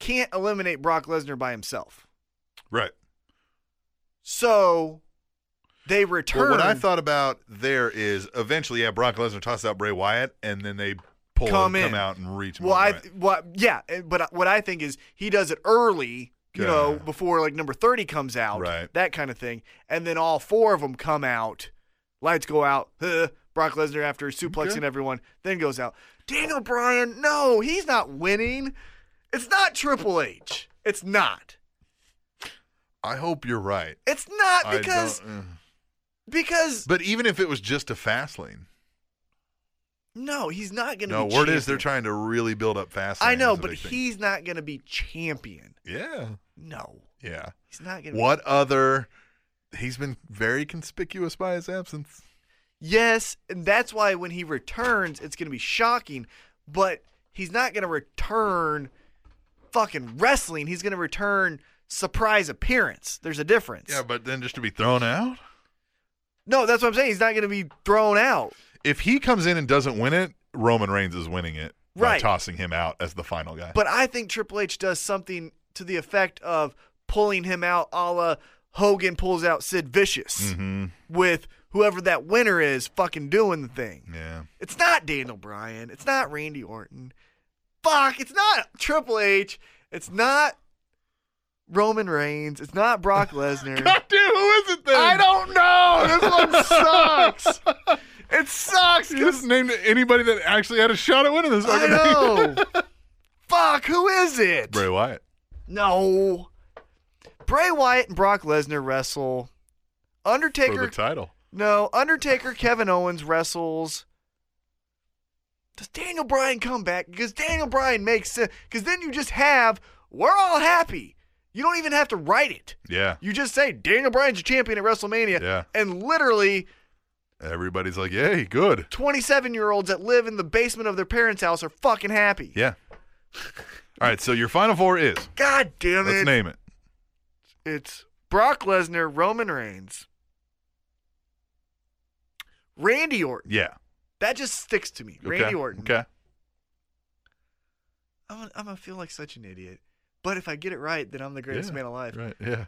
S4: can't eliminate Brock Lesnar by himself.
S3: Right.
S4: So they return.
S3: Well, what I thought about there is eventually, yeah, Brock Lesnar tosses out Bray Wyatt, and then they pull
S4: Come
S3: him,
S4: in.
S3: come out and reach. him
S4: Well, I,
S3: over it.
S4: well, yeah, eh, but I- what I think is he does it early, you
S3: Yeah.
S4: know, before like number 30 comes out,
S3: Right.
S4: that kind of thing. And then all four of them come out, lights go out, huh, Brock Lesnar after suplexing
S3: Okay.
S4: everyone, then goes out. Daniel Bryan, no, he's not winning. It's not Triple H. It's not.
S3: I hope you're right.
S4: It's not
S3: I
S4: because
S3: don't- ugh.
S4: because
S3: but even if it was just a fast lane,
S4: no, he's not going to
S3: no.
S4: be
S3: Word
S4: champion.
S3: is they're trying to really build up fast.
S4: I
S3: lane
S4: know,
S3: as a
S4: but
S3: big thing.
S4: he's not going to be champion.
S3: yeah,
S4: No.
S3: yeah.
S4: He's not going to
S3: What other? He's been very conspicuous by his absence.
S4: Yes, and that's why when he returns, it's going to be shocking. But he's not going to return fucking wrestling. He's going to return surprise appearance. There's a difference.
S3: Yeah, but then just to be thrown out.
S4: No, that's what I'm saying. He's not going to be thrown out.
S3: If he comes in and doesn't win it, Roman Reigns is winning it by
S4: Right.
S3: tossing him out as the final guy.
S4: But I think Triple H does something to the effect of pulling him out, a la Hogan pulls out Sid Vicious
S3: Mm-hmm.
S4: with whoever that winner is fucking doing the thing.
S3: yeah,
S4: It's not Daniel Bryan. It's not Randy Orton. Fuck, it's not Triple H. It's not Roman Reigns. It's not Brock Lesnar.
S3: dude, who is it then?
S4: I don't know. This one sucks. It sucks.
S3: You just
S4: 'cause-
S3: named anybody that actually had a shot at winning this.
S4: I
S3: fucking thing.
S4: know. Fuck, who is it?
S3: Bray Wyatt.
S4: No. Bray Wyatt and Brock Lesnar wrestle.
S3: for
S4: Undertaker.
S3: the title.
S4: no, Undertaker Kevin Owens wrestles. Does Daniel Bryan come back? Because Daniel Bryan makes sense. Because then you just have, we're all happy. You don't even have to write it.
S3: Yeah,
S4: You just say, Daniel Bryan's your champion at WrestleMania.
S3: Yeah.
S4: And literally,
S3: everybody's like, "Hey, good."
S4: 27 year olds that live in the basement of their parents' house are fucking happy.
S3: Yeah. All right, so your final four is
S4: God damn
S3: let's
S4: it.
S3: name it.
S4: It's Brock Lesnar, Roman Reigns, Randy Orton.
S3: Yeah.
S4: That just sticks to me. Randy
S3: okay.
S4: Orton.
S3: Okay.
S4: I'm gonna, I'm gonna feel like such an idiot. But if I get it right, then I'm the greatest
S3: Yeah,
S4: man alive.
S3: Right. Yeah.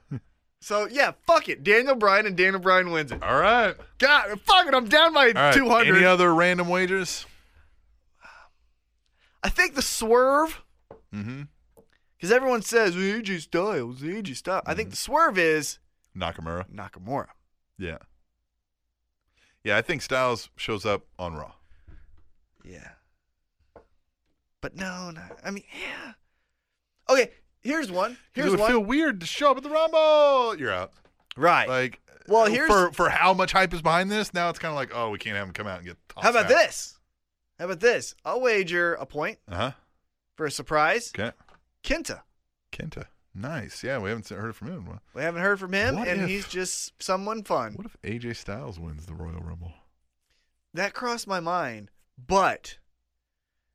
S4: So yeah, fuck it. Daniel Bryan and Daniel Bryan wins it.
S3: All right.
S4: God, fuck it. I'm down by
S3: All right.
S4: 200.
S3: Any other random wagers?
S4: I think the swerve,
S3: Mm-hmm.
S4: because everyone says E AJ Styles, AJ Styles. I
S3: Mm-hmm.
S4: think the swerve is
S3: Nakamura.
S4: Nakamura.
S3: Yeah. Yeah, I think Styles shows up on Raw.
S4: Yeah. But no, not, I mean, yeah. Okay, here's one.
S3: 'Cause
S4: Here's
S3: it would
S4: one.
S3: feel weird to show up at the Rumble. You're out.
S4: right.
S3: Like,
S4: Well,
S3: uh,
S4: here's-
S3: for for how much hype is behind this. Now it's kind of like, oh, we can't have him come out and get.
S4: How about
S3: tossed out.
S4: this? How about this? I'll wager a point
S3: Uh huh.
S4: for a surprise.
S3: Okay.
S4: Kenta.
S3: Kenta. Nice. Yeah, we haven't se- heard from him. in a while.
S4: We haven't heard from him,
S3: What
S4: and
S3: if-
S4: he's just someone fun.
S3: What if AJ Styles wins the Royal Rumble?
S4: That crossed my mind, but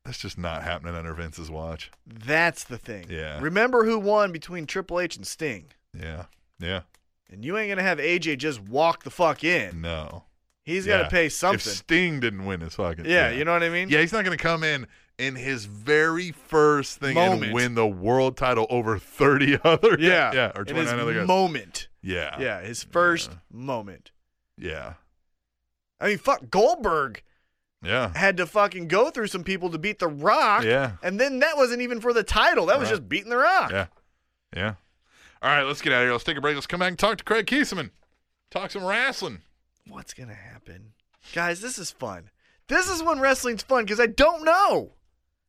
S3: That's just not happening under Vince's watch.
S4: that's the thing.
S3: Yeah.
S4: Remember who won between Triple H and Sting.
S3: Yeah. Yeah.
S4: And you ain't going to have AJ just walk the fuck in.
S3: No.
S4: He's
S3: yeah.
S4: got to pay
S3: If
S4: something.
S3: Sting didn't win his fucking.
S4: yeah, you know what I mean?
S3: Yeah, he's not going to come in in his very first thing and
S4: Moment.
S3: win the world title over 30 other
S4: Yeah.
S3: yeah or
S4: In his
S3: 29 other guys.
S4: moment.
S3: yeah.
S4: Yeah, his first moment.
S3: Yeah.
S4: I mean, fuck, Goldberg
S3: Yeah.
S4: had to fucking go through some people to beat The Rock.
S3: Yeah.
S4: And then that wasn't even for the title. That was
S3: Right.
S4: just beating The Rock.
S3: Yeah. Yeah. All right, let's get out of here. Let's take a break. Let's come back and talk to Craig Kieseman. Talk some wrestling.
S4: What's going to happen? Guys, this is fun. This is when wrestling's fun because I don't know.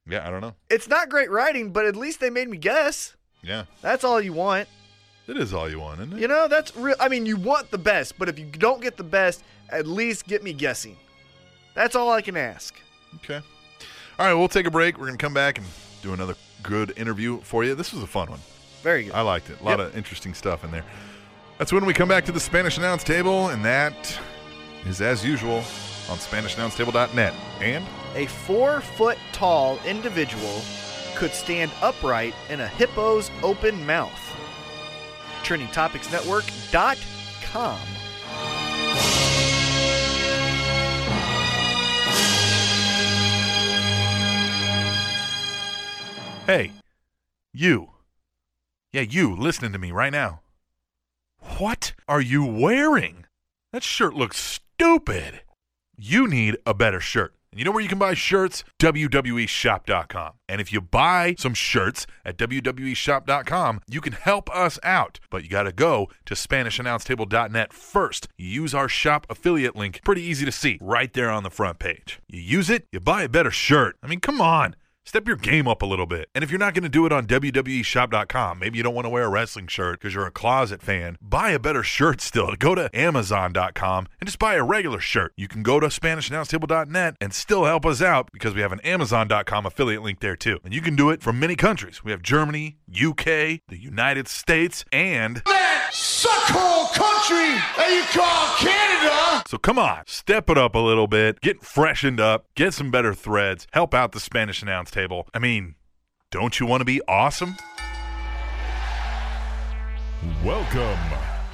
S3: Yeah, I don't know.
S4: It's not great writing, but at least they made me guess.
S3: Yeah.
S4: That's all you want.
S3: It is all you want, isn't it?
S4: You know, that's real. I mean, you want the best, but if you don't get the best, at least get me guessing. That's all I can ask.
S3: Okay. All right, we'll take a break. We're going to come back and do another good interview for you. This was a fun one.
S4: Very good.
S3: I liked it. A lot
S4: Yep.
S3: of interesting stuff in there. That's when we come back to the Spanish Announce Table, and that is as usual on SpanishAnnounceTable.net. And
S4: A four foot tall individual could stand upright in a hippo's open mouth. TrendingTopicsNetwork.com.
S3: hey, you. Yeah, you listening to me right now. What are you wearing? That shirt looks stupid. You need a better shirt. And you know where you can buy shirts? E WWEshop.com. And if you buy some shirts at E WWEshop.com, you can help us out. But you got to go to SpanishAnnounceTable.net first. You use our shop affiliate link, pretty easy to see, right there on the front page. You use it, you buy a better shirt. I mean, come on. Step your game up a little bit. And if you're not going to do it on E WWEshop.com, maybe you don't want to wear a wrestling shirt because you're a closet fan, buy a better shirt still. Go to Amazon.com and just buy a regular shirt. You can go to SpanishAnnounceTable.net and still help us out because we have an Amazon.com affiliate link there too. And you can do it from many countries. We have Germany, UK, the United States, and
S5: That suckhole country that you call Canada.
S3: So come on, step it up a little bit, get freshened up, get some better threads, help out the Spanish announce table. I mean, don't you want to be awesome?
S6: Welcome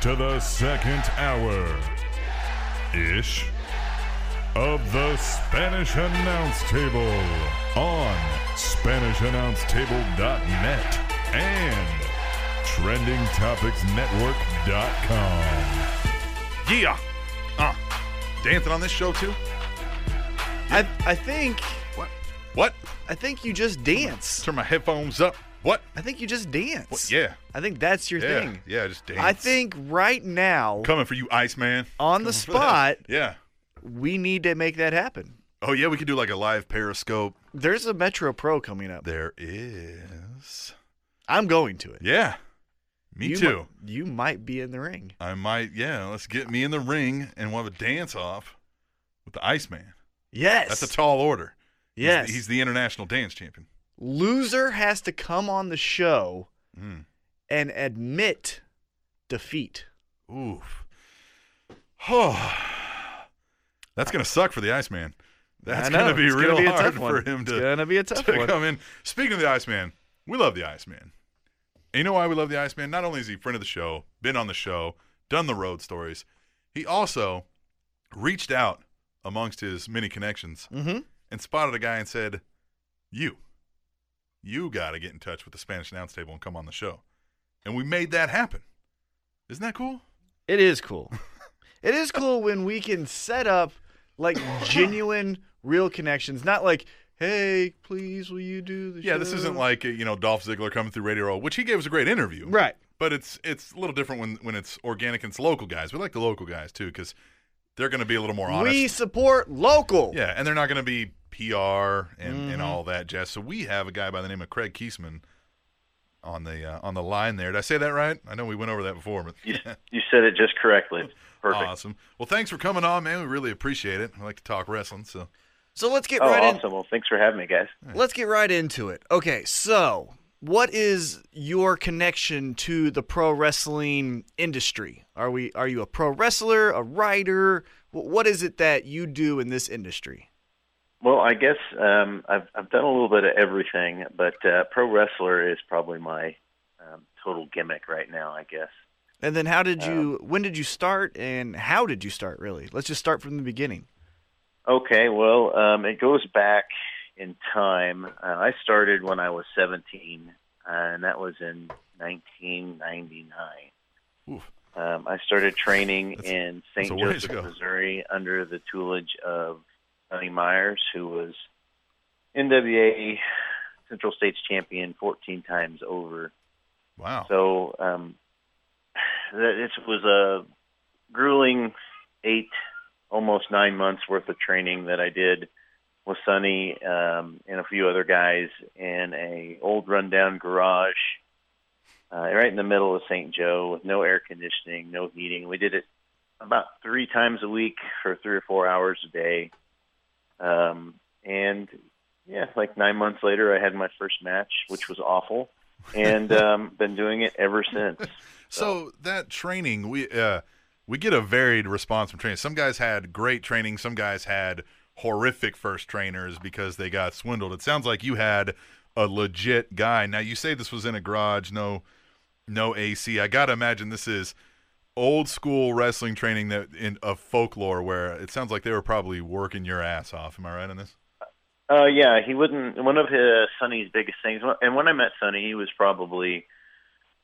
S6: to the second hour ish of the Spanish Announce Table on SpanishAnnounceTable.net and TrendingTopicsNetwork.com.
S3: Yeah. Uh, dancing on this show too?
S4: I, I think
S3: What? What?
S4: I think you just dance.
S3: Turn my headphones up. What?
S4: I think you just dance.
S3: What? Yeah.
S4: I think that's your
S3: yeah.
S4: thing.
S3: Yeah, just dance.
S4: I think right now
S3: coming for you, Iceman.
S4: on the spot,
S3: Yeah.
S4: we need to make that happen.
S3: Oh yeah, we could do like a live periscope.
S4: There's a Metro Pro coming up.
S3: There is.
S4: I'm going to it.
S3: Yeah. Me
S4: You
S3: too.
S4: mi- you might be in the ring.
S3: I might, yeah, let's get me in the ring and we'll have a dance off with the Iceman.
S4: Yes.
S3: That's a tall order. He's the-
S4: Yes.
S3: He's, the international dance champion.
S4: Loser has to come on the show
S3: Mm.
S4: and admit defeat.
S3: Oof. Oh. That's going to suck for the Iceman. That's
S4: I know,
S3: going to be
S4: it's
S3: real
S4: gonna be a
S3: hard
S4: tough one.
S3: for him
S4: It's
S3: to,
S4: gonna be a tough
S3: to
S4: one.
S3: come in. Speaking of the Iceman, we love the Iceman. And you know why we love the Iceman? Not only is he friend of the show, been on the show, done the road stories, he also reached out amongst his many connections
S4: Mm-hmm.
S3: and spotted a guy and said, "You, you got to get in touch with the Spanish announce table and come on the show." And we made that happen. Isn't that cool?
S4: It is cool. it is cool when we can set up like genuine, real connections, not like, hey, please, will you do the
S3: Yeah, this
S4: show?"
S3: isn't like you know Dolph Ziggler coming through Radio Row, which he gave us a great interview,
S4: right.
S3: But it's it's a little different when when it's organic and it's local guys. We like the local guys too because they're going to be a little more honest.
S4: We support local.
S3: Yeah, and they're not going to be PR and, and all that jazz. So we have a guy by the name of Craig Kiesman on the uh, on the line there. Did I say that right? I know we went over that before, but
S7: You, you said it just correctly. Perfect.
S3: Awesome. Well, thanks for coming on, man. We really appreciate it. I like to talk wrestling, so
S4: So let's get
S7: Oh,
S4: right in.
S7: awesome. Well, thanks for having me, guys.
S4: Let's get right into it. Okay, so what is your connection to the pro wrestling industry? Are we are you a pro wrestler, a writer? Wh- What is it that you do in this industry?
S7: Well, I guess um, I've I've done a little bit of everything, but uh, pro wrestler is probably my um, total gimmick right now. I guess.
S4: And then how did you when did you start and how did you start really? Let's just start from the beginning.
S7: Okay. Well, um, it goes back in time. Uh, I started when I was 17, uh, and that was in 1999.
S3: Oof.
S7: Um, I started training
S3: That's-
S7: in
S3: that's
S7: St.
S3: a ways
S7: Joseph,
S3: ago.
S7: Missouri, under the tutelage of Sonny Myers, who was NWA Central States champion 14 times over.
S3: Wow.
S7: So um, th- this was a grueling eight, almost nine months worth of training that I did with Sonny um, and a few other guys in a old rundown garage uh, right in the middle of St. Joe with no air conditioning, no heating. We did it about three times a week for three or four hours a day. Um, and yeah, like nine months later, I had my first match, which was awful and um, been doing it ever since.
S3: So that training, we uh, we get a varied response from training. Some guys had great training. Some guys had horrific first trainers because they got swindled. It sounds like you had a legit guy. Now you say this was in a garage, no, no AC. I gotta imagine this is old school wrestling training that in of folklore, where it sounds like they were probably working your ass off. Am I right on this?
S7: Uh, yeah, he wouldn't. One of his, Sonny's biggest things, and when I met Sonny, he was probably,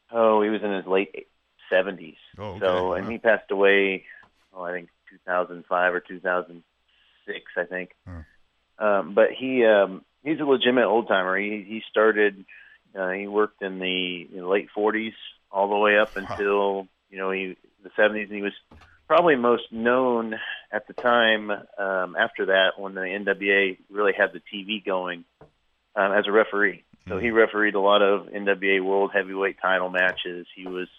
S7: oh, he was in his late 70s.
S3: Oh, okay.
S7: So, and
S3: Wow.
S7: he passed away, oh, I think 2005 or 2006, I think. Um, but he um, he's a legitimate old timer. He he started, uh, he worked in the in the late 40s all the way up until you know he the 70s, and he was probably most known at the time um, after that when the NWA really had the TV going um, as a referee. So he refereed a lot of NWA World Heavyweight Title matches. He was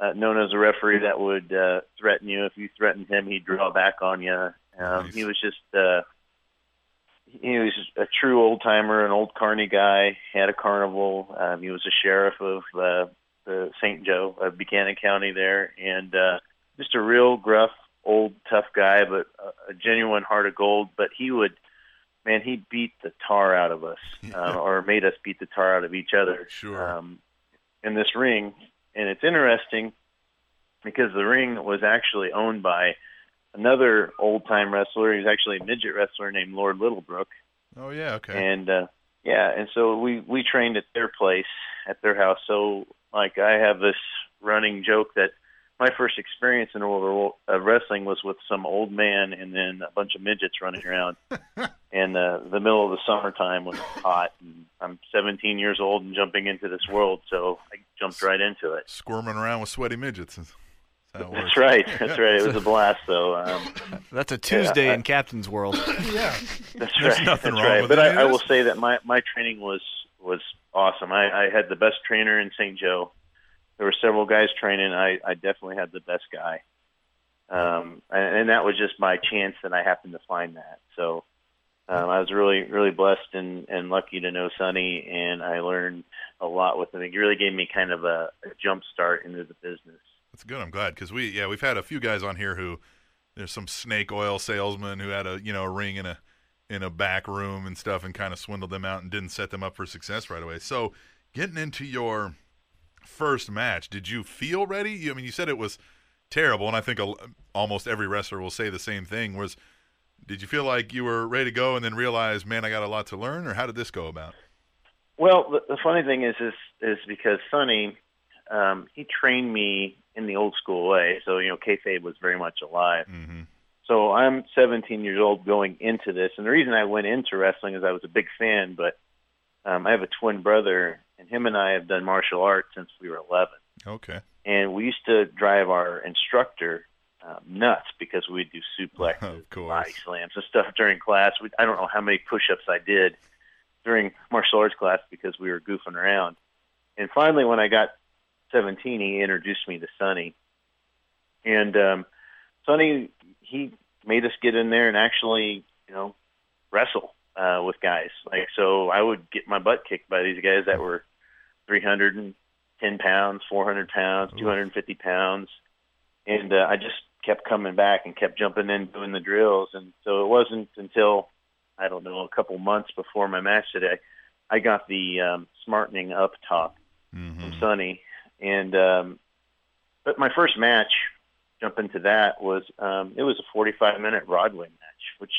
S7: uh, known as a referee that would uh, threaten you. If you threatened him, he'd draw back on you. Um,
S3: Nice.
S7: He was just uh, he was just a true old timer, an old carny guy. Had a carnival. Um, he was a sheriff of uh, the St. Joe of Buchanan County there, and uh, just a real gruff, old, tough guy, but a, a genuine heart of gold. But he would, man, he beat the tar out of us, uh, or made us beat the tar out of each other.
S3: Sure.
S7: Um, in this ring, and it's interesting because the ring was actually owned by another old time wrestler. He's actually a midget wrestler named Lord Littlebrook,
S3: Oh yeah. Okay.
S7: and uh, yeah, and so we we trained at their place at their house. So like I have this running joke that my first experience in the world of wrestling was with some old man and then a bunch of midgets running around in uh, the middle of the summertime when it's hot. And I'm 17 years old and jumping into this world, so I jumped right into it.
S3: Squirming around with sweaty midgets. That's how it works.
S7: That's right. That's right. It was a blast, though. Um,
S4: That's a Tuesday in Captain's World.
S7: That's
S3: There's
S7: right.
S3: nothing wrong
S7: That's right.
S3: with
S7: but
S3: any of
S7: I, I
S3: this.
S7: will say that my my training was was awesome. I, I had the best trainer in St. Joe. There were several guys training. I I definitely had the best guy. Um, and, and that was just by chance that I happened to find that. So um, I was really really blessed and and lucky to know Sonny, and I learned a lot with him. He really gave me kind of a, a jump start into the business.
S3: That's good. I'm glad because we yeah we've had a few guys on here who there's some snake oil salesman who had a you know a ring in a in a back room and stuff and kind of swindled them out and didn't set them up for success right away. So getting into your first match, did you feel ready? You, I mean, you said it was terrible, and I think a, almost every wrestler will say the same thing. Was did you feel like you were ready to go and then realize, man, I got a lot to learn, or how did this go about?
S7: Well, the, the funny thing is, is is because Sonny, um, he trained me in the old school way. So you know, kayfabe was very much alive.
S3: Mm-hmm.
S7: So I'm 17 years old going into this, and the reason I went into wrestling is I was a big fan. But um, I have a twin brother, and him and I have done martial arts since we were 11
S3: Okay.
S7: and we used to drive our instructor um, nuts because we'd do suplexes,
S3: Of course.
S7: body slams, and stuff during class. We, I don't know how many push-ups I did during martial arts class because we were goofing around. And finally, when I got 17, he introduced me to Sonny, and um, Sonny he made us get in there and actually, you know, wrestle uh, with guys. Like so, I would get my butt kicked by these guys that were 300 and 10 pounds, 400 pounds, 250 pounds. And uh, I just kept coming back and kept jumping in, doing the drills. And so it wasn't until, I don't know, a couple months before my match today, I got the um, smartening up talk
S3: Mm-hmm.
S7: from Sonny. And, um, but my first match, jump into that was, um, it was a 45 minute Broadway match, which,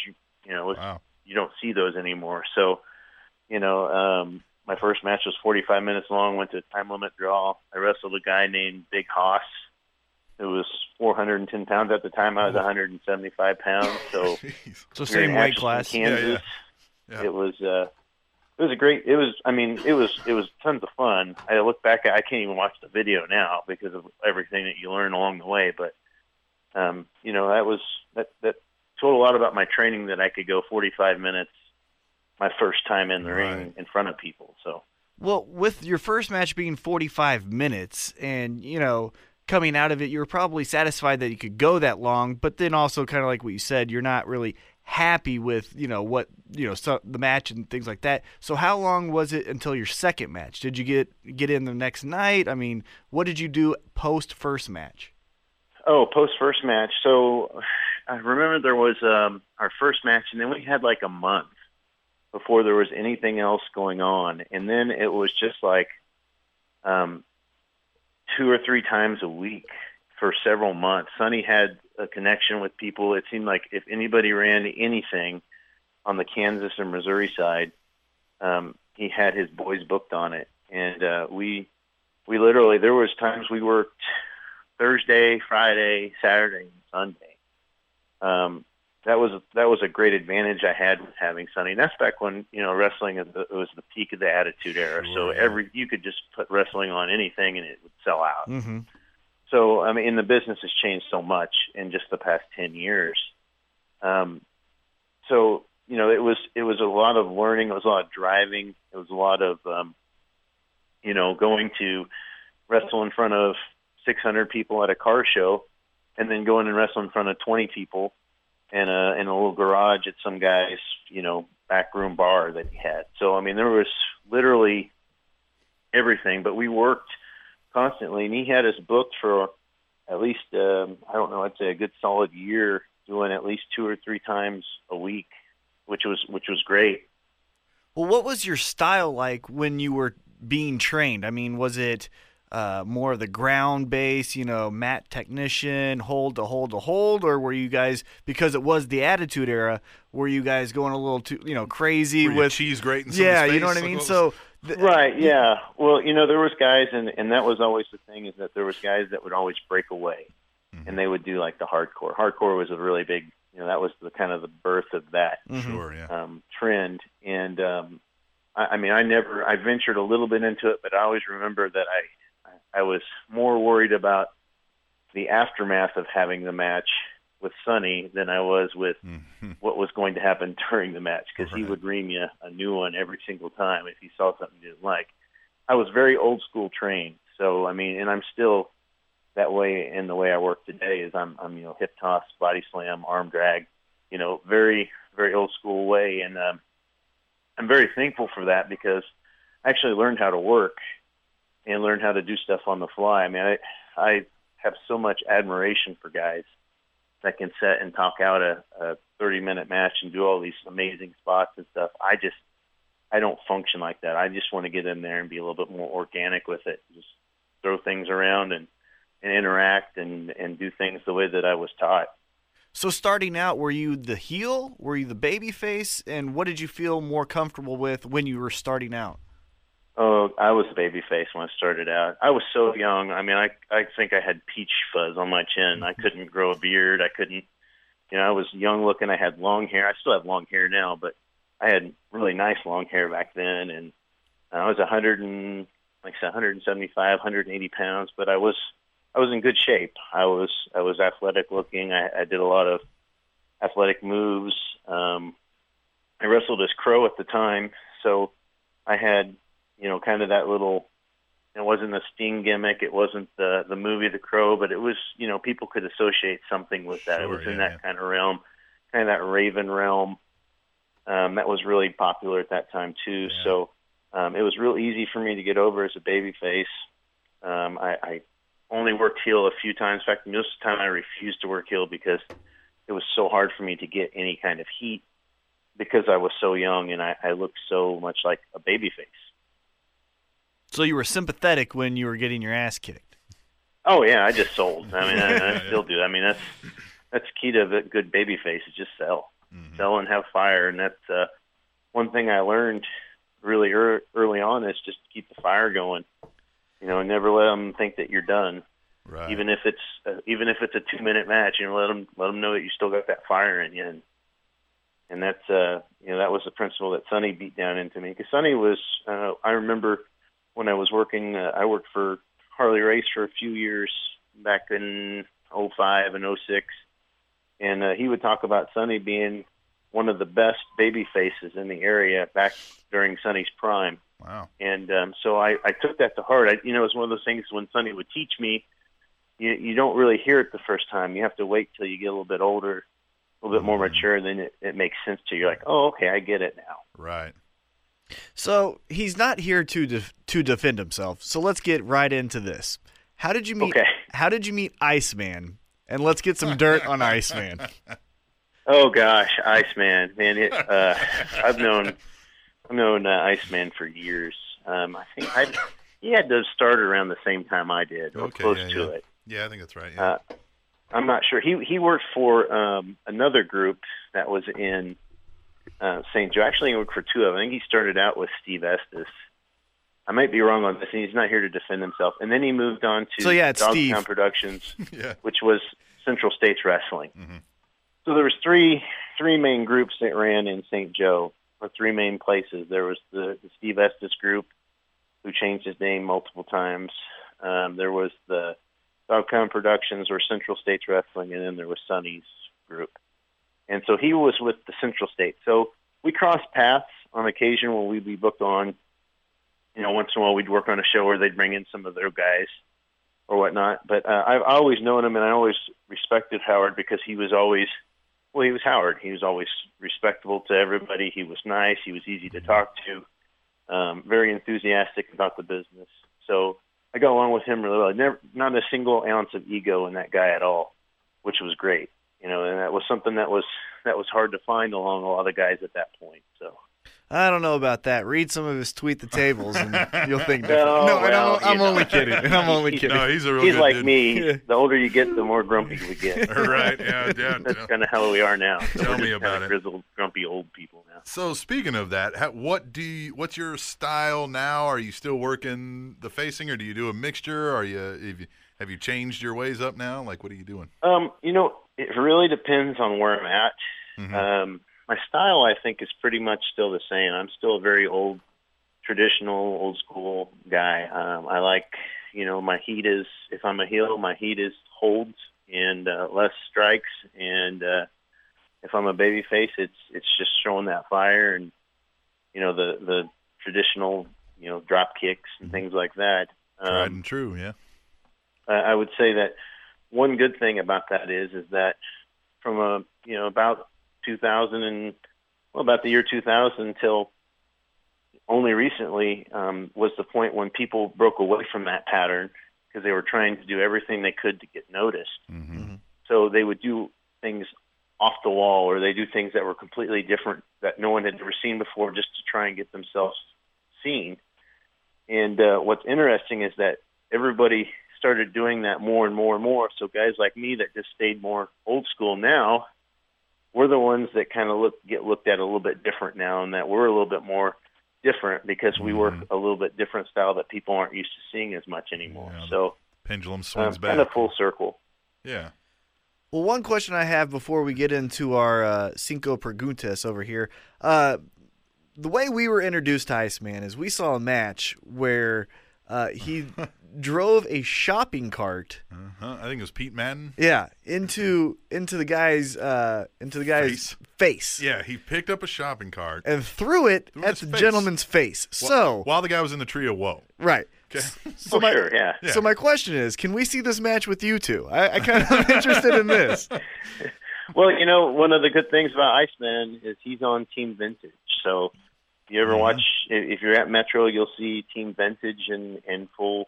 S7: you know, was
S3: Wow.
S7: you don't see those anymore. So, you know, um, my first match was 45 minutes long. Went to time limit draw. I wrestled a guy named Big Hoss, who was 410 pounds at the time. I was 175 pounds. So
S3: Jeez.
S4: So
S7: we were in
S4: same weight
S7: Ashton,
S4: class.
S3: yeah.
S7: Kansas.
S3: Yeah.
S7: It was uh, it was a great. It was. I mean, it was it was tons of fun. I look back. I can't even watch the video now because of everything that you learn along the way. But um, you know, that was that that told a lot about my training that I could go 45 minutes my first time in the ring
S3: Right.
S7: in front of people. So
S4: Well, with your first match being 45 minutes and, you know, coming out of it, you were probably satisfied that you could go that long, but then also kind of like what you said, you're not really happy with, you know, what, you know, so, the match and things like that. So how long was it until your second match? Did you get get in the next night? I mean, what did you do post first match?
S7: Oh, post first match. So I remember there was um, our first match, and then we had like a month before there was anything else going on. And then it was just like um, two or three times a week for several months. Sonny had a connection with people. It seemed like if anybody ran anything on the Kansas and Missouri side, um, he had his boys booked on it. And uh, we we literally there was times we worked Thursday, Friday, Saturday, and Sunday. Um, that was that was a great advantage I had with having Sonny. And that's back when you know wrestling is the- it was the peak of the Attitude Era. so every you could just put wrestling on anything and it would sell out.
S4: Mm-hmm.
S7: So I mean, and the business has changed so much in just the past ten years. Um, so you know, it was it was a lot of learning. It was a lot of driving. It was a lot of um, you know going to wrestle in front of 600 people at a car show, and then going and wrestle in front of 20 people in a in a little garage at some guy's you know back room bar that he had. So I mean, there was literally everything. But we worked constantly, and he had us booked for at least um, I don't know, I'd say a good solid year, doing at least two or three times a week, which was which was great.
S4: Well, what was your style like when you were being trained? I mean, was it uh, more of the ground base, you know, mat technician, hold to hold to hold, or were you guys because it was the Attitude Era? Were you guys going a little too, you know, crazy
S3: Were you
S4: with?
S3: cheese grate and
S4: yeah, you know what I mean. so, th-
S7: Right, yeah. Well, you know, there was guys, and and that was always the thing is that there was guys that would always break away, and they would do like the hardcore. Hardcore was a really big, you know, that was the kind of the birth of that.
S4: Mm-hmm.
S3: sure, yeah.
S7: um, trend. And um, I, I mean, I never, I ventured a little bit into it, but I always remember that I, I was more worried about the aftermath of having the match with Sonny than I was with
S3: Mm-hmm.
S7: what was going to happen during the match because he
S3: Right.
S7: would ream you a new one every single time if he saw something you didn't like. I was very old school trained, so I mean, and I'm still that way in the way I work today is I'm I'm you know hip toss, body slam, arm drag, you know, very very old school way, and um, I'm very thankful for that because I actually learned how to work and learned how to do stuff on the fly. I mean, I I have so much admiration for guys that can set and talk out a, a 30 minute match and do all these amazing spots and stuff. I just I don't function like that. I just want to get in there and be a little bit more organic with it. Just throw things around and and interact and and do things the way that I was taught.
S4: so starting out, were you the heel? Were you the baby face? And what did you feel more comfortable with when you were starting out?
S7: Oh, I was babyface when I started out. I was so young. I mean, I I think I had peach fuzz on my chin. I couldn't grow a beard. I couldn't, you know, I was young looking. I had long hair. I still have long hair now, but I had really nice long hair back then. And I was 100 and like I said, 175, 180 pounds, but I was I was in good shape. I was I was athletic looking. I, I did a lot of athletic moves. Um, I wrestled as Crow at the time, so I had you know, kind of that little. It wasn't a Sting gimmick. It wasn't the the movie The Crow, but it was you know people could associate something with that. it
S3: Sure,
S7: was in
S3: yeah,
S7: that
S3: yeah.
S7: kind of realm, kind of that Raven realm. Um, that was really popular at that time too. So um, it was real easy for me to get over as a babyface. Um, I, I only worked heel a few times. In fact, most of the time I refused to work heel because it was so hard for me to get any kind of heat because I was so young and I, I looked so much like a babyface.
S4: So you were sympathetic when you were getting your ass kicked.
S7: Oh yeah, I just sold. I mean, I, I still do. I mean, that's that's key to a good baby face is just sell. sell and have fire, and that's uh, one thing I learned really ear early on is just keep the fire going. You know, never let them think that you're done.
S3: Right.
S7: Even if it's uh, even if it's a two minute match, you know, let them let them know that you still got that fire in you. And, and that's uh, you know that was the principle that Sonny beat down into me because Sonny was uh, I remember when I was working uh, I worked for Harley Race for a few years back in '05 and '06, and uh, he would talk about Sonny being one of the best baby faces in the area back during Sonny's prime.
S3: wow.
S7: And um, so I, I took that to heart. I, you know, it's one of those things when Sonny would teach me, you, you don't really hear it the first time. You have to wait till you get a little bit older, a little bit more
S3: Mm-hmm.
S7: mature, and then it, it makes sense to you. You're like, oh, okay, I get it now.
S3: Right.
S4: So he's not here to def- to defend himself. So let's get right into this. How did you meet?
S7: Okay.
S4: How did you meet Iceman? And let's get some dirt on Iceman.
S7: Oh gosh, Iceman, man, it, uh, I've known I've known uh, Iceman for years. Um, I think I, he had to start around the same time I did, or
S3: Okay.
S7: close
S3: yeah,
S7: to
S3: yeah.
S7: it.
S3: Yeah, I think that's right. Yeah.
S7: Uh, I'm not sure. He he worked for um, another group that was in uh, St. Joe. Actually, he worked for two of them. I think he started out with Steve Estes. I might be wrong on this, and he's not here to defend himself. And then he moved on to
S4: So, yeah, it's
S7: Dogtown
S4: Steve.
S7: Productions,
S3: yeah.
S7: which was Central States Wrestling. So there was three three main groups that ran in St. Joe, or three main places. There was the, the Steve Estes group, who changed his name multiple times. Um, there was the Dogcom Productions or Central States Wrestling, and then there was Sonny's group. And so he was with the Central States. So we crossed paths on occasion when we'd be booked on. You know, once in a while we'd work on a show where they'd bring in some of their guys or whatnot. But uh, I've always known him, and I always respected Howard because he was always, well, he was Howard. He was always respectable to everybody. He was nice. He was easy to talk to. Um, very enthusiastic about the business. So I got along with him really well. I never, not a single ounce of ego in that guy at all, which was great. You know, and that was something that was that was hard to find along a lot of guys at that point. So
S4: I don't know about that. Read some of his tweet the tables, and you'll think. Different.
S7: No,
S4: no, and
S7: well,
S4: I'm, I'm
S7: you know.
S4: only kidding. And I'm only kidding.
S3: No, he's a real
S7: he's
S3: good
S7: like
S3: dude.
S4: Yeah.
S7: me. The older you get, the more grumpy we get.
S3: right. Yeah, yeah.
S7: That's
S3: yeah.
S7: kind of how we are now. So
S3: Tell
S7: we're
S3: me
S7: just
S3: about
S7: kinda
S3: it.
S7: Grizzled, grumpy old people now.
S3: So speaking of that, ha- what do you, what's your style now? Are you still working the facing, or do you do a mixture? Are you have you, have you changed your ways up now? Like, what are you doing?
S7: Um, you know, it really depends on where I'm at.
S3: Mhm.
S7: Um, my style, I think, is pretty much still the same. I'm still a very old, traditional, old school guy. Um, I like, you know, my heat is if I'm a heel, my heat is holds and uh, less strikes. And uh, if I'm a baby face, it's it's just showing that fire and you know the the traditional you know drop kicks
S3: Mm-hmm.
S7: and things like that.
S3: Tried
S7: Um,
S3: and true. Yeah.
S7: I I would say that one good thing about that is is that from a you know about 2000 and well about the year 2000 until only recently um, was the point when people broke away from that pattern because they were trying to do everything they could to get noticed.
S3: Mhm.
S7: So they would do things off the wall or they do things that were completely different that no one had ever seen before just to try and get themselves seen. And uh, what's interesting is that everybody started doing that more and more and more. So guys like me that just stayed more old school now, we're the ones that kind of look get looked at a little bit different now, and that we're a little bit more different because we work
S3: Mm-hmm.
S7: a little bit different style that people aren't used to seeing as much anymore.
S3: Yeah,
S7: so
S3: Pendulum
S7: um,
S3: swings back.
S7: kind of full circle.
S3: Yeah.
S4: Well, one question I have before we get into our uh, cinco preguntas over here, uh, the way we were introduced to Iceman is we saw a match where uh, he drove a shopping cart,
S3: Uh-huh. I think it was Pete Madden.
S4: yeah, into into the guy's uh, into the guy's face,
S3: Yeah, he picked up a shopping cart.
S4: and threw it
S3: Threw
S4: at
S3: his
S4: the
S3: face.
S4: gentleman's face. so
S3: Wh- while the guy was in the trio, whoa.
S4: right.
S3: Okay.
S4: So
S7: oh,
S4: my,
S7: sure, yeah.
S3: Yeah.
S4: So my question is, can we see this match with you two? I, I kind of am interested in this.
S7: Well, you know, one of the good things about Iceman is he's on Team Vintage. So if you ever watch, i- if you're at Metro, you'll see Team Vintage in, in full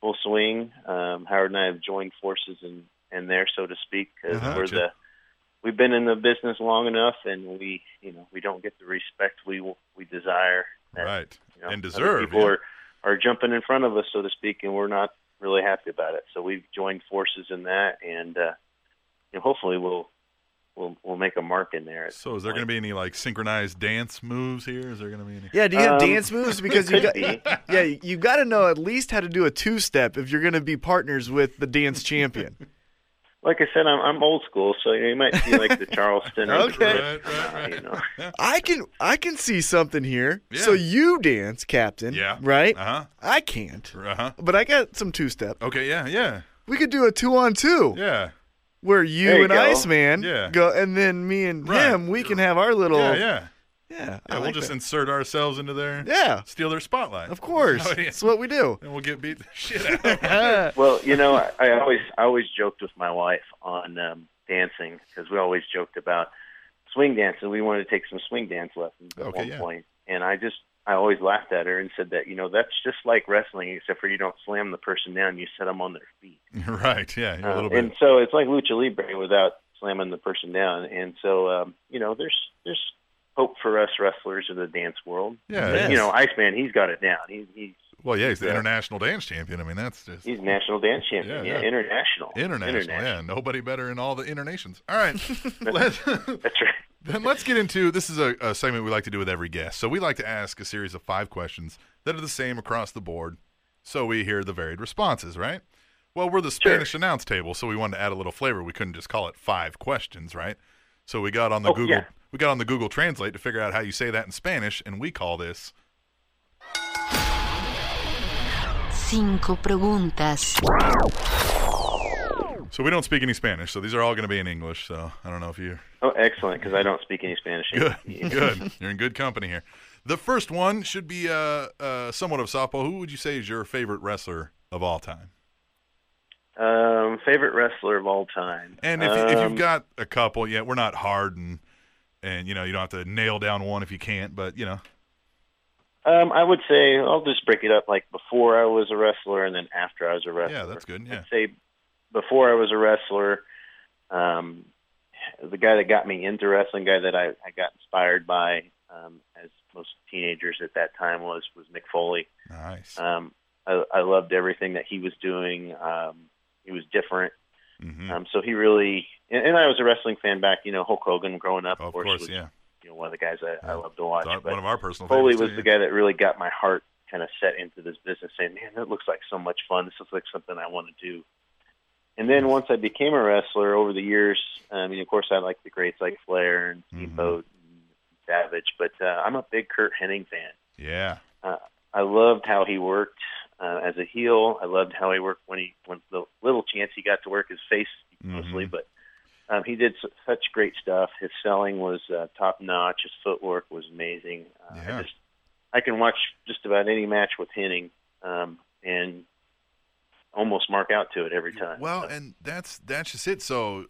S7: full swing. Um, Howard and I have joined forces in, in there, so to speak, 'cause
S3: Uh-huh.
S7: we're
S3: Gotcha.
S7: the we've been in the business long enough, and we you know we don't get the respect we we desire. that,
S3: Right.
S7: you know,
S3: and
S7: other
S3: deserve.
S7: People
S3: yeah.
S7: are are jumping in front of us, so to speak, and we're not really happy about it. So we've joined forces in that, and uh, you know, hopefully we'll we'll we'll make a mark in there.
S3: So is there going to be any like synchronized dance moves here? Is there going to be any?
S4: Yeah, do you have
S7: Um,
S4: dance moves? Because you got,
S7: could be.
S4: yeah, you got to know at least how to do a two step if you're going to be partners with the dance champion.
S7: Like I said, I'm I'm old school, so you, know, you might see like the Charleston. or the
S4: Okay.
S7: Rip,
S3: Right, right, right.
S7: You know.
S4: I can I can see something here. So
S3: Yeah.
S4: you dance, Captain.
S3: Yeah.
S4: Right.
S3: Uh
S4: I can't,
S3: huh. Uh huh.
S4: but I got some two step.
S3: Okay. Yeah. Yeah.
S4: We could do a two on two
S3: Yeah.
S4: where you,
S7: There you
S4: and
S7: go.
S4: Iceman
S3: Yeah.
S4: go, and then me and
S3: Right.
S4: him. We can have our little.
S3: Yeah. Yeah.
S4: yeah,
S3: Yeah,
S4: I
S3: we'll
S4: like
S3: just
S4: that.
S3: insert ourselves into there.
S4: yeah.
S3: Steal their spotlight.
S4: Of course,
S3: Oh, yeah.
S4: that's what we do.
S3: And we'll get beat the shit out. of 'em.
S4: Ah,
S7: Well, you know, I, I always I always joked with my wife on um, dancing because we always joked about swing dancing. We wanted to take some swing dance lessons at
S3: Okay,
S7: one
S3: yeah.
S7: point, and I just I always laughed at her and said that you know that's just like wrestling, except for you don't slam the person down, you set them on their feet.
S3: right. Yeah. A
S7: Uh,
S3: little
S7: and
S3: bit.
S7: so it's like lucha libre without slamming the person down. And so um, you know, there's there's hope for us wrestlers in the dance world.
S3: Yeah.
S7: But,
S4: Yes.
S7: You know, Iceman, he's got it down. He, he's
S3: Well, yeah. He's the
S7: Yeah.
S3: international dance champion. I mean, that's just
S7: he's national dance champion.
S3: Yeah,
S7: Yeah,
S3: yeah.
S7: international.
S3: international. Yeah. Nobody better in all the internations. All right. Let's-
S7: That's right.
S3: Then let's get into this is a, a segment we like to do with every guest. So we like to ask a series of five questions that are the same across the board, so we hear the varied responses. Right? Well, we're the Spanish announce table, so we wanted to add a little flavor. We couldn't just call it five questions, right? So we got on the
S7: Oh,
S3: Google
S7: yeah.
S3: we got on the Google Translate to figure out how you say that in Spanish, and we call this
S8: Cinco preguntas.
S3: So we don't speak any Spanish, so these are all going to be in English. So I don't know if you
S7: Oh, excellent, because I don't speak any Spanish.
S3: good, good. You're in good company here. The first one should be uh, uh, somewhat of softball. Who would you say is your favorite wrestler of all time?
S7: Um, favorite wrestler of all time.
S3: And if, if
S7: Um,
S3: you've got a couple, yeah, we're not hard and and you know you don't have to nail down one if you can't, but you know,
S7: um, I would say I'll just break it up. Like before I was a wrestler, and then after I was a wrestler.
S3: yeah, that's good. Yeah,
S7: I'd say before I was a wrestler, um, the guy that got me into wrestling, guy that I, I got inspired by, um, as most teenagers at that time was, was Mick Foley.
S3: nice.
S7: Um, I, I loved everything that he was doing. Um, he was different.
S3: hmm
S7: Um, so he really, and, and I was a wrestling fan back, you know, Hulk Hogan growing up,
S3: of course,
S7: was,
S3: yeah.
S7: you know, one of the guys I, I
S3: Yeah.
S7: loved to watch.
S3: It's our-
S7: but
S3: one of our personal
S7: Foley
S3: favorites,
S7: was
S3: too,
S7: the
S3: yeah.
S7: guy that really got my heart kind of set into this business, saying, "Man, that looks like so much fun. This looks like something I want to do." And then once I became a wrestler over the years, I mean, of course, I like the greats like Flair and
S3: Mhm.
S7: Steamboat and Savage, but uh, I'm a big Kurt Hennig fan.
S3: Yeah,
S7: I loved how he worked uh, as a heel. I loved how he worked when he when the little chance he got to work his face mostly,
S3: Mhm.
S7: but um, he did su- such great stuff. His selling was uh, top notch. His footwork was amazing. Uh,
S3: Yeah.
S7: I just I can watch just about any match with Henning um, and almost mark out to it every time.
S3: Well,
S7: So-
S3: and that's that's just it. So,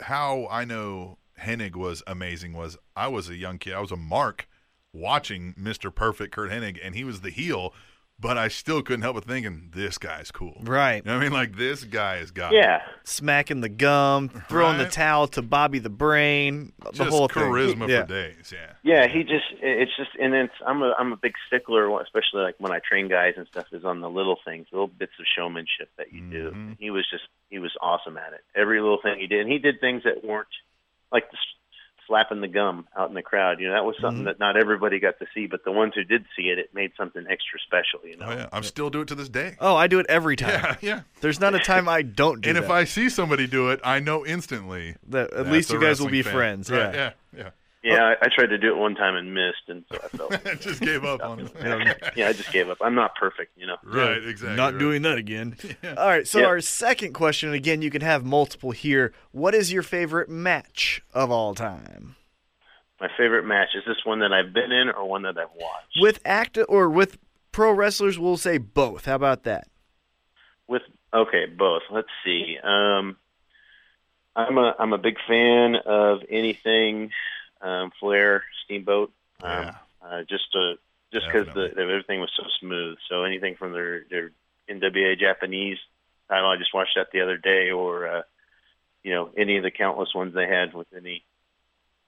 S3: how I know Hennig was amazing was I was a young kid. I was a mark watching Mr. Perfect Kurt Hennig, and he was the heel, but I still couldn't help but thinking this guy's cool.
S4: right.
S3: You know what I mean? Like this guy has got
S7: yeah,
S4: Smacking the gum, throwing the
S3: Right.
S4: towel to Bobby the Brain, the
S3: just
S4: whole thing.
S3: charisma
S4: yeah.
S3: for days. Yeah.
S7: Yeah, he just it's just and it's I'm a I'm a big stickler, especially like when I train guys and stuff, is on the little things, little bits of showmanship that you do.
S3: Mhm.
S7: He was just he was awesome at it. Every little thing he did, and he did things that weren't like the s- slapping the gum out in the crowd. You know, that was something
S3: Mm-hmm.
S7: that not everybody got to see, but the ones who did see it, it made something extra special. You know,
S3: Oh yeah, I still do it to this day.
S4: Oh, I do it every time.
S3: Yeah, yeah.
S4: There's not a time I don't do
S3: And
S4: that.
S3: if I see somebody do it, I know instantly.
S4: That- at
S3: that's
S4: least
S3: a
S4: you guys will
S3: wrestling
S4: be
S3: fan.
S4: friends.
S3: Right,
S4: yeah.
S3: yeah,
S7: yeah, I, I tried to do it one time and missed, and so I felt
S3: yeah. just gave up on it.
S7: yeah, I just gave up. I'm not perfect, you know.
S3: Right, exactly.
S4: Not
S3: right.
S4: doing that again. All right. So
S7: Yeah.
S4: our second question, and again, you can have multiple here. What is your favorite match of all time?
S7: My favorite match is this one that I've been in or one that I've watched.
S4: With act or with pro wrestlers, we'll say both. How about that?
S7: With okay, both. Let's see. Um, I'm a I'm a big fan of anything um, Flair, Steamboat. Um,
S3: Yeah.
S7: uh, just uh just because the,
S3: Definitely.
S7: the- everything was so smooth. So anything from their their NWA Japanese title, I just watched that the other day, or uh, you know any of the countless ones they had with any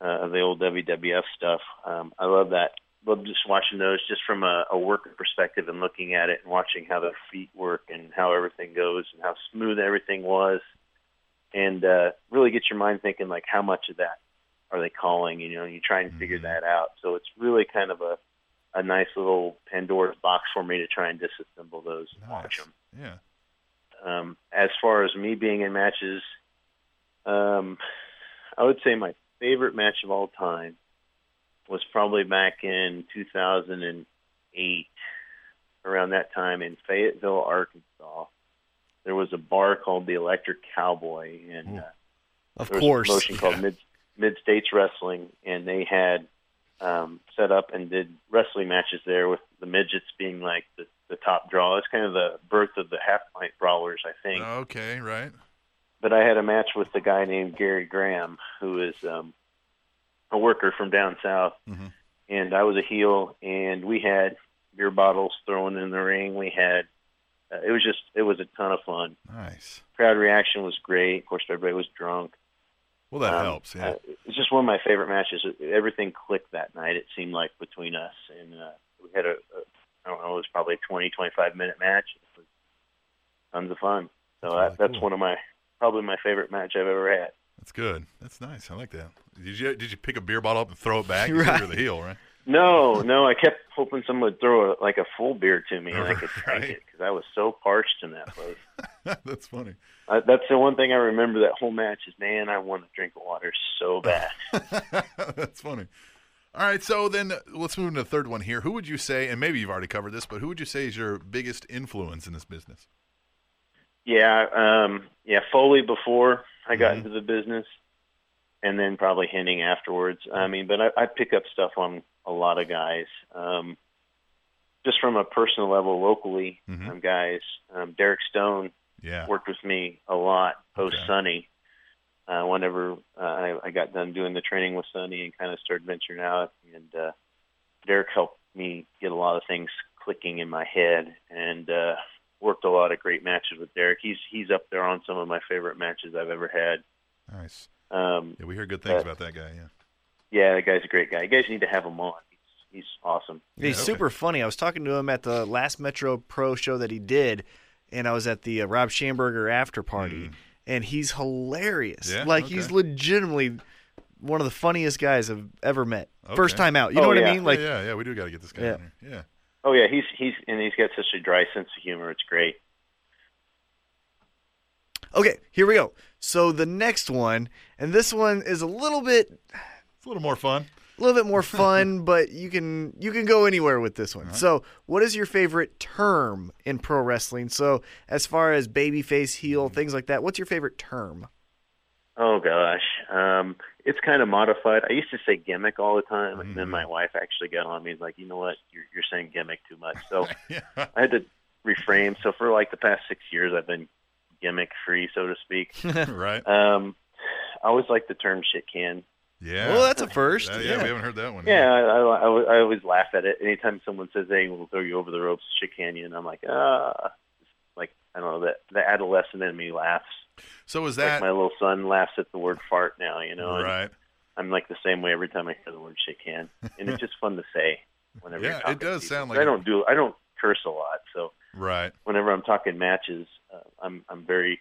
S7: uh, of the old WWF stuff. Um, I love that. Love just watching those just from a, a worker perspective and looking at it and watching how their feet work and how everything goes and how smooth everything was. and uh, really get your mind thinking like how much of that are they calling? You know, you try and figure that out. So it's really kind of a a nice little Pandora's box for me to try and disassemble those and watch them.
S3: Yeah.
S7: Um, as far as me being in matches, um, I would say my favorite match of all time was probably back in 2008, around that time in Fayetteville, Arkansas. There was a bar called the Electric Cowboy, and uh,
S4: Mm, Of
S7: there was
S4: course.
S7: a promotion called Mid Mid States Wrestling, and they had um, set up and did wrestling matches there with the midgets being like the, the top draw. It's kind of the birth of the half pint brawlers, I think
S3: Okay. Right.
S7: but I had a match with a guy named Gary Graham, who is um, a worker from down south,
S3: Mhm.
S7: and I was a heel, and we had beer bottles thrown in the ring. We had uh, it was just it was a ton of fun.
S3: Nice.
S7: Crowd reaction was great. Of course, everybody was drunk.
S3: Well, that
S7: Um,
S3: helps. Yeah.
S7: uh, it's just one of my favorite matches. Everything clicked that night. It seemed like between us, and uh, we had a, a I don't know, it was probably a 20, 25 minute match. It was tons of fun. So
S3: That's
S7: that's,
S3: really
S7: that's
S3: cool.
S7: one of my probably my favorite match I've ever had.
S3: That's good. That's nice. I like that. Did you did you pick a beer bottle up and throw it back? You said You're the heel, right?
S7: No, no, I kept hoping someone would throw a, like a full beer to me and I could
S3: Right.
S7: drink it because I was so parched in that place.
S3: That's funny.
S7: I, that's the one thing I remember that whole match is, man, I want a drink of water so bad.
S3: That's funny. All right, so then uh, let's move into the third one here. Who would you say, and maybe you've already covered this, but who would you say is your biggest influence in this business?
S7: Yeah, um, yeah. Foley before I got into the business, and then probably Henning afterwards. I mean, but I, I pick up stuff on a lot of guys, um, just from a personal level locally.
S3: Mhm.
S7: Um, guys, um, Derek Stone
S3: Yeah.
S7: worked with me a lot post
S3: Okay.
S7: Sunny. Uh, whenever uh, I, I got done doing the training with Sunny and kind of started venturing out, and uh, Derek helped me get a lot of things clicking in my head, and uh, worked a lot of great matches with Derek. He's he's up there on some of my favorite matches I've ever had.
S3: Nice.
S7: Um,
S3: Yeah, we hear good things
S7: Uh,
S3: about that guy. Yeah.
S7: yeah, that guy's a great guy. You guys need to have him on. He's, he's awesome.
S3: Yeah,
S4: He's
S3: okay.
S4: super funny. I was talking to him at the last Metro Pro show that he did, and I was at the uh, Rob Schamberger after party, and he's hilarious.
S3: Yeah?
S4: Like
S3: Okay.
S4: he's legitimately one of the funniest guys I've ever met.
S3: Okay.
S4: First time out, you
S7: Oh,
S4: know what
S7: yeah.
S4: I mean? Like,
S3: yeah, yeah, yeah, we do got to get this guy
S4: Yeah.
S3: in here. Yeah.
S7: Oh yeah, he's he's and he's got such a dry sense of humor. It's great.
S4: okay, here we go. So the next one, and this one is a little bit,
S3: It's a little more fun.
S4: a little bit more fun, but you can you can go anywhere with this one. So, what is your favorite term in pro wrestling? So, as far as babyface, heel,
S3: Hmm.
S4: things like that, what's your favorite term?
S7: Oh gosh, um, it's kind of modified. I used to say gimmick all the time, and
S3: Mm.
S7: then my wife actually got on me. and like, you know what? You're, you're saying gimmick too much. So
S3: Yeah.
S7: I had to reframe. So for like the past six years, I've been gimmick free, so to speak.
S3: right.
S7: um, I always like the term shit can.
S3: Yeah.
S4: Well, that's a first.
S3: That- yeah,
S4: yeah.
S3: we haven't heard that one.
S7: Yeah, I, I, I al- I always laugh at it. Anytime someone says, "Hey, we'll throw you over the ropes, shit can you?" and I'm like, ah, like I don't know that the adolescent in me laughs.
S3: So is
S7: like
S3: that
S7: my little son laughs at the word fart now. You know, and-
S3: right?
S7: I'm like the same way every time I hear the word shit can, and it's just fun to say whenever.
S3: Yeah,
S7: you're
S3: it
S7: talking to
S3: does
S7: people.
S3: sound
S7: But
S3: like
S7: I
S3: it.
S7: don't do I don't curse a lot, so
S3: Right.
S7: whenever I'm talking matches, uh, I'm I'm very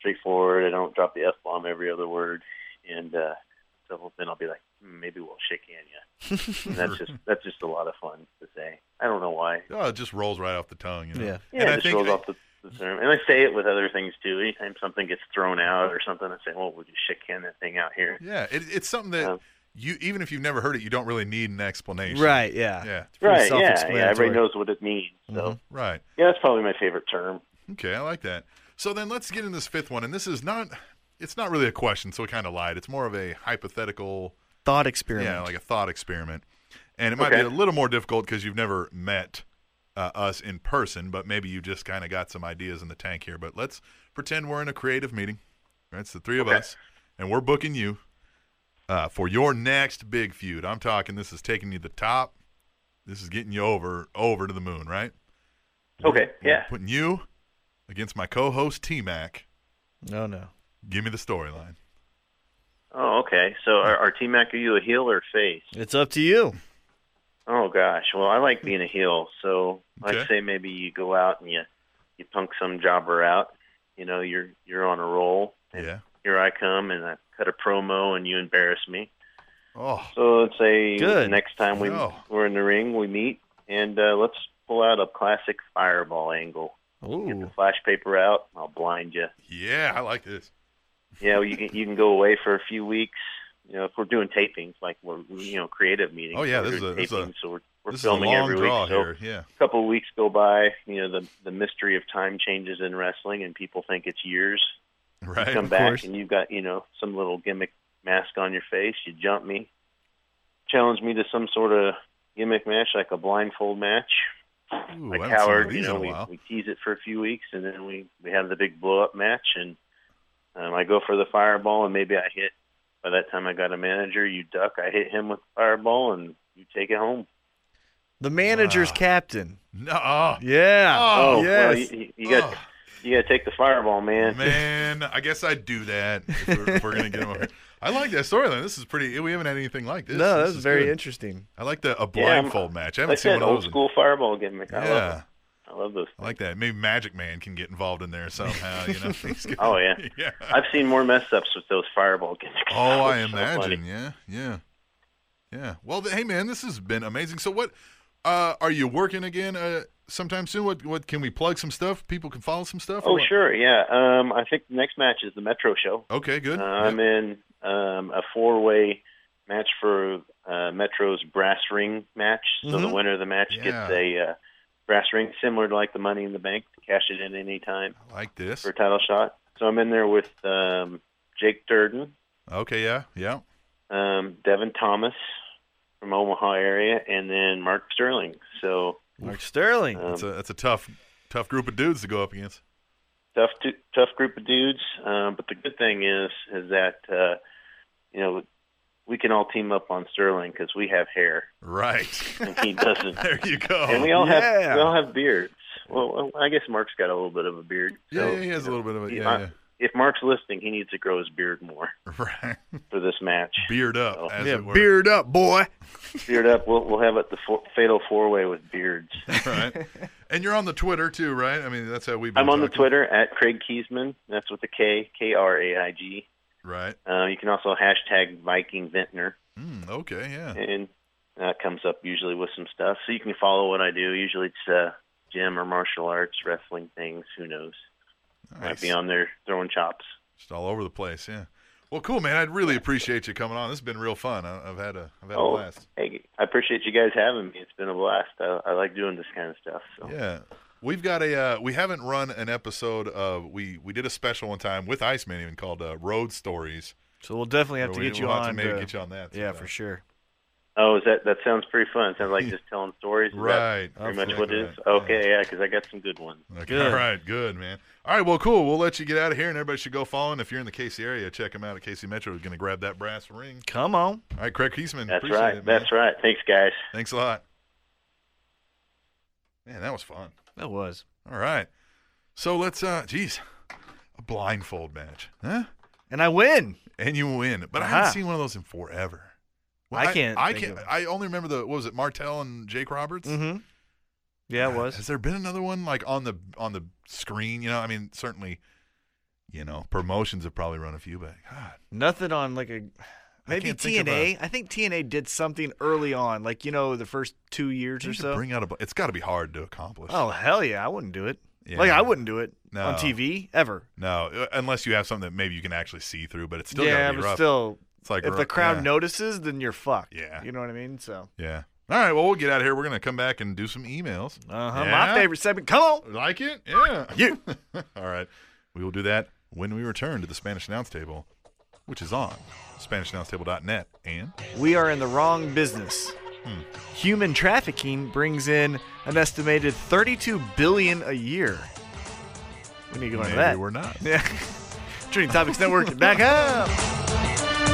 S7: straightforward. I don't drop the f bomb every other word, and uh, so then I'll be like, hmm, maybe we'll shit can you. and that's just that's just a lot of fun to say. I don't know why.
S3: Oh, it just rolls right off the tongue. You know?
S4: Yeah.
S7: Yeah,
S3: And
S7: it
S3: I
S7: just
S3: think
S7: rolls off the, the term. And I say it with other things too. Anytime something gets thrown out or something, I say, well, we'll just shit can that thing out here.
S3: yeah, it, it's something that
S7: Um,
S3: you even if you've never heard it, you don't really need an explanation.
S4: Right, yeah.
S3: Yeah.
S4: It's pretty
S7: Right, yeah, yeah.
S4: self-explanatory.
S7: Everybody knows what it means. So.
S3: Mm-hmm. Right.
S7: Yeah, that's probably my favorite term.
S3: Okay, I like that. So then let's get in this fifth one, and this is not. It's not really a question, so we kind of lied. It's more of a hypothetical,
S4: Thought experiment.
S3: yeah, like a thought experiment, and it might
S7: Okay.
S3: be a little more difficult because you've never met uh, us in person, but maybe you just kind of got some ideas in the tank here. But let's pretend we're in a creative meeting. Right, it's the three of
S7: Okay.
S3: us, and we're booking you uh, for your next big feud. I'm talking. This is taking you to the top. This is getting you over over to the moon. Right.
S7: Okay,
S3: We're
S7: yeah.
S3: Putting you against my co-host T Mac.
S4: no, no.
S3: Give me the storyline.
S7: Oh, okay. So, are, are T Mac, are you a heel or face?
S4: It's up to you.
S7: Oh gosh. Well, I like being a heel. So,
S3: Okay.
S7: I'd say maybe you go out and you you punk some jobber out. You know, you're you're on a roll.
S3: Yeah.
S7: Here I come and I cut a promo and you embarrass me.
S3: Oh,
S7: So let's say
S9: Good.
S7: next time we
S3: No.
S7: we're in the ring, we meet and uh, let's pull out a classic fireball angle. Get the
S9: Ooh.
S7: flash paper out. I'll blind you.
S3: yeah, I like this.
S7: Yeah, well, you can you can go away for a few weeks. You know, if we're doing tapings, like we're you know creative meetings.
S3: Oh, yeah,
S7: we're
S3: this
S7: doing
S3: is a- this is a-
S7: tapings, so we're, we're
S3: this is a
S7: filming
S3: long
S7: every
S3: draw
S7: week. So
S3: here. Yeah.
S7: a couple of weeks go by. You know, the the mystery of time changes in wrestling, and people think it's years.
S3: Right.
S7: Come
S9: of
S7: back,
S9: course.
S7: and you've got you know some little gimmick mask on your face. You jump me, challenge me to some sort of gimmick match, like a blindfold match.
S3: Ooh, I haven't seen
S7: like
S3: one of
S7: Howard, you
S3: these
S7: know,
S3: in a
S7: we,
S3: while.
S7: we tease it for a few weeks, and then we we have the big blow up match, and um, I go for the fireball, and maybe I hit. By that time, I got a manager. You duck, I hit him with the fireball, and you take it home.
S4: The manager's
S3: Wow.
S4: captain.
S3: No. Oh,
S4: Yeah.
S3: Oh,
S7: well,
S4: yes.
S7: you, you- you got you got to take the fireball, man.
S3: man, I guess I'd do that if we're, if we're gonna get him over. here. I like that storyline. This is pretty. We haven't had anything like this.
S4: no,
S3: This
S4: that's
S3: is
S4: very
S3: good.
S4: interesting.
S3: I like the a
S7: Yeah, I'm-
S3: blindfold match. I haven't
S7: Like I
S3: seen
S7: said,
S3: one of
S7: old
S3: those. in-
S7: school fireball gimmick. I love
S3: yeah,
S7: them. I love those.
S3: I like that. Maybe Magic Man can get involved in there somehow. You know. He's good.
S7: Oh yeah,
S3: yeah.
S7: I've seen more mess ups with those fireball gimmicks.
S3: Oh, I
S7: It's so funny.
S3: imagine. yeah, yeah, yeah. Well, th- hey, man, this has been amazing. So, what uh, are you working again uh, sometime soon? What what can we plug some stuff? People can follow some stuff. or
S7: Oh
S3: what?
S7: sure, yeah. Um, I think the next match is the Metro Show.
S3: Okay, good.
S7: Uh, I'm
S3: Yep.
S7: in um, a four way match for uh, Metro's brass ring match. So the winner of the match
S3: Mm-hmm. Yeah.
S7: gets a uh, brass ring, similar to like the Money in the Bank, to cash it in any time
S3: I like this.
S7: for a title shot. So I'm in there with um, Jake Durden,
S3: Okay, yeah, yeah.
S7: um, Devin Thomas from Omaha area, and then Mark Sterling. So
S4: Mark Sterling.
S7: um,
S3: That's a that's a tough tough group of dudes to go up against.
S7: tough, t- tough group of dudes. Um, but the good thing is, is that uh, you know we can all team up on Sterling because we have hair
S3: Right
S7: and he doesn't,
S3: there, you go.
S7: and we all
S4: yeah.
S7: have we all have beards. Well, I guess Mark's got a little bit of a beard.
S3: yeah,
S7: so,
S3: yeah, he has a
S7: you know,
S3: little bit of it.
S7: he-
S3: Yeah,
S7: I- If Mark's listening, he needs to grow his beard more
S3: yeah. Right.
S7: for this match.
S3: Beard up,
S7: Oh.
S3: as
S4: Yeah,
S3: it were.
S4: beard up, boy.
S7: Beard up. We'll we'll have it the four, fatal four way with beards.
S3: Right. And you're on the Twitter too, right? I mean, that's how we've. Been
S7: I'm on the
S3: talking.
S7: Twitter at Craig Kiesman. That's with the K K R A I G.
S3: Right.
S7: Uh, you can also hashtag Viking Vintner,
S3: Mm, okay. Yeah.
S7: and that comes up usually with some stuff. So you can follow what I do. Usually it's uh, gym or martial arts, wrestling things. Who knows? Might be
S3: Nice.
S7: on there throwing chops.
S3: just all over the place. Yeah. Well, cool, man. I'd really appreciate you coming on. This has been real fun. I, I've had a I've had a blast.
S7: Oh, Hey, I appreciate you guys having me. It's been a blast. I, I like doing this kind of stuff. So.
S3: Yeah. We've got a uh, we haven't run an episode of we we did a special one time with Iceman even called uh, Road Stories.
S4: So we'll definitely have to
S3: We-
S4: get you
S3: we'll have
S4: on.
S3: to maybe
S4: uh,
S3: get you on that.
S4: yeah,
S3: sometime.
S4: for sure.
S7: Oh, is that that sounds pretty fun? Sounds like just telling stories. Is that
S3: Right.
S7: pretty much
S3: That's
S7: what it
S3: right.
S7: is. Okay, yeah, because I got some good ones.
S3: Okay.
S4: Good.
S3: All right, good man. All right, well, cool. We'll let you get out of here, and everybody should go follow. him. if you're in the Casey area, check him out at Casey Metro. He's going to grab that brass ring.
S4: Come on.
S3: All right, Craig Heisman.
S7: That's
S3: appreciate
S7: right.
S3: It, man.
S7: That's right. Thanks, guys.
S3: Thanks a lot. Man, that was fun.
S4: That was.
S3: All right. So let's uh geez. A blindfold match. Huh?
S4: And I win.
S3: And you win. But I
S4: Uh-huh.
S3: haven't seen one of those in forever.
S4: I can't
S3: I,
S4: think
S3: can't
S4: of-
S3: I only remember the what was it, Martell and Jake Roberts?
S4: Mm-hmm. Yeah, it
S3: God,
S4: was.
S3: Has there been another one like on the on the screen? You know, I mean certainly you know, promotions have probably run a few, but God.
S4: Nothing on like a maybe
S3: can't think of
S4: TNA. I think TNA did something early on, like you know the first two years
S3: you
S4: or
S3: should
S4: so.
S3: bring out a bl- it's gotta be hard to accomplish.
S4: Oh hell yeah, I wouldn't do it.
S3: Yeah.
S4: Like I wouldn't do it
S3: No.
S4: on TV ever.
S3: No, uh, unless you have something that maybe you can actually see through, but it's still
S4: yeah,
S3: gotta be
S4: but
S3: rough.
S4: still,
S3: it's like
S4: if
S3: ru-
S4: the crowd
S3: yeah.
S4: notices, then you're fucked.
S3: Yeah.
S4: you know what I mean. So,
S3: Yeah. All right. Well, we'll get out of here. We're gonna come back and do some emails.
S4: uh huh.
S3: Uh-huh. Yeah?
S4: My favorite segment. Come on.
S3: Like it? Yeah.
S4: You.
S3: All right. We will do that when we return to the Spanish announce table, which is on SpanishAnnounceTable.net. And
S4: We are in the wrong business.
S3: Hmm.
S4: Human trafficking brings in an estimated 32 billion a year. We need to go into
S3: maybe
S4: that.
S3: we're not.
S4: Yeah. Trending Topics Network, back up.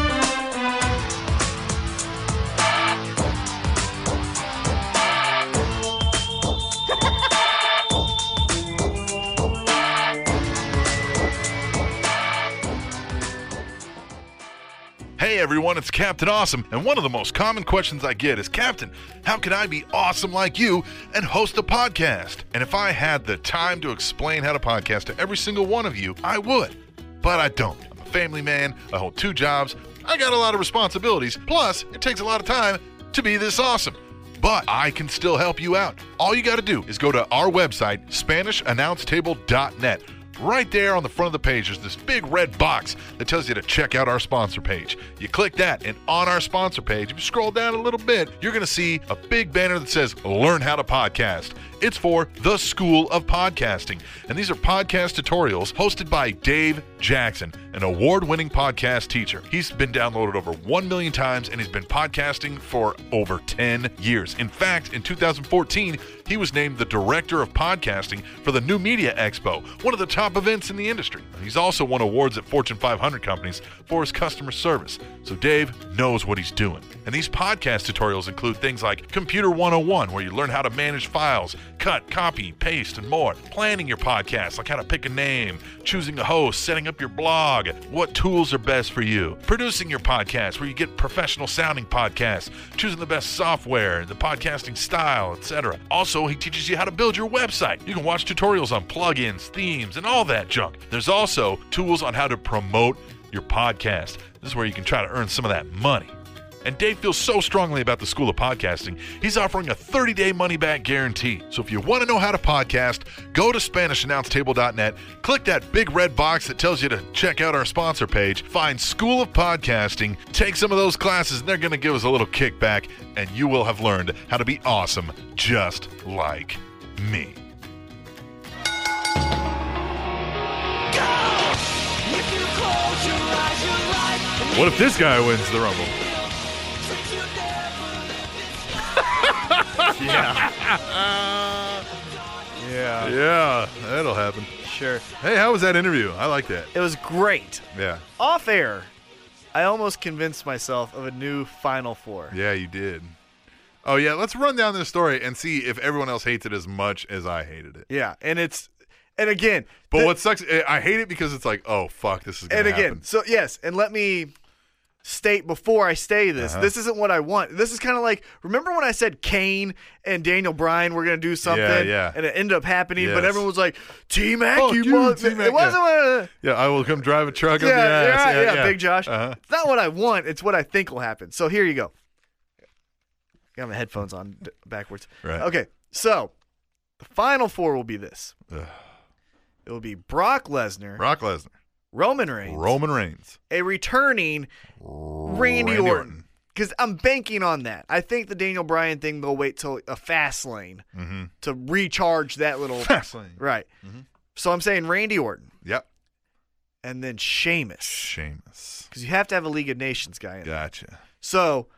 S3: Hey everyone, it's Captain Awesome, and one of the most common questions I get is Captain, how can I be awesome like you and host a podcast? And if I had the time to explain how to podcast to every single one of you, I would. But I don't. I'm a family man, I hold two jobs, I got a lot of responsibilities. Plus, it takes a lot of time to be this awesome. But I can still help you out. All you got to do is go to our website, SpanishAnnounceTable.net. Right there on the front of the page, there's this big red box that tells you to check out our sponsor page. You click that, and on our sponsor page, if you scroll down a little bit, you're going to see a big banner that says Learn How to Podcast. It's for the School of Podcasting. And these are podcast tutorials hosted by Dave Jackson, an award winning podcast teacher. He's been downloaded over 1 million times and he's been podcasting for over 10 years. In fact, in 2014, he was named the director of podcasting for the New Media Expo, one of the top events in the industry. He's also won awards at Fortune 500 companies for his customer service. So Dave knows what he's doing. And these podcast tutorials include things like Computer 101, where you learn how to manage files, cut, copy, paste, and more. Planning your podcast, like how to pick a name, choosing a host, setting up your blog, what tools are best for you. Producing your podcast, where you get professional sounding podcasts, choosing the best software, the podcasting style, etc. Also, he teaches you how to build your website. You can watch tutorials on plugins, themes, and all that junk. There's also tools on how to promote your podcast. This is where you can try to earn some of that money. And Dave feels so strongly about the School of Podcasting, he's offering a 30 day money back guarantee. So if you want to know how to podcast, go to SpanishAnnounceTable.net, click that big red box that tells you to check out our sponsor page, find School of Podcasting, take some of those classes, and they're going to give us a little kickback, and you will have learned how to be awesome just like me. What if this guy wins the Rumble?
S4: Yeah. yeah.
S3: Yeah, that'll happen.
S4: Sure.
S3: Hey, how was that interview? I like that.
S4: It was great.
S3: Yeah.
S4: Off air, I almost convinced myself of a new Final Four.
S3: Yeah, you did. Oh yeah, let's run down this story and see if everyone else hates it as much as I hated it.
S4: Yeah, and it's, and again,
S3: But
S4: the-
S3: what sucks, I- I hate it because it's like, oh fuck, this is gonna
S4: and again,
S3: happen.
S4: so yes, and let me state before I say this,
S3: Uh-huh.
S4: this isn't what I want. This is kind of like remember when I said Kane and Daniel Bryan were gonna do something,
S3: yeah.
S4: and it ended up happening, but
S3: Yes.
S4: everyone was like, "T Mac,
S3: Fuck
S4: you,
S3: you,
S4: mother-"
S3: T-Mac,
S4: It wasn't what.
S3: Yeah, I will come drive a truck
S4: Yeah,
S3: up your ass.
S4: yeah, yeah, Big Josh.
S3: Uh-huh.
S4: It's not what I want. It's what I think will happen. So here you go. Got my headphones on d- backwards.
S3: Right.
S4: Okay. So the final four will be this. It will be Brock Lesnar,
S3: Brock Lesnar,
S4: Roman Reigns,
S3: Roman Reigns,
S4: a returning Randy,
S3: Randy
S4: Orton. Because I'm banking on that. I think the Daniel Bryan thing, they'll wait till a fast lane
S3: Mm-hmm.
S4: to recharge that little.
S3: Fastlane.
S4: right.
S3: Mm-hmm.
S4: So I'm saying Randy Orton
S3: Yep.
S4: and then Sheamus.
S3: Sheamus.
S4: Because you have to have a League of Nations guy in there.
S3: Gotcha.
S4: So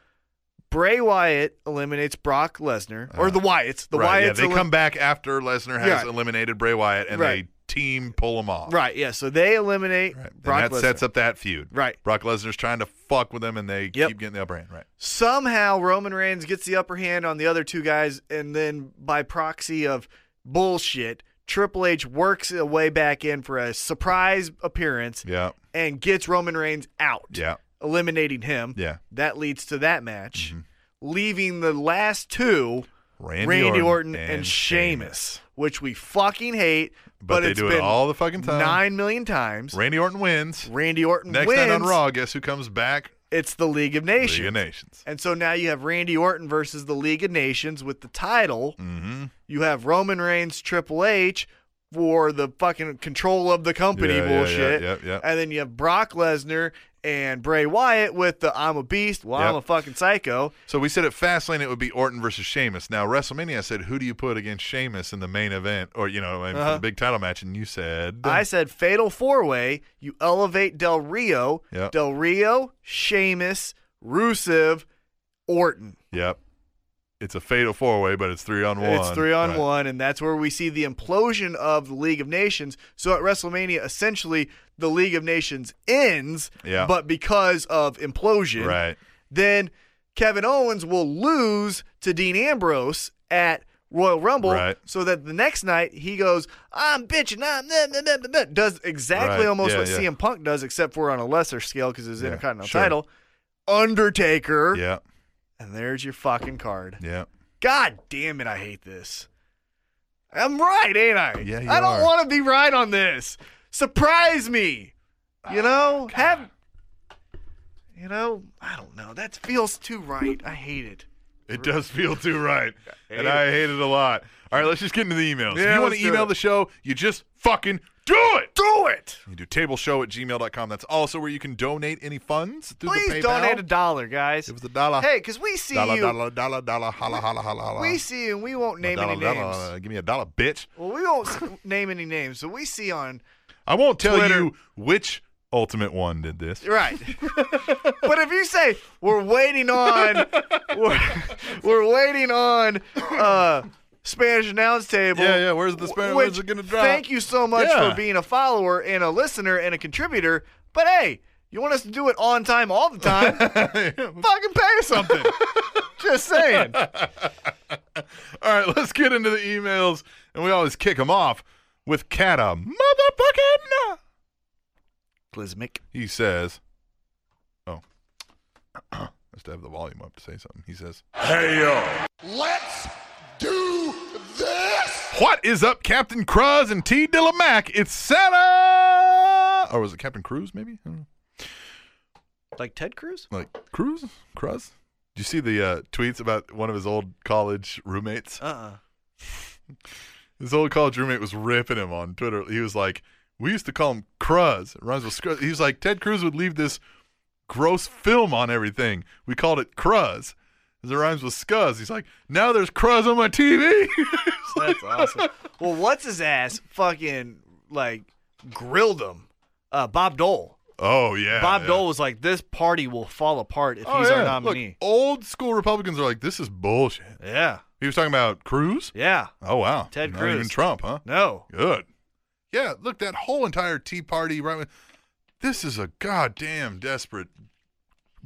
S4: Bray Wyatt eliminates Brock Lesnar. or the Wyatts. The
S3: Uh, right,
S4: Wyatts.
S3: yeah, they
S4: elim-
S3: come back after Lesnar has
S4: Right.
S3: eliminated Bray Wyatt and
S4: Right.
S3: they team pull him off.
S4: Right, yeah. So they eliminate
S3: Right. And
S4: Brock
S3: that
S4: Lesnar.
S3: sets up that feud.
S4: Right.
S3: Brock Lesnar's trying to fuck with them and they
S4: Yep.
S3: keep getting the upper hand. Right.
S4: somehow Roman Reigns gets the upper hand on the other two guys, and then by proxy of bullshit, Triple H works a way back in for a surprise appearance
S3: Yeah.
S4: and gets Roman Reigns out,
S3: Yeah.
S4: eliminating him.
S3: Yeah. Mm-hmm.
S4: That leads to that match, leaving the last two.
S3: Randy,
S4: Randy, Orton, and, Sheamus, which we fucking hate,
S3: But they
S4: it's
S3: do it
S4: been
S3: all the fucking time.
S4: nine million times.
S3: Randy Orton wins.
S4: Randy Orton
S3: Next
S4: wins.
S3: night on Raw, guess who comes back?
S4: It's the League of Nations.
S3: League of Nations.
S4: And so now you have Randy Orton versus the League of Nations with the title.
S3: Mm-hmm.
S4: You have Roman Reigns, Triple H for the fucking control of the company
S3: Yeah, yeah, yeah,
S4: bullshit.
S3: yeah, yeah.
S4: And then you have Brock Lesnar and Bray Wyatt with the I'm a beast. Well, I'm
S3: Yep.
S4: a fucking psycho.
S3: So we said at Fastlane it would be Orton versus Sheamus. Now WrestleMania, I said who do you put against Sheamus in the main event, or you know, in
S4: Uh-huh.
S3: the big title match? And you said
S4: I said fatal four way. You elevate Del Rio,
S3: Yep.
S4: Del Rio, Sheamus, Rusev, Orton.
S3: Yep. It's a fatal four way, but it's three on one.
S4: It's three on
S3: Right.
S4: one, and that's where we see the implosion of the League of Nations. So at WrestleMania, essentially, the League of Nations ends,
S3: Yeah.
S4: but because of implosion,
S3: Right.
S4: then Kevin Owens will lose to Dean Ambrose at Royal Rumble,
S3: Right.
S4: so that the next night he goes, I'm bitching, I'm nah, nah, nah, nah, nah," does exactly
S3: Right.
S4: almost
S3: Yeah,
S4: what
S3: yeah.
S4: CM Punk does, except for on a lesser scale because his
S3: Yeah,
S4: Intercontinental
S3: sure.
S4: title. Undertaker,
S3: Yeah.
S4: and there's your fucking card.
S3: Yeah.
S4: God damn it, I hate this. I'm right, ain't I?
S3: Yeah, you
S4: I don't
S3: are.
S4: want to be right on this. Surprise me.
S3: Ah,
S4: You know, have. You know, I don't know. That feels too right. I hate it.
S3: It does feel too right. and I hate it a lot. All right, let's just get into the emails. if
S4: Yeah,
S3: you want
S4: let's
S3: to
S4: do
S3: email
S4: it.
S3: the show, you just fucking do it.
S4: Do it.
S3: You do tableshow at gmail.com. That's also where you can donate any funds through the PayPal.
S4: Please donate a dollar, guys.
S3: It was a dollar.
S4: Hey, because we see
S3: dollar,
S4: you.
S3: dollar, dollar, dollar, holla, holla, holla, holla.
S4: We see you, and we won't name
S3: dollar,
S4: any
S3: dollar,
S4: names.
S3: dollar. Give me a dollar, bitch.
S4: Well, we won't s- name any names, but we see on
S3: I won't tell
S4: Twitter.
S3: you which Ultimate One did this.
S4: right. but if you say we're waiting on, we're, we're waiting on uh, Spanish announce table.
S3: Yeah, yeah, where's the Spanish-
S4: which,
S3: where's it gonna drop?
S4: Thank you so much
S3: Yeah.
S4: for being a follower and a listener and a contributor. But hey, you want us to do it on time all the time? Fucking pay something. Just saying.
S3: All right, let's get into the emails, and we always kick them off with Kata motherfucking.
S4: Glismic.
S3: He says, "Oh, I have to have the volume up to say something." He says,
S5: Let's do this.
S3: "What is up, Captain Cruz and T. Dillamac? It's Santa, or was it Captain Cruz? Maybe I don't know.
S4: Like Ted Cruz?
S3: like Cruz, Cruz." Did you see the uh, tweets about one of his old college roommates?
S4: Uh uh
S3: His old college roommate was ripping him on Twitter. He was like, "We used to call him Cruz. It rhymes with Scruz." He was like, "Ted Cruz would leave this gross film on everything. We called it Cruz, as it rhymes with Scuzz." He's like, "Now there's Cruz on my TV."
S4: That's awesome. Well, what's his ass fucking like grilled him? Uh, Bob Dole.
S3: oh yeah,
S4: Bob
S3: yeah.
S4: Dole was like, "This party will fall apart if
S3: Oh,
S4: he's our
S3: yeah. Look,
S4: nominee."
S3: old school Republicans are like, "This is bullshit."
S4: yeah,
S3: He was talking about Cruz.
S4: yeah.
S3: Oh wow,
S4: Ted
S3: Not
S4: Cruz.
S3: even Trump, huh?
S4: No,
S3: Good. Yeah, look, that whole entire Tea Party right. wing- This is a goddamn desperate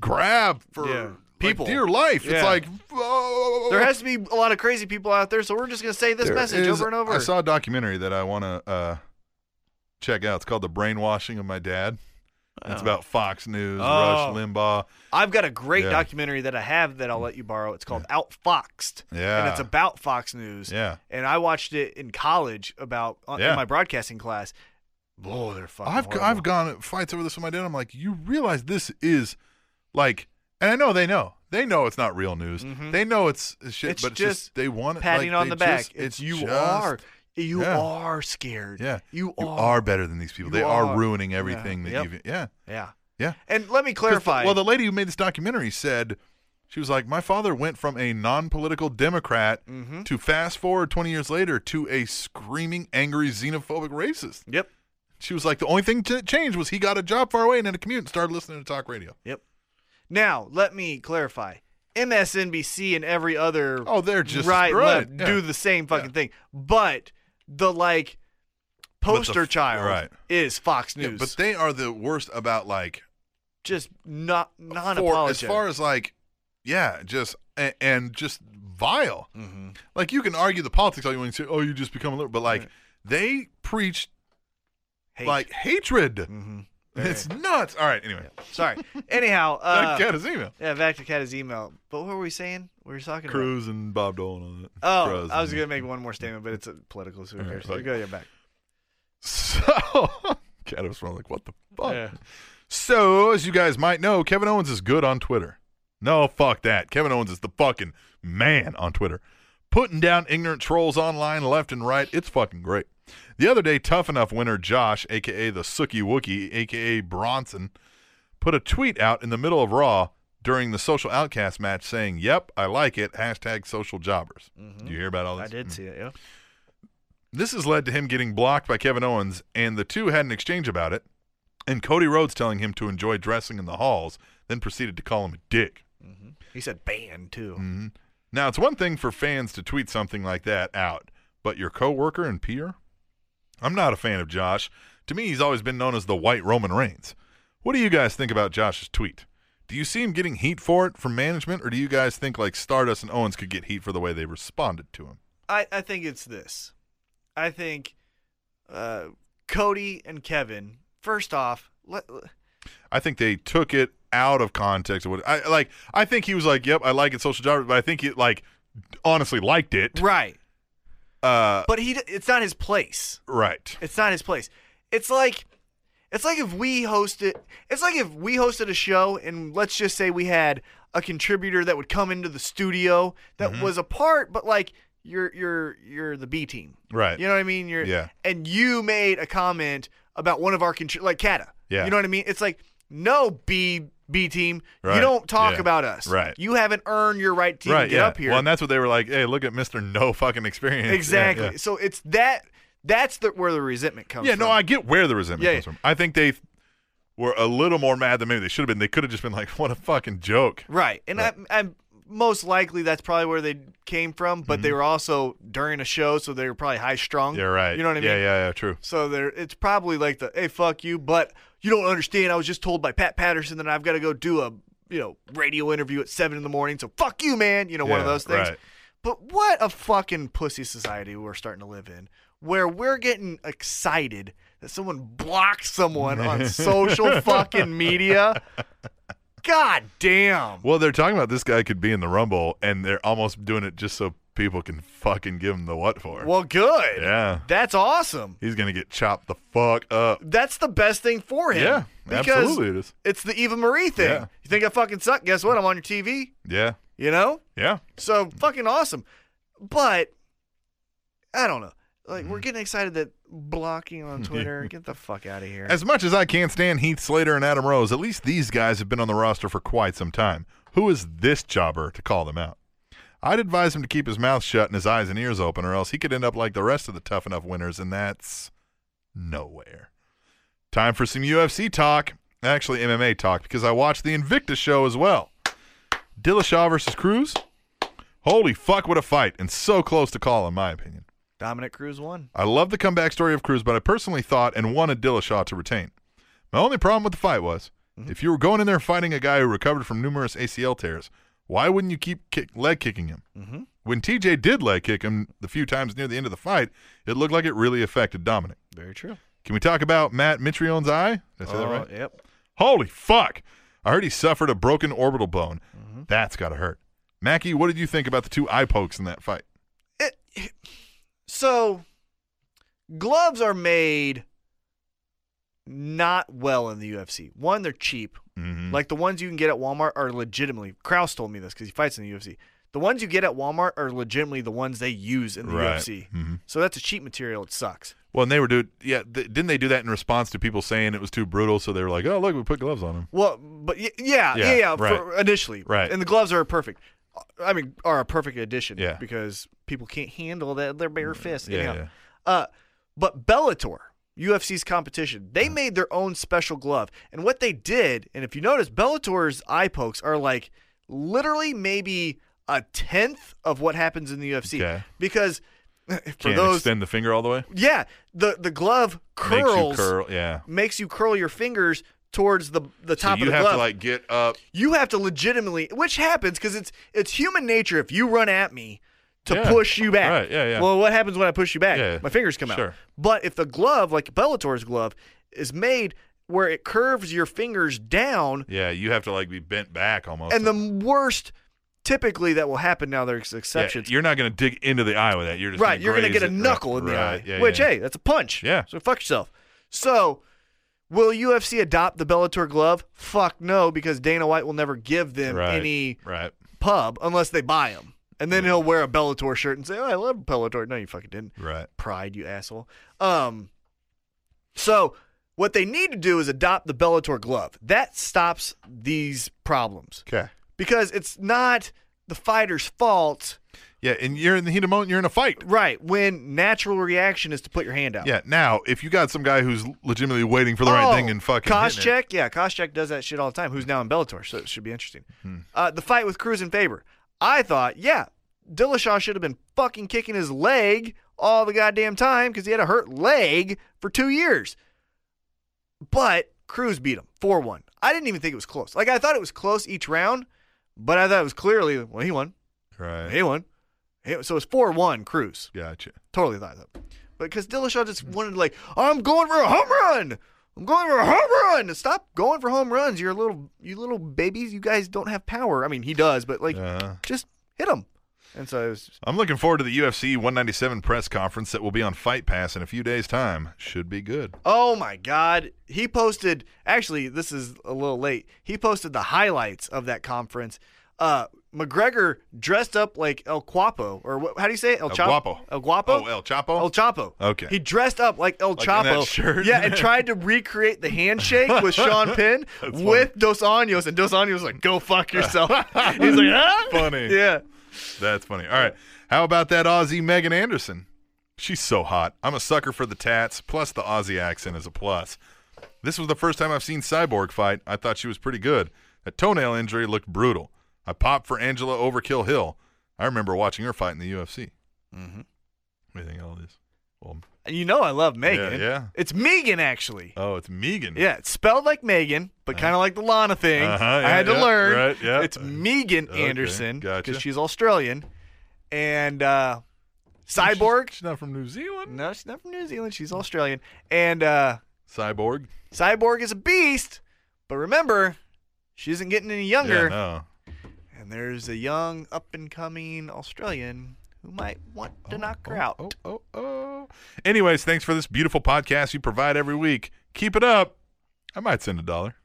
S3: grab for
S4: Yeah.
S3: like,
S4: People.
S3: dear life.
S4: Yeah.
S3: It's like oh,
S4: there has to be a lot of crazy people out there, so we're just gonna say this
S3: there
S4: message
S3: is-
S4: over and over.
S3: I saw a documentary that I want to uh, check out. It's called "The Brainwashing of My Dad." It's about Fox News,
S4: Oh.
S3: Rush Limbaugh.
S4: I've got a great
S3: Yeah.
S4: documentary that I have that I'll let you borrow. It's called Outfoxed.
S3: Yeah.
S4: And it's about Fox News.
S3: Yeah.
S4: And I watched it in college about uh,
S3: Yeah.
S4: in my broadcasting class. Oh, they're fucking.
S3: I've
S4: horrible.
S3: I've gone at fights over this with my dad. I'm like, you realize this is like, and I know they know. They know it's not real news. They know it's shit,
S4: Mm-hmm. It's
S3: but it's
S4: just
S3: just they want it.
S4: patting
S3: like,
S4: on
S3: they
S4: the back.
S3: just-
S4: it's, you
S3: just-
S4: are you
S3: yeah.
S4: are scared.
S3: Yeah,
S4: you are.
S3: better than these people.
S4: You
S3: they are,
S4: are.
S3: ruining
S4: Yeah.
S3: everything that
S4: Yep.
S3: you've. Yeah,
S4: Yeah,
S3: yeah. 'Cause
S4: and let me
S3: the-
S4: clarify.
S3: well, the lady who made this documentary said she was like, my father went from a non-political Democrat
S4: Mm-hmm.
S3: to fast forward 20 years later to a screaming, angry, xenophobic racist.
S4: yep,
S3: She was like, the only thing that changed was he got a job far away and in a commute and started listening to talk radio.
S4: yep. Now let me clarify. MSNBC and every other
S3: Oh, they're just
S4: right
S3: right,
S4: left
S3: yeah.
S4: do the same fucking thing, but the like
S3: the
S4: poster
S3: f-
S4: child
S3: right.
S4: is Fox
S3: Yeah,
S4: News.
S3: but they are the worst about like
S4: just not non
S3: for, as
S4: apologetic.
S3: far as like yeah just and, and just vile
S4: Mm-hmm.
S3: like you can argue the politics all you want to say oh you just become a liberal but like they preach like hatred
S4: Mm-hmm.
S3: it's nuts all right anyway
S4: sorry. Anyhow, uh,
S3: back at his email
S4: yeah, back to Kata's email. But what were we saying? We were talking about
S3: Cruz and Bob Dolan on it.
S4: Oh,
S3: Cruz
S4: I was
S3: and-
S4: gonna make one more statement, but it's a political. So who
S3: All right,
S4: cares?
S3: fuck it.
S4: Go ahead, back.
S3: So, God, I was wrong. Like, what the fuck? So, as you guys might know, Kevin Owens is good on Twitter. No, fuck that. Kevin Owens is the fucking man on Twitter. Putting down ignorant trolls online left and right, it's fucking great. The other day, Tough Enough winner Josh, aka the Sookie Wookie, aka Bronson, put a tweet out in the middle of Raw during the Social Outcast match saying, Yep, I like it. Hashtag social jobbers. Do you hear about all this?
S4: Mm-hmm.
S3: Mm.
S4: I did see it. Yeah.
S3: This has led to him getting blocked by Kevin Owens, and the two had an exchange about it, and Cody Rhodes telling him to enjoy dressing in the halls, then proceeded to call him a dick.
S4: He said ban too.
S3: Now, it's one thing for fans to tweet something like that out, but your coworker and peer? I'm not a fan of Josh. To me, he's always been known as the white Roman Reigns. What do you guys think about Josh's tweet? Do you see him getting heat for it from management, or do you guys think like Stardust and Owens could get heat for the way they responded to him?
S4: I, I think it's this. I think uh, Cody and Kevin. First off, let,
S3: I think they took it out of context of what I like. I think he was like, "Yep, I like it, social job," but I think he like honestly liked it.
S4: right,
S3: Uh,
S4: but he. d- It's not his place.
S3: right.
S4: It's not his place. It's like It's like if we hosted. It's like if we hosted a show, and let's just say we had a contributor that would come into the studio that
S3: Mm-hmm.
S4: was a part, but like you're you're you're the B team,
S3: Right.
S4: You know what I mean? You're
S3: Yeah.
S4: And you made a comment about one of our contri- like Kata.
S3: Yeah.
S4: You know what I mean? It's like no B B team.
S3: Right.
S4: You don't talk
S3: Yeah.
S4: about us.
S3: Right.
S4: You haven't earned your right to
S3: right.
S4: even get
S3: yeah.
S4: up here.
S3: Well, and that's what they were like. Hey, look at Mister No Fucking Experience. Yeah,
S4: exactly.
S3: yeah.
S4: So it's that. That's the, where the resentment comes.
S3: Yeah,
S4: from.
S3: no, I get where the resentment
S4: Yeah,
S3: comes
S4: yeah.
S3: from. I think they were a little more mad than maybe they should have been. They could have just been like, "What a fucking joke!"
S4: Right. And
S3: Right.
S4: I, I'm most likely that's probably where they came from, but they were also during a show, so they were probably high strung.
S3: Mm-hmm. Yeah, right.
S4: You know what I mean?
S3: Yeah, yeah, yeah. True.
S4: So there, it's probably like the hey, fuck you, but you don't understand. I was just told by Pat Patterson that I've got to go do a you know radio interview at seven in the morning. So fuck you, man. You know one of
S3: Yeah,
S4: those things.
S3: right.
S4: But what a fucking pussy society we're starting to live in, where we're getting excited that someone blocks someone on social fucking media. God damn.
S3: Well, they're talking about this guy could be in the Rumble, and they're almost doing it just so people can fucking give him the what for.
S4: Well, good.
S3: yeah,
S4: That's awesome.
S3: he's gonna get chopped the fuck up.
S4: That's the best thing for him.
S3: Yeah,
S4: because
S3: absolutely it is.
S4: It's the Eva Marie thing.
S3: Yeah.
S4: You think I fucking suck? Guess what? I'm on your TV.
S3: Yeah,
S4: You know?
S3: yeah.
S4: So fucking awesome. But I don't know. Like
S3: Mm-hmm.
S4: we're getting excited that blocking on Twitter. get the fuck out of here.
S3: As much as I can't stand Heath Slater and Adam Rose, at least these guys have been on the roster for quite some time. Who is this jobber to call them out? I'd advise him to keep his mouth shut and his eyes and ears open, or else he could end up like the rest of the tough enough winners, and that's nowhere. Time for some UFC talk. Actually, MMA talk, because I watched the Invicta show as well. Dillashaw versus Cruz. Holy fuck, what a fight, and so close to call, in my opinion.
S4: Dominic Cruz won.
S3: I love the comeback story of Cruz, but I personally thought and wanted Dillashaw to retain. My only problem with the fight was
S4: Mm-hmm.
S3: if you were going in there fighting a guy who recovered from numerous ACL tears, why wouldn't you keep kick, leg kicking him? Mm-hmm. When TJ did leg kick him the few times near the end of the fight, it looked like it really affected Dominic.
S4: Very true.
S3: Can we talk about Matt Mitrione's eye? Did I say that right?
S4: Oh, Yep.
S3: Holy fuck! I heard he suffered a broken orbital bone.
S4: Mm-hmm.
S3: That's got to hurt. Mackie, what did you think about the two eye pokes in that fight?
S4: It, so gloves are made not well in the UFC. One, they're cheap.
S3: Mm-hmm.
S4: Like the ones you can get at Walmart are legitimately. Kraus told me this because he fights in the UFC. The ones you get at Walmart are legitimately the ones they use in the
S3: Right.
S4: UFC.
S3: Mhm.
S4: So that's a cheap material. It sucks.
S3: Well, and they were doing, yeah. Th- didn't they do that in response to people saying it was too brutal? So they were like, "Oh, look, we put gloves on him."
S4: Well, but y-
S3: Yeah,
S4: yeah, yeah, yeah, for
S3: right.
S4: initially,
S3: Right.
S4: And the gloves are perfect. I mean, are a perfect addition.
S3: Yeah. Mm.
S4: Because people can't handle that their bare fists.
S3: Yeah,
S4: Anyhow.
S3: yeah.
S4: Uh, but Bellator, UFC's competition, they made their own special glove, and what they did, and if you notice, Bellator's eye pokes are like literally maybe a tenth of what happens in the UFC
S3: Okay.
S4: because for
S3: Can't
S4: those,
S3: extend the finger all the way.
S4: yeah, the the glove curls
S3: Makes you curl. Yeah.
S4: makes you curl your fingers towards the the top
S3: so you
S4: of the
S3: have
S4: glove.
S3: to like get up.
S4: you have to legitimately, which happens because it's it's human nature. If you run at me, to
S3: Yeah.
S4: push you back.
S3: Right, yeah, yeah.
S4: Well, what happens when I push you back?
S3: Yeah, yeah.
S4: My fingers come out.
S3: Sure.
S4: But if the glove, like Bellator's glove, is made where it curves your fingers down,
S3: Yeah, you have to like be bent back almost.
S4: and the worst, typically that will happen. Now there's
S3: yeah,
S4: exceptions.
S3: you're not going to dig into the eye with that. You're just
S4: right, you're gonna
S3: going to
S4: get a knuckle in the eye,
S3: Yeah,
S4: which
S3: yeah.
S4: hey, that's a punch.
S3: Yeah.
S4: So fuck yourself. So, will UFC adopt the Bellator glove? Fuck no, because Dana White will never give them
S3: right,
S4: any
S3: right.
S4: pub unless they buy him. And then he'll wear a Bellator shirt and say, "Oh, I love Bellator." No, you fucking didn't.
S3: Right.
S4: Pride, you asshole. Um. So what they need to do is adopt the Bellator glove. That stops these problems
S3: Okay.
S4: because it's not the fighter's fault,
S3: Yeah, and you're in the heat of moment. You're in a fight.
S4: right? When natural reaction is to put your hand out.
S3: Yeah. Now, if you got some guy who's legitimately waiting for the right
S4: Oh,
S3: thing and fucking hitting it-
S4: Koscheck, yeah, Koscheck does that shit all the time. Who's now in Bellator, so it should be interesting. Uh, the fight with Cruz and Faber, I thought, yeah, Dillashaw should have been fucking kicking his leg all the goddamn time because he had a hurt leg for two years. But Cruz beat him four one. I didn't even think it was close. Like I thought it was close each round, but I thought it was clearly well he won,
S3: Right.
S4: he won, He- so it's four one Cruz.
S3: Gotcha.
S4: Totally thought that. But because Dillashaw just wanted like, I'm going for a home run. I'm going for a home run. Stop going for home runs. You're little, you little babies. You guys don't have power. I mean, he does, but like,
S3: Uh-huh.
S4: just hit him. And so it was just,
S3: I'm looking forward to the UFC 197 press conference that will be on Fight Pass in a few days' time. Should be good.
S4: oh my God. He posted, actually, this is a little late. He posted the highlights of that conference. Uh, McGregor dressed up like El Guapo, or what, how do you say it? El,
S3: El
S4: Chap-
S3: Guapo.
S4: El Guapo?
S3: Oh, El Chapo?
S4: El Chapo.
S3: Okay.
S4: He dressed up like El
S3: Like in
S4: Chapo.
S3: that shirt?
S4: Yeah, and tried to recreate the handshake with Sean Penn
S3: That's
S4: with Dos Anjos, and Dos Anjos was like, "Go fuck yourself." He's like, "Huh?"
S3: Funny.
S4: Yeah.
S3: That's funny. All right. How about that Aussie Megan Anderson? She's so hot. I'm a sucker for the tats, plus the Aussie accent is a plus. This was the first time I've seen Cyborg fight. I thought she was pretty good. That toenail injury looked brutal. I popped for Angela Overkill Hill. I remember watching her fight in the UFC. Mm-hmm. What do you think of all this? Well,
S4: And you know I love Megan.
S3: yeah.
S4: It's Megan actually.
S3: oh, it's Megan.
S4: Yeah, it's spelled like Megan, but kind of like the Lana thing.
S3: Uh-huh,
S4: I
S3: yeah,
S4: had to
S3: yeah,
S4: learn.
S3: right, yeah.
S4: It's Megan
S3: Okay,
S4: Anderson because
S3: gotcha.
S4: she's Australian, and uh,
S3: She's-
S4: Cyborg.
S3: She's, not from New Zealand.
S4: no, she's not from New Zealand. She's Australian, and uh,
S3: Cyborg.
S4: Cyborg is a beast. But remember, she isn't getting any younger.
S3: Yeah, no.
S4: And there's a young, up and coming Australian who might want to knock her
S3: oh,
S4: out.
S3: Oh, oh, oh. Anyways, thanks for this beautiful podcast you provide every week. Keep it up. I might send a dollar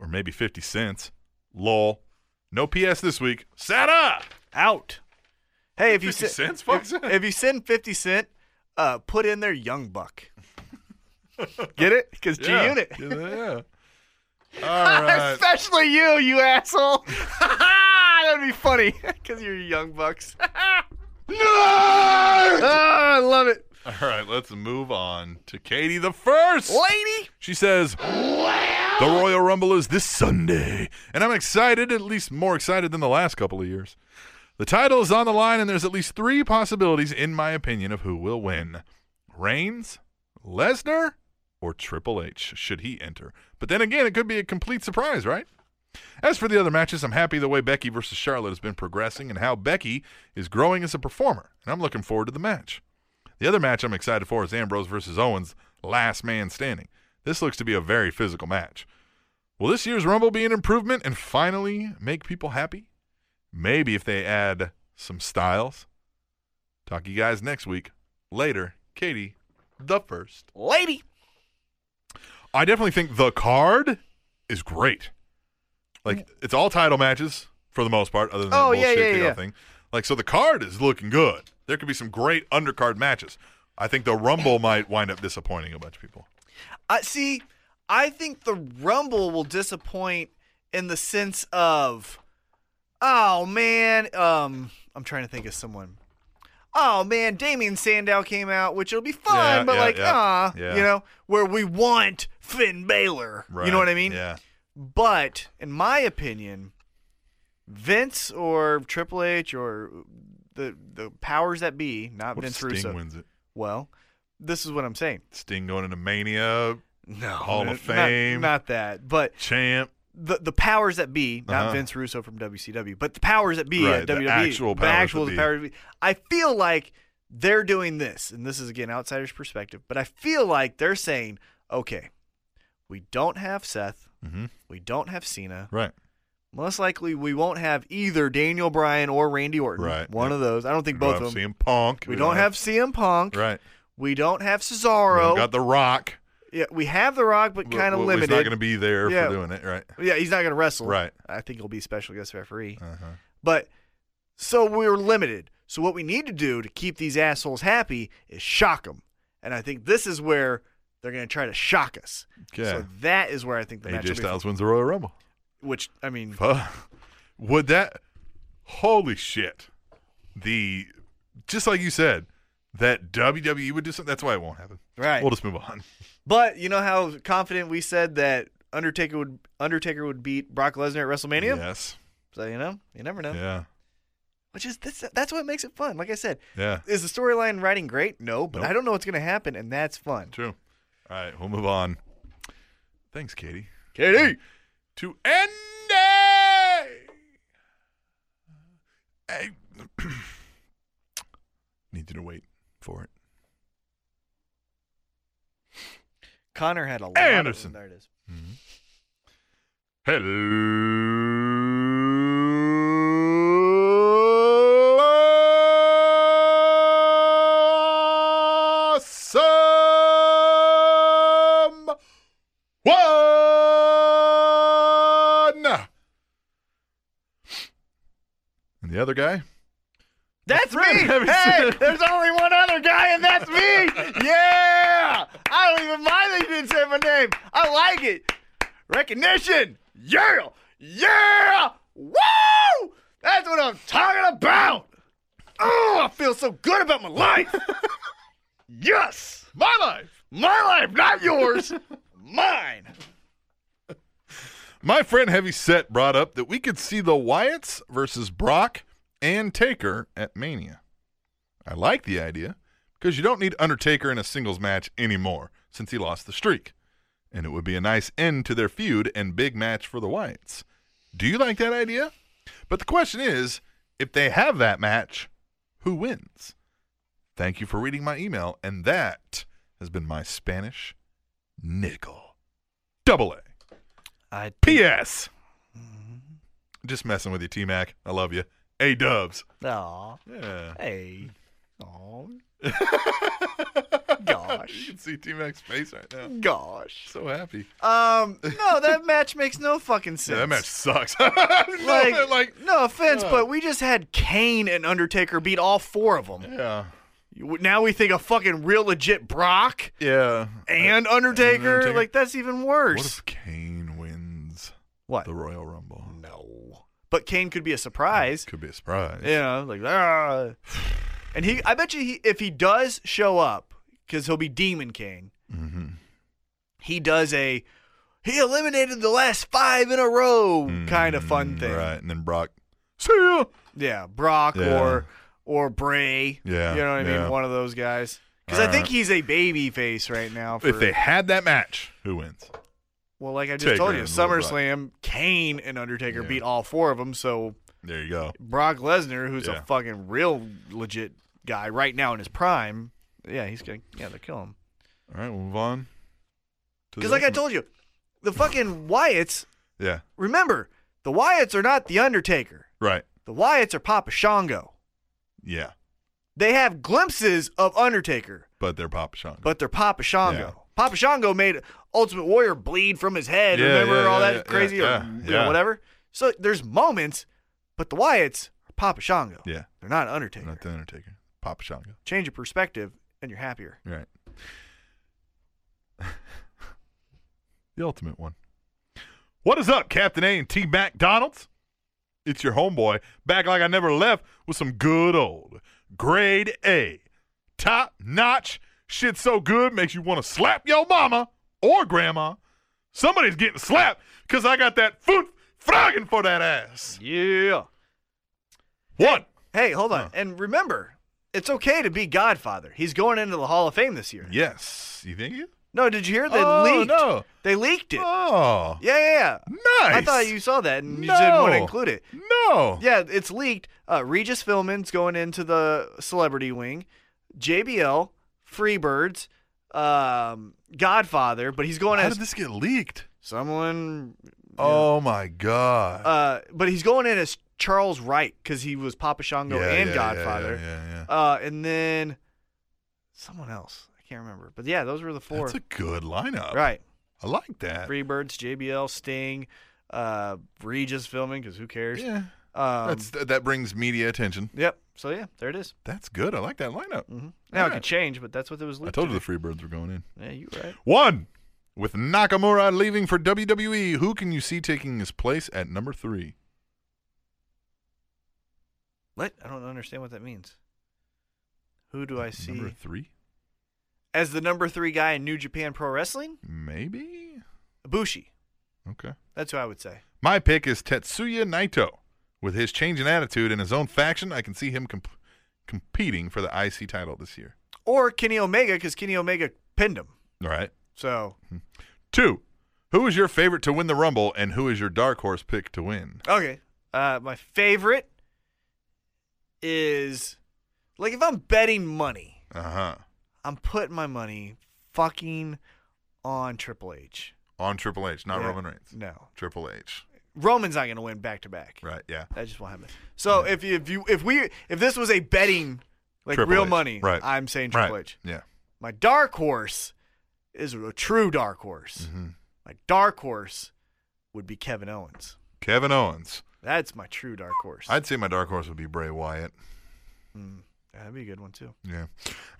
S3: or maybe 50 cents. Lol. No PS this week. Sada!
S4: Out. Hey, if you
S3: 50
S4: send
S3: cents? Fuck
S4: if,
S3: that.
S4: if you send fifty cent, uh, put in there young buck. Get it? Because G
S3: Yeah.
S4: Unit.
S3: Yeah. All right.
S4: Especially you, you asshole. That'd be funny because you're young bucks.
S5: No!
S4: Ah, I love it,
S3: All right, let's move on to Katie the First.
S4: lady.
S3: She says, The Royal Rumble is this Sunday, and I'm excited, at least more excited than the last couple of years. The title is on the line, and there's at least three possibilities, in my opinion, of who will win Reigns, Lesnar, or Triple H, should he enter. But then again, it could be a complete surprise, right? As for the other matches, I'm happy the way Becky versus Charlotte has been progressing and how Becky is growing as a performer, and I'm looking forward to the match. The other match I'm excited for is Ambrose versus Owens, last man standing. This looks to be a very physical match. Will this year's Rumble be an improvement and finally make people happy? Maybe if they add some styles. Talk to you guys next week. Later, Katie, the first.
S4: Lady.
S3: I definitely think the card is great. Like it's all title matches for the most part, other than that
S4: Mm. Oh, yeah,
S3: bullshit
S4: yeah,
S3: kickoff
S4: yeah.
S3: thing. Like so, the card is looking good. There could be some great undercard matches. I think the Rumble might wind up disappointing a bunch of people.
S4: I see. I think the Rumble will disappoint in the sense of, oh man, um, I'm trying to think of someone. Oh man, Damien Sandow came out, which will be fun,
S3: Yeah,
S4: but
S3: yeah,
S4: like,
S3: yeah,
S4: ah,
S3: yeah.
S4: you know, where we want Finn Balor.
S3: Right.
S4: You know what I mean?
S3: Yeah.
S4: But in my opinion, Vince or Triple H or the the powers that be, not
S3: What if
S4: Vince
S3: Sting
S4: Russo.
S3: wins it?
S4: Well, this is what I'm saying.
S3: Sting going into Mania,
S4: No,
S3: Hall of
S4: not-
S3: Fame.
S4: not that, but
S3: champ.
S4: the the powers that be, not
S3: Uh-huh.
S4: Vince Russo from WCW, but the powers that be
S3: Right,
S4: at
S3: the
S4: WWE,
S3: actual powers
S4: the actual
S3: that be.
S4: powers that be. I feel like they're doing this, and this is again outsider's perspective, but I feel like they're saying, okay, we don't have Seth,
S3: Mhm.
S4: we don't have Cena,
S3: Right.
S4: most likely we won't have either Daniel Bryan or Randy Orton,
S3: Right,
S4: one
S3: yeah.
S4: of those. I don't think
S3: We
S4: both
S3: don't
S4: of them.
S3: have CM Punk.
S4: We, don't, have CM Punk.
S3: right.
S4: We don't have
S3: We
S4: Cesaro.
S3: don't got The Rock.
S4: yeah, we have The Rock, but kind of
S3: Well,
S4: limited.
S3: He's not going to be there
S4: Yeah.
S3: for doing it. Right.
S4: Yeah, he's not going to wrestle.
S3: Right.
S4: I think he'll be special guest referee.
S3: Uh-huh.
S4: But so we're limited. So what we need to do to keep these assholes happy is shock them. And I think this is where they're going to try to shock us.
S3: Okay.
S4: So that is where I think the match will
S3: AJ
S4: be.
S3: Styles wins the Royal Rumble.
S4: Which I mean,
S3: Fuck. Would that? Holy shit! The just like you said that WWE would do something. That's why it won't happen.
S4: right.
S3: We'll just move on.
S4: but you know how confident we said that Undertaker would Undertaker would beat Brock Lesnar at WrestleMania.
S3: Yes.
S4: So you know, you never know.
S3: Yeah.
S4: Which is that's that's what makes it fun. Like I said,
S3: Yeah.
S4: is the storyline writing great? No, but
S3: Nope.
S4: I don't know what's going to happen, and that's fun.
S3: True. All right. We'll move on. Thanks, Katie.
S4: KD.
S3: To end it. I need you to wait for it.
S4: Connor had a lot.
S3: Anderson.
S4: Of, there it is.
S3: Hello. The other guy?
S4: That's me.
S3: heavy
S4: Hey,
S3: set.
S4: there's only one other guy, and that's me. Yeah. I don't even mind that you didn't say my name. I like it. Recognition. Yeah. Yeah. Woo. That's what I'm talking about. Oh, I feel so good about my life. yes.
S3: My life!
S4: My life, not yours. Mine.
S3: My friend Heavy Set brought up that we could see the Wyatts versus Brock and Taker at Mania. I like the idea because you don't need Undertaker in a singles match anymore since he lost the streak. And it would be a nice end to their feud and big match for the Wyatts. Do you like that idea? But the question is if they have that match, who wins? Thank you for reading my email. And that has been my Spanish nickel. Double A.
S4: I
S3: P.S. Just messing with you, T Mac. I love you. A Dubs.
S4: Aw.
S3: Yeah.
S4: Hey. Aw.
S3: You
S4: Gosh.
S3: can see T Mac's face right now.
S4: Gosh.
S3: So happy.
S4: Um, no, that match makes no fucking sense.
S3: Yeah, that match sucks. no,
S4: like,
S3: like, like,
S4: no offense,
S3: uh.
S4: but we just had Kane and Undertaker beat all four of them.
S3: yeah,
S4: Now we think a fucking real legit Brock
S3: yeah.
S4: and Undertaker.
S3: Undertaker.
S4: Like that's even
S3: What
S4: worse.
S3: if Kane wins
S4: What?
S3: the Royal Rumble?
S4: No. But Kane could be a surprise.
S3: Could be a surprise.
S4: You know, like ah. And he, I bet you, he, if he does show up, because he'll be Demon Kane.
S3: Mm-hmm.
S4: He does a. He eliminated the last five in a row kind of fun thing.
S3: Mm, Right, and then Brock. See ya.
S4: Yeah, Brock
S3: Yeah.
S4: or or Bray.
S3: Yeah,
S4: you know what I
S3: yeah.
S4: mean. One of those guys. Because I
S3: All
S4: think
S3: right.
S4: he's a baby face right now. For,
S3: If they had that match, who wins?
S4: well, like I just
S3: Taker
S4: told you,
S3: and Little Brock.
S4: SummerSlam, Kane and Undertaker
S3: Yeah.
S4: beat all four of them. So
S3: There you go.
S4: Brock Lesnar, who's
S3: Yeah.
S4: a fucking real legit guy right now in his prime, yeah, he's gonna yeah they'll kill him.
S3: All right, we'll move on. to the
S4: Because like I
S3: ultimate-
S4: told you, the fucking Wyatts.
S3: Yeah.
S4: Remember, the Wyatts are not the Undertaker.
S3: Right.
S4: The Wyatts are Papa Shango.
S3: Yeah.
S4: They have glimpses of Undertaker.
S3: But they're Papa Shango.
S4: but they're Papa Shango.
S3: Yeah.
S4: Papa Shango made Ultimate Warrior bleed from his head.
S3: Yeah,
S4: remember
S3: yeah,
S4: all
S3: yeah,
S4: that
S3: yeah,
S4: crazy or
S3: yeah,
S4: you know,
S3: yeah.
S4: whatever? So there's moments, but the Wyatts are Papa Shango.
S3: Yeah.
S4: They're not Undertaker.
S3: Not the Undertaker. Papa Shango.
S4: Change your perspective and you're happier.
S3: Right. the ultimate one. What is up, Captain A and T McDonald's? It's your homeboy, back like I never left with some good old grade A. Top notch. Shit so good makes you want to slap your mama or grandma. Somebody's getting slapped because I got that foot frogging for that ass.
S4: Yeah.
S3: What?
S4: Hey, hold on. And remember, it's okay to be Godfather. He's going into the Hall of Fame this year.
S3: Yes. You think you?
S4: No, did you hear they
S3: Oh,
S4: leaked?
S3: no.
S4: They leaked it.
S3: Oh.
S4: Yeah, yeah, yeah.
S3: Nice.
S4: I thought you saw that and you just didn't want to
S3: No.
S4: include it.
S3: No.
S4: Yeah, it's leaked. Uh, Regis Philbin's going into the celebrity wing. JBL, Freebirds, um, Godfather, but he's going
S3: How
S4: as
S3: did this get leaked?
S4: someone.
S3: Oh my god!
S4: Uh, but he's going in as Charles Wright because he was Papa Shango and Godfather.
S3: Yeah, yeah. yeah.
S4: Uh, and then someone else. I can't remember. But yeah, those were the four.
S3: That's a good lineup.
S4: right.
S3: I like that.
S4: Freebirds, JBL, Sting, uh, Regis Philbin because who cares?
S3: Yeah.
S4: Um,
S3: That's that that brings media attention.
S4: yep. So yeah, there it is.
S3: That's good. I like that lineup.
S4: Mm-hmm. Now it
S3: Alright.
S4: could change, but that's what it was
S3: I
S4: leaked.
S3: told you
S4: to.
S3: the Freebirds were going in.
S4: Yeah, you right.
S3: One with Nakamura leaving for WWE. Who can you see taking his place at number three?
S4: What? I don't understand what that means. Who do I see
S3: Number three,
S4: as the number three guy in New Japan Pro Wrestling?
S3: maybe.
S4: Ibushi.
S3: Okay.
S4: That's who I would say.
S3: My pick is Tetsuya Naito. With his change in attitude and his own faction, I can see him comp- competing for the IC title this year.
S4: Or Kenny Omega, because Kenny Omega pinned him.
S3: All right.
S4: So
S3: Two. Who is your favorite to win the Rumble, and who is your dark horse pick to win?
S4: okay. Uh, my favorite is like if I'm betting money,
S3: Uh huh.
S4: I'm putting my money fucking on Triple H.
S3: On Triple H, not
S4: Yeah.
S3: Roman Reigns.
S4: No,
S3: Triple H.
S4: Roman's not gonna win back to back.
S3: Right. Yeah.
S4: That just won't happen. So if you, if you if we if this was a betting like
S3: Triple
S4: real
S3: H.
S4: money,
S3: Right.
S4: I'm saying Triple
S3: right.
S4: H.
S3: Yeah.
S4: My dark horse is a true
S3: Mm-hmm.
S4: dark horse. My dark horse would be Kevin Owens.
S3: Kevin Owens.
S4: That's my true dark horse.
S3: I'd say my dark horse would be Bray Wyatt.
S4: That'd be a good one too.
S3: Yeah.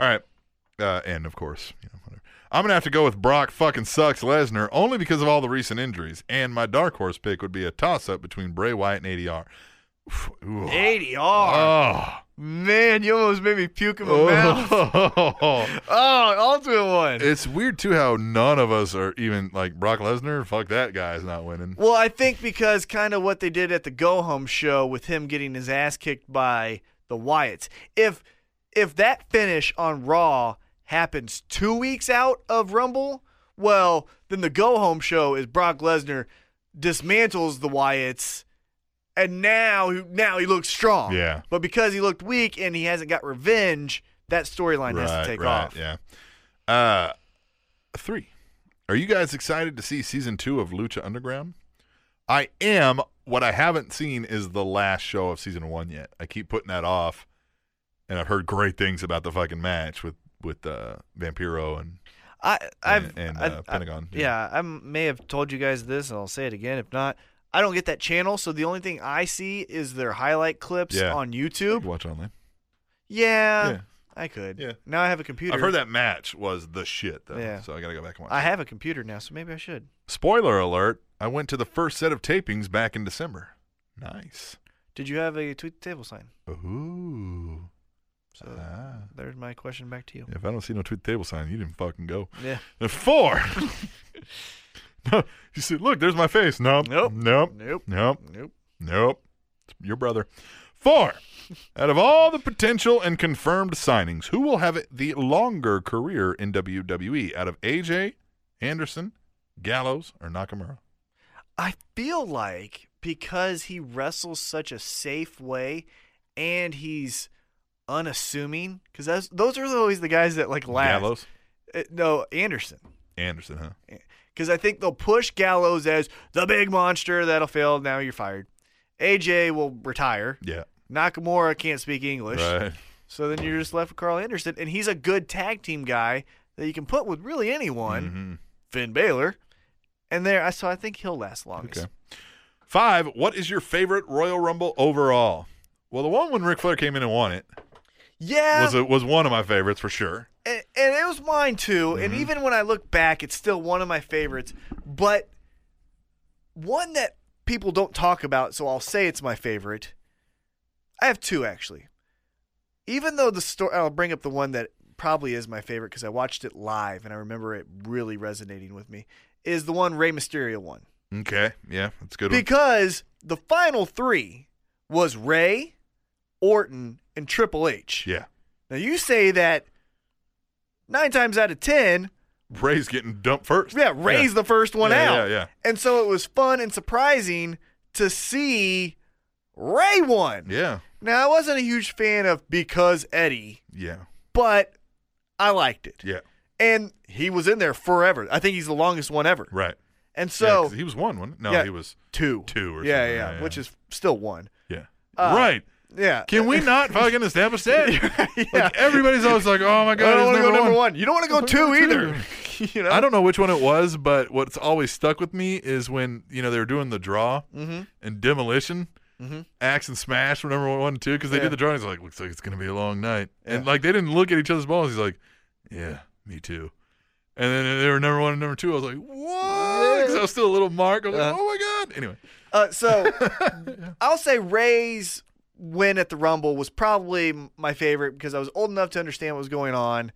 S3: All right. Uh, and of course, you know, whatever. I'm gonna have to go with Brock fucking sucks Lesnar only because of all the recent injuries. And my dark horse pick would be a toss up between Bray Wyatt and ADR. Ooh.
S4: ADR.
S3: Oh.
S4: Man, you almost made me puke in my mouth.
S3: Oh.
S4: Oh, ultimate one.
S3: it's weird too how none of us are even like Brock Lesnar. Fuck that guy's not winning.
S4: Well, I think because kind of what they did at the go home show with him getting his ass kicked by the Wyatts. If if that finish on Raw happens two weeks out of Rumble, well, then the go home show is Brock Lesnar dismantles the Wyatts, and now now he looks strong.
S3: Yeah.
S4: But because he looked weak and he hasn't got revenge, that storyline has to take
S3: right,
S4: off.
S3: Yeah. Uh, three. Are you guys excited to see season two of Lucha Underground? I am. What I haven't seen is the last show of season one yet. I keep putting that off, and I've heard great things about the fucking match with with uh, Vampiro and
S4: I, I've
S3: and,
S4: I-
S3: uh,
S4: I-
S3: Pentagon, yeah.
S4: Yeah. I may have told you guys this, and I'll say it again. If not, I don't get that channel, so the only thing I see is their highlight clips
S3: Yeah.
S4: on YouTube.
S3: Watch Online.
S4: Yeah,
S3: Yeah.
S4: I could.
S3: Yeah.
S4: Now I have a computer.
S3: I've heard that match was the shit though,
S4: Yeah.
S3: so I gotta go back and watch.
S4: I
S3: it.
S4: have a computer now, so maybe I should.
S3: Spoiler alert! I went to the first set of tapings back in December. Nice.
S4: Did you have a tweet the table sign?
S3: Ooh.
S4: So
S3: Ah.
S4: there's my question back to you.
S3: If I don't see no tweet the table sign, you didn't fucking go.
S4: Yeah.
S3: And four. no, you said, look, there's my face. Nope.
S4: Nope.
S3: Nope.
S4: Nope.
S3: Nope.
S4: Nope.
S3: Nope. It's your brother. Four. Out of all the potential and confirmed signings, who will have the longer career in WWE out of AJ, Anderson, Gallows, or Nakamura?
S4: I feel like because he wrestles such a safe way and he's unassuming, because those are always the guys that like last.
S3: Gallows?
S4: Uh, no, Anderson.
S3: Anderson, huh?
S4: Because I think they'll push Gallows as the big monster that'll fail. Now you're fired. AJ will retire.
S3: Yeah.
S4: Nakamura can't speak English.
S3: Right.
S4: So then you're just left with Carl Anderson. And he's a good tag team guy that you can put with really anyone.
S3: Mhm.
S4: Finn Baylor. And there, I so I think he'll last longest.
S3: Okay. Five. What is your favorite Royal Rumble overall? Well, the one when Ric Flair came in and won it
S4: Yeah.
S3: was a, was one of my favorites for sure.
S4: and, and it was mine too. And
S3: Mm-hmm.
S4: even when I look back, it's still one of my favorites. But one that people don't talk about, so I'll say it's my favorite. I have two actually. Even though the story, I'll bring up the one that probably is my favorite because I watched it live and I remember it really resonating with me. Is the one Rey Mysterio one
S3: Okay. Yeah, that's a good. one.
S4: because the final three was Rey, Orton, and Triple H.
S3: Yeah.
S4: Now you say that nine times out of ten,
S3: Ray's getting dumped first.
S4: yeah, Ray's the first one
S3: Yeah,
S4: out.
S3: yeah, yeah.
S4: And so it was fun and surprising to see Ray won.
S3: Yeah.
S4: Now I wasn't a huge fan of because Eddie,
S3: Yeah.
S4: but I liked it.
S3: Yeah.
S4: And he was in there forever. I think he's the longest one ever.
S3: Right.
S4: And
S3: Yeah,
S4: so
S3: 'cause he was one, wasn't he? No,
S4: yeah.
S3: he was.
S4: two,
S3: two or something.
S4: yeah, yeah,
S3: Yeah,
S4: yeah,
S3: yeah.
S4: which is still one.
S3: Yeah.
S4: Uh,
S3: right.
S4: Yeah.
S3: Can we not fucking establish that?
S4: Yeah.
S3: Like everybody's always like, "Oh my
S4: I
S3: god,
S4: don't
S3: he's
S4: want to
S3: number,
S4: go number
S3: one.
S4: one. You don't want to go two either. you know.
S3: I don't know which one it was, but what's always stuck with me is when you know they were doing the draw
S4: Mm-hmm.
S3: and demolition, axe and smash were number one and two because they
S4: Yeah.
S3: did the draw. And he's like, looks like it's gonna be a long night, and like they didn't look at each other's balls. He's like, yeah, me too. And then they were number one and number two. I was like, what? Because I was still a little mark. I was like,
S4: Uh-huh.
S3: oh my god. Anyway,
S4: Uh, so I'll say Ray's win at the Rumble was probably m- my favorite because I was old enough to understand what was going on,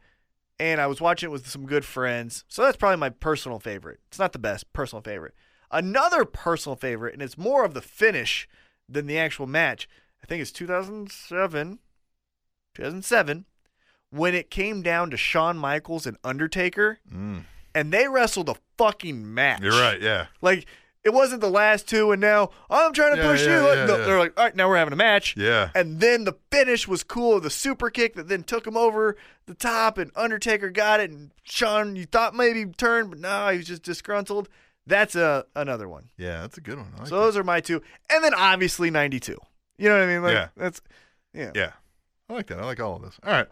S4: and I was watching it with some good friends. So that's probably my personal favorite. It's not the best personal favorite. Another personal favorite, and it's more of the finish than the actual match. I think it's 2007, 2007, when it came down to Shawn Michaels and Undertaker, and they wrestled a fucking match.
S3: you're right. Yeah.
S4: Like it wasn't the last two, and now I'm trying to
S3: Yeah,
S4: push
S3: yeah,
S4: you.
S3: yeah,
S4: No,
S3: yeah.
S4: They're like, all right, now we're having a match.
S3: Yeah.
S4: And then the finish was cool, the super kick that then took him over the top, and Undertaker got it, and Sean, you thought maybe turned, but no, he was just disgruntled. That's a another one.
S3: Yeah, that's a good one. I like
S4: so those are my two, and then obviously '92. You know what I mean? Like,
S3: Yeah.
S4: That's yeah.
S3: Yeah. I like that. I like all of this. All right.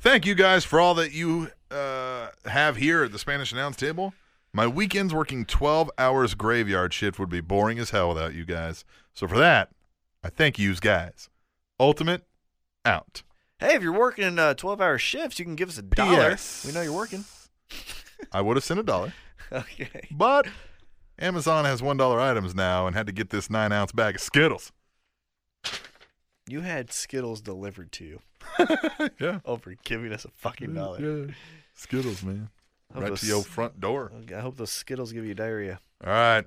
S3: Thank you guys for all that you uh, have here at the Spanish Announce Table. My weekends working 12 hours graveyard shift would be boring as hell without you guys. So for that, I thank yous guys. Ultimate out.
S4: Hey, if you're working uh, 12 hour shifts, you can give us a dollar.
S3: P.S..
S4: We know you're working.
S3: I would have sent a dollar,
S4: Okay.
S3: but Amazon has $1 items now and had to get this 9 ounce bag of Skittles.
S4: You had Skittles delivered to you
S3: Yeah.
S4: over giving us a fucking dollar.
S3: Yeah. Skittles, man.
S4: Hope
S3: Right
S4: those-
S3: to your front door.
S4: I hope those Skittles give you diarrhea.
S3: All right.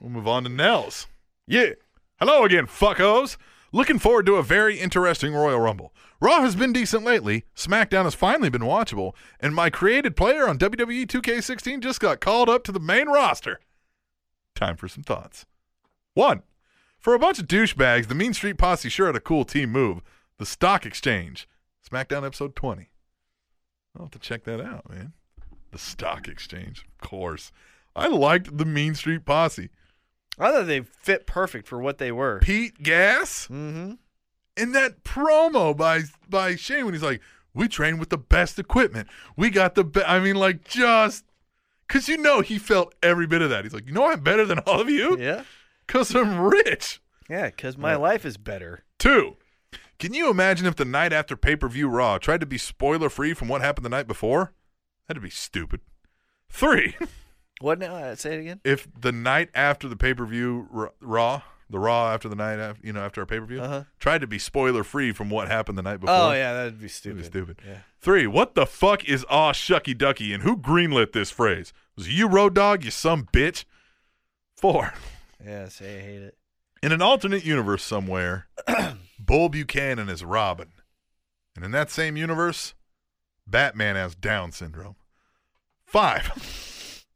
S3: We'll move on to Nels. Yeah. Hello again, fuckos. Looking forward to a very interesting Royal Rumble. Raw has been decent lately, SmackDown has finally been watchable, and my created player on E WWE 2K16 just got called up to the main roster. Time for some thoughts. One, for a bunch of douchebags, the Mean Street Posse sure had a cool team move the Stock Exchange. SmackDown episode 20. I'll have to check that out, man. The Stock Exchange, of course. I liked the Mean Street Posse.
S4: I thought they fit perfect for what they were.
S3: Pete Gas
S4: Mm-hmm.
S3: and that promo by by Shane when he's like, "We train with the best equipment. We got the best." I mean, like just because you know he felt every bit of that. He's like, "You know, I'm better than all of you
S4: Yeah.
S3: because I'm rich."
S4: Yeah, because my life is better.
S3: Two. Can you imagine if the night after pay per view Raw tried to be spoiler free from what happened the night before? That'd be stupid. Three.
S4: What now? Uh, Say it again.
S3: if the night after the pay per view Raw, the Raw after the night after you know after our pay per view,
S4: Uh-huh.
S3: tried to be spoiler free from what happened the night before.
S4: Oh yeah, that'd be
S3: That'd
S4: stupid.
S3: be stupid.
S4: Yeah.
S3: Three. What the fuck is aw shucky ducky and who greenlit this phrase? Was it you road dog? You some bitch. Four.
S4: Yeah. Say I hate it.
S3: In an alternate universe somewhere, Bull Buchanan is Robin, and in that same universe, Batman has Down syndrome. Five.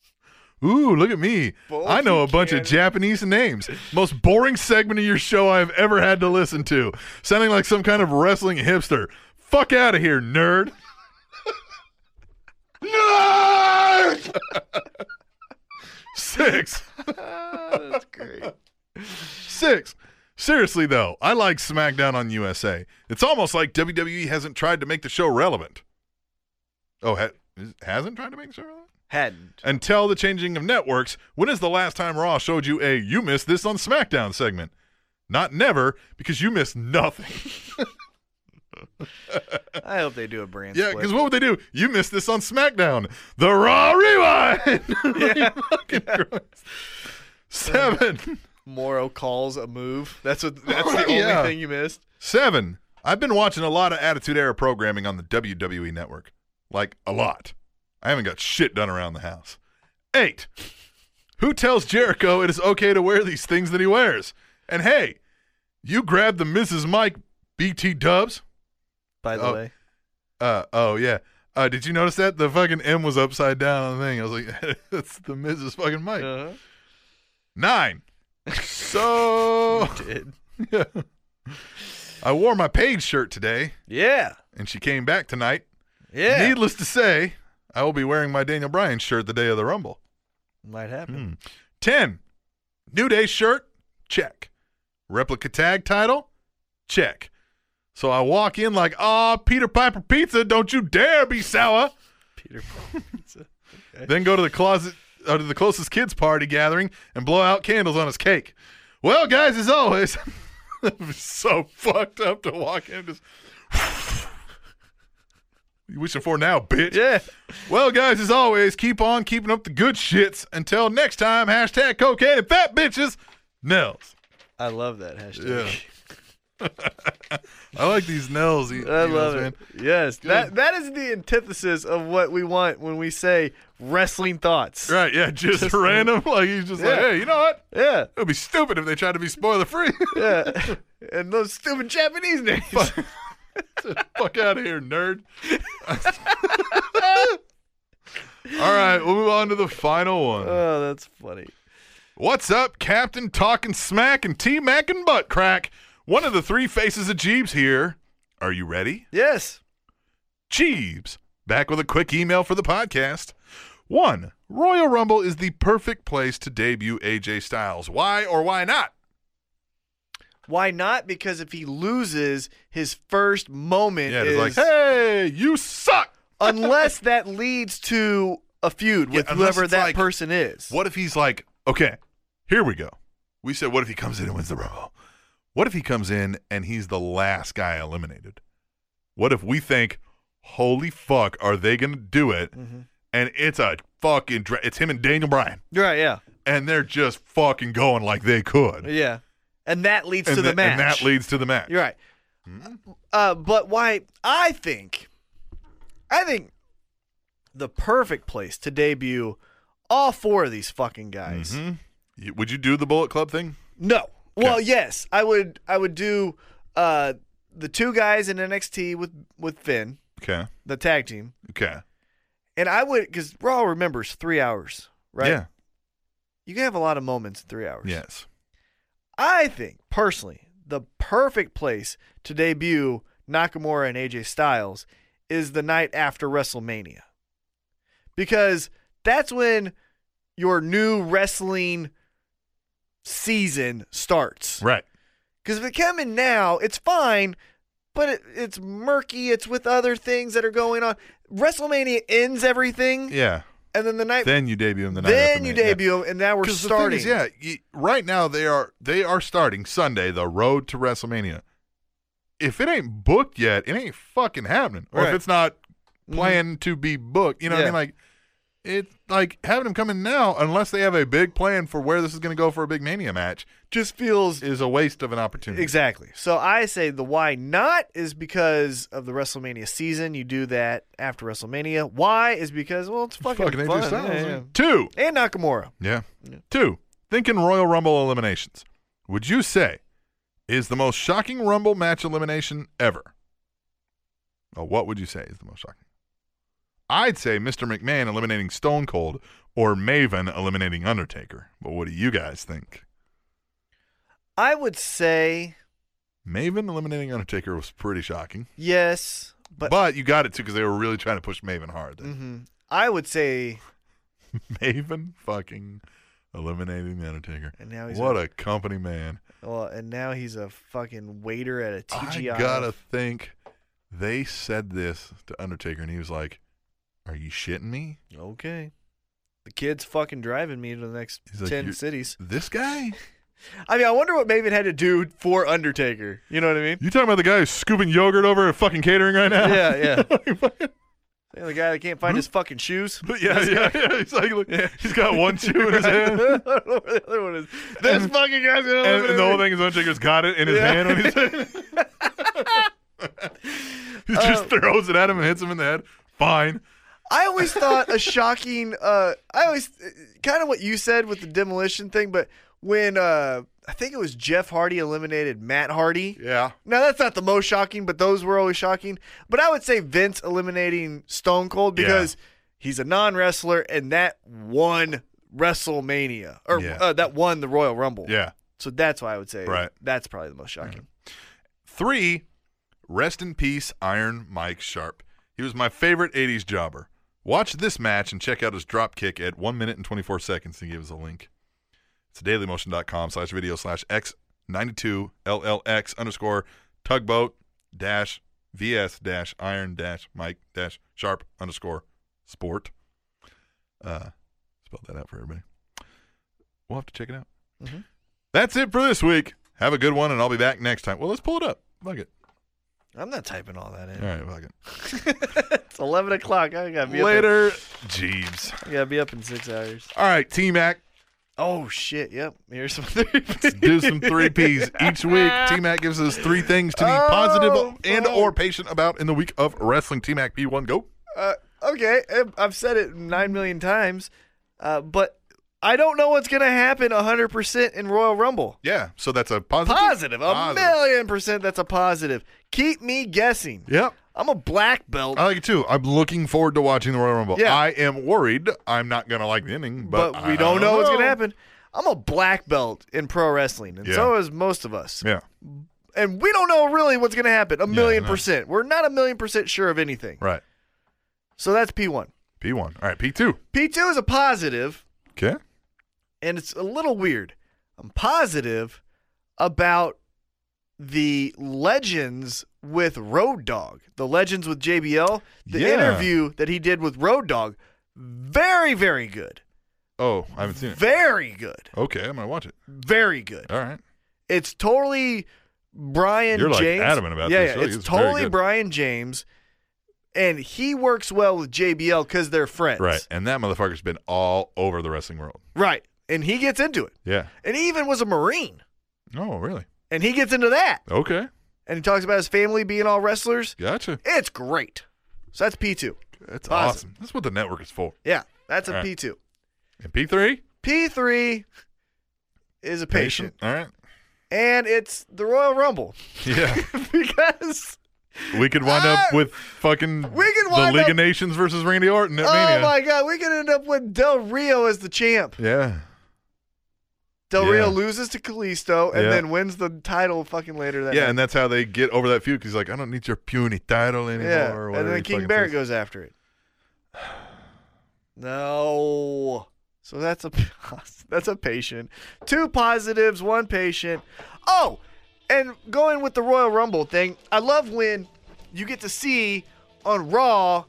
S3: Ooh, look at me.
S4: Bull
S3: I know a bunch of
S4: Buchanan.
S3: Japanese names. Most boring segment of your show I've ever had to listen to. Sounding like some kind of wrestling hipster. Fuck out of here, nerd.
S5: Nerd!
S3: Six.
S4: That's great.
S3: Six. Seriously, though, I like SmackDown on USA. It's almost like WWE hasn't tried to make the show relevant. Oh, ha- is- hasn't tried to make the show relevant?
S4: Hadn't.
S3: Until the changing of networks, when is the last time Raw showed you a you missed this on SmackDown segment? Not never, because you missed nothing.
S4: I hope they do a brand
S3: yeah,
S4: split.
S3: because what would they do? You missed this on SmackDown. The Raw Rewind! Fucking Christ. Seven.
S4: Moro calls a move. That's what. That's the only
S3: Yeah.
S4: thing you missed.
S3: Seven. I've been watching a lot of Attitude Era programming on the WWE network. Like, a lot. I haven't got shit done around the house. Eight. Who tells Jericho it is okay to wear these things that he wears? And hey, you grabbed the Mrs. Mike BT dubs.
S4: By the
S3: Oh.
S4: way,
S3: Uh, oh, yeah. Uh, did you notice that? The fucking M was upside down on the thing. I was like, that's the Mrs. fucking Mike.
S4: uh-huh.
S3: Nine. So,
S4: did.
S3: yeah. I wore my Paige shirt today,
S4: Yeah.
S3: and she came back tonight.
S4: Yeah.
S3: Needless to say, I will be wearing my Daniel Bryan shirt the day of the Rumble.
S4: Might happen.
S3: 10. New Day shirt? Check. Replica tag title? Check. So I walk in like, ah, Peter Piper Pizza, don't you dare be sour.
S4: Peter. Pizza.
S3: Then go to the closet, or to the closest kids' party gathering and blow out candles on his cake. Well, guys, as always, it was so fucked up to walk in. Just, you wishing for now, bitch?
S4: Yeah.
S3: Well, guys, as always, keep on keeping up the good shits. Until next time, hashtag cocaine and fat bitches. Nels.
S4: I love that hashtag.
S3: Yeah. I like these Nels. e-
S4: I
S3: emails,
S4: love
S3: man.
S4: it. Yes, that that is the antithesis of what we want when we say wrestling thoughts.
S3: Right, yeah, just, random. Like, he's just like,
S4: Yeah.
S3: hey, you know what?
S4: Yeah,
S3: It would be stupid if they tried to be spoiler free.
S4: yeah. and those stupid Japanese names.
S3: Fuck out of here, nerd. All right, we'll move on to the final one.
S4: oh, that's funny.
S3: What's up, Captain Talking Smack and T Mac and Butt Crack? One of the three faces of Jeebs here. Are you ready?
S4: Yes.
S3: Jeebs, back with a quick email for the podcast. One, Royal Rumble is the perfect place to debut AJ Styles. Why or why not?
S4: Why not? Because if he loses, his first moment
S3: Yeah,
S4: is
S3: it's like, hey, you suck.
S4: unless that leads to a feud
S3: Yeah,
S4: with
S3: unless
S4: whoever
S3: it's
S4: that
S3: like-
S4: person is.
S3: What if he's like, okay, here we go. We said, what if he comes in and wins the Rumble? What if he comes in and he's the last guy eliminated? What if we think, holy fuck, are they going to do it? And it's a fucking, dra- it's him and Daniel Bryan.
S4: Right? Yeah,
S3: And they're just fucking going like they could.
S4: yeah, and that leads
S3: and,
S4: to the,
S3: tha-
S4: match.
S3: and that leads to the match.
S4: You're right. Uh, but why I think, I think the perfect place to debut all four of these fucking guys.
S3: You- Would you do the Bullet Club thing?
S4: No. Well, yes, I would. I would do uh, the two guys in NXT with with Finn,
S3: Okay.
S4: the tag team,
S3: Okay.
S4: and I would because Raw remembers three hours, right?
S3: Yeah.
S4: You can have a lot of moments in three hours.
S3: Yes.
S4: I think personally the perfect place to debut Nakamura and AJ Styles is the night after WrestleMania. Because that's when your new wrestling season starts.
S3: Right.
S4: Because if it come in now, it's fine, but it, it's murky. It's with other things that are going on. WrestleMania ends everything,
S3: Yeah.
S4: and then the night,
S3: Then you debut him the night after
S4: then
S3: Mania.
S4: you
S3: Yeah.
S4: debut, and now we're
S3: Because
S4: starting.
S3: The thing is, yeah, y- right now they are they are starting Sunday the road to WrestleMania. If it ain't booked yet, it ain't fucking happening. Or if
S4: Right. Mm-hmm.
S3: it's not planned to be booked, you know what I
S4: Yeah.
S3: mean? Like it like having them come in now, unless they have a big plan for where this is going to go for a big Mania match,
S4: just feels
S3: is a waste of an opportunity.
S4: Exactly. So I say the why not is because of the WrestleMania season. You do that after WrestleMania. Why is because well, it's fucking,
S3: Fucking AJ
S4: fun.
S3: Styles,
S4: Yeah,
S3: man. Two.
S4: yeah. And Nakamura.
S3: Yeah. Two, thinking Royal Rumble eliminations. Would you say is the most shocking Rumble match elimination ever? Well, what would you say is the most shocking? I'd say Mr. McMahon eliminating Stone Cold or Maven eliminating Undertaker. But what do you guys think?
S4: I would say
S3: Maven eliminating Undertaker was pretty shocking.
S4: yes, but,
S3: But, you got it too because they were really trying to push Maven hard. there.
S4: Mhm. I would say
S3: Maven fucking eliminating the Undertaker.
S4: And now he's
S3: what
S4: a-
S3: a company man.
S4: well, and now he's a fucking waiter at a TGI.
S3: I gotta think they said this to Undertaker, and he was like, "Are you shitting me?"
S4: okay. The kid's fucking driving me to the next
S3: He's like,
S4: ten
S3: "You're-
S4: cities.
S3: This guy?
S4: I mean, I wonder what Maven had to do for Undertaker. You know what I mean?
S3: You talking about the guy who's scooping yogurt over at fucking catering right now?
S4: Yeah, yeah.
S3: yeah,
S4: Yeah, the guy that can't
S3: Mm-hmm.
S4: find his fucking shoes.
S3: yeah, yeah. He's like, look, he's got one shoe in his
S4: I
S3: hand,
S4: don't know where the other one is. This
S3: And-
S4: fucking guy's gonna
S3: and,
S4: eliminate
S3: and the whole
S4: me.
S3: thing is Undertaker's got it in his
S4: Yeah.
S3: hand when he's he just throws it at him and hits him in the head. Fine.
S4: I always thought a shocking. Uh, I always kind of what you said with the demolition thing, but when uh, I think it was Jeff Hardy eliminated Matt Hardy.
S3: Yeah.
S4: Now that's not the most shocking, but those were always shocking. But I would say Vince eliminating Stone Cold
S3: Yeah.
S4: because he's a non-wrestler, and that won WrestleMania or
S3: Yeah.
S4: uh, that won the Royal Rumble.
S3: Yeah.
S4: So that's why I would say
S3: Right.
S4: that's probably the most shocking.
S3: Three, rest in peace, Iron Mike Sharp. He was my favorite 80s jobber. Watch this match and check out his drop kick at 1 minute and 24 seconds. He gave us a link. It's dailymotion.com slash video slash x92llx underscore tugboat dash vs dash iron dash mike dash sharp underscore sport. Uh, spelled that out for everybody. We'll have to check it out. That's it for this week. Have a good one, and I'll be back next time. Well, let's pull it up. Fuck it.
S4: I'm not typing all that in.
S3: All right, fuck it.
S4: It's eleven o'clock. I gotta be Up
S3: Later, Jeeves.
S4: in, I gotta be up in six hours.
S3: All right, T Mac.
S4: Oh shit! Yep. Here's some. Three
S3: Do some three P's each week. T Mac gives us three things to be positive
S4: Oh,
S3: and or patient about in the week of wrestling. T Mac P1, go.
S4: uh, okay, I- I've said it nine million times, uh, but I don't know what's gonna happen hundred percent in Royal Rumble.
S3: Yeah, so that's a positive.
S4: Positive, a
S3: Positive.
S4: million percent. That's a positive. Keep me guessing.
S3: Yep.
S4: I'm a black belt,
S3: I like it too. I'm looking forward to watching the Royal Rumble.
S4: Yeah.
S3: I am worried I'm not going to like the ending, but,
S4: but, we
S3: I
S4: don't know what's gonna happen. I'm a black belt in pro wrestling, and
S3: Yeah.
S4: so is most of us.
S3: Yeah,
S4: And we don't know really what's gonna happen. A million
S3: no.
S4: percent. We're not a million percent sure of anything.
S3: right.
S4: So that's P one.
S3: P1. All right, P2.
S4: P2 is a positive,
S3: Okay.
S4: and it's a little weird. I'm positive about the legends with Road Dog, the legends with JBL, the
S3: Yeah.
S4: interview that he did with Road Dog. Very, very good.
S3: Oh, I haven't seen it.
S4: Very good.
S3: Okay, I'm gonna watch it.
S4: Very good.
S3: All right.
S4: It's totally Brian
S3: You're, like,
S4: James.
S3: adamant about
S4: yeah,
S3: this.
S4: Yeah,
S3: Really,
S4: it's,
S3: it's very
S4: totally
S3: good.
S4: Brian James, and he works well with JBL because they're friends.
S3: Right. And that motherfucker's been all over the wrestling world.
S4: Right. And he gets into it.
S3: Yeah.
S4: And he even was a Marine.
S3: Oh, really?
S4: And he gets into that.
S3: Okay.
S4: And he talks about his family being all wrestlers.
S3: Gotcha.
S4: It's great. So that's P2.
S3: That's
S4: Awesome.
S3: awesome. That's what the network is for.
S4: Yeah, that's a
S3: All right.
S4: 2
S3: And P3?
S4: P3 is a patient.
S3: All right.
S4: And it's the Royal Rumble
S3: Yeah.
S4: because,
S3: we could wind
S4: Ah!
S3: up with fucking
S4: We could
S3: the
S4: wind
S3: League
S4: up-
S3: of Nations versus Randy Orton at
S4: oh
S3: Mania.
S4: my God, we could end up with Del Rio as the champ.
S3: Yeah.
S4: Del
S3: Yeah.
S4: Rio loses to Kalisto and
S3: Yeah.
S4: then wins the title fucking later that
S3: Yeah,
S4: night.
S3: and that's how they get over that feud. 'cause he's like, I don't need your puny title anymore.
S4: yeah.
S3: or
S4: and
S3: whatever
S4: then
S3: he
S4: King
S3: fucking
S4: Barrett
S3: says.
S4: goes after it. No. So that's a that's a patient. Two positives, one patient. Oh, and going with the Royal Rumble thing, I love when you get to see on Raw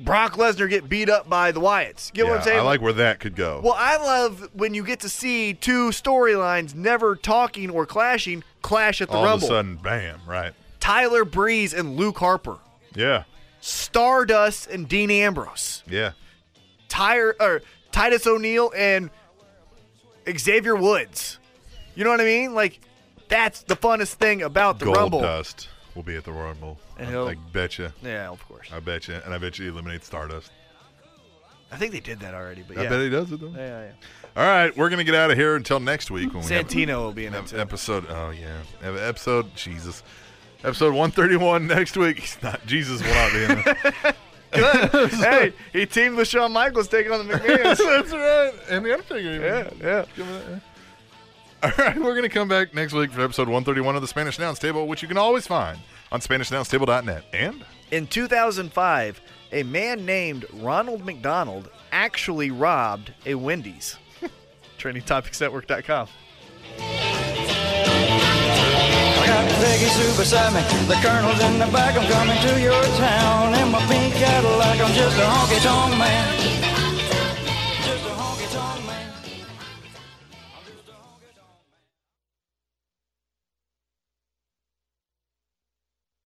S4: Brock Lesnar get beat up by the Wyatts. Get what I'm
S3: Yeah,
S4: saying?
S3: I like where that could go.
S4: Well, I love when you get to see two storylines never talking or clashing clash at the
S3: All
S4: Rumble.
S3: of a sudden, bam, right.
S4: Tyler Breeze and Luke Harper,
S3: Yeah.
S4: Stardust and Dean Ambrose,
S3: Yeah.
S4: Tyre or Titus O'Neil and Xavier Woods. You know what I mean? Like that's the funnest thing about the
S3: Gold
S4: Rumble.
S3: Dust will be at the Royal Rumble.
S4: And
S3: I,
S4: he'll-
S3: I bet you.
S4: Yeah, of course.
S3: I bet you. And I bet you he eliminates Stardust.
S4: I think they did that already, but
S3: I
S4: yeah.
S3: bet he does it, though.
S4: yeah, yeah,
S3: All right, we're going to get out of here until next week when
S4: yeah.
S3: we have
S4: Santino will be in it
S3: Ep-
S4: too.
S3: episode. Oh yeah, Ep- episode. Jesus, episode one thirty one next week. He's not. Jesus will not be in it.
S4: hey, he teamed with Shawn Michaels taking on the McMahons.
S3: That's right. And the Undertaker. Even.
S4: yeah, yeah.
S3: All right, we're gonna come back next week for episode one thirty one of the Spanish Nouns Table, which you can always find on SpanishNounsTable.net. And
S4: In 2005, a man named Ronald McDonald actually robbed a Wendy's. TrainingTopicsNetwork.com.
S9: I got Peggy Sue beside me. The colonel's in the back. I'm coming to your town in my pink Cadillac. I'm just a honky tonk man.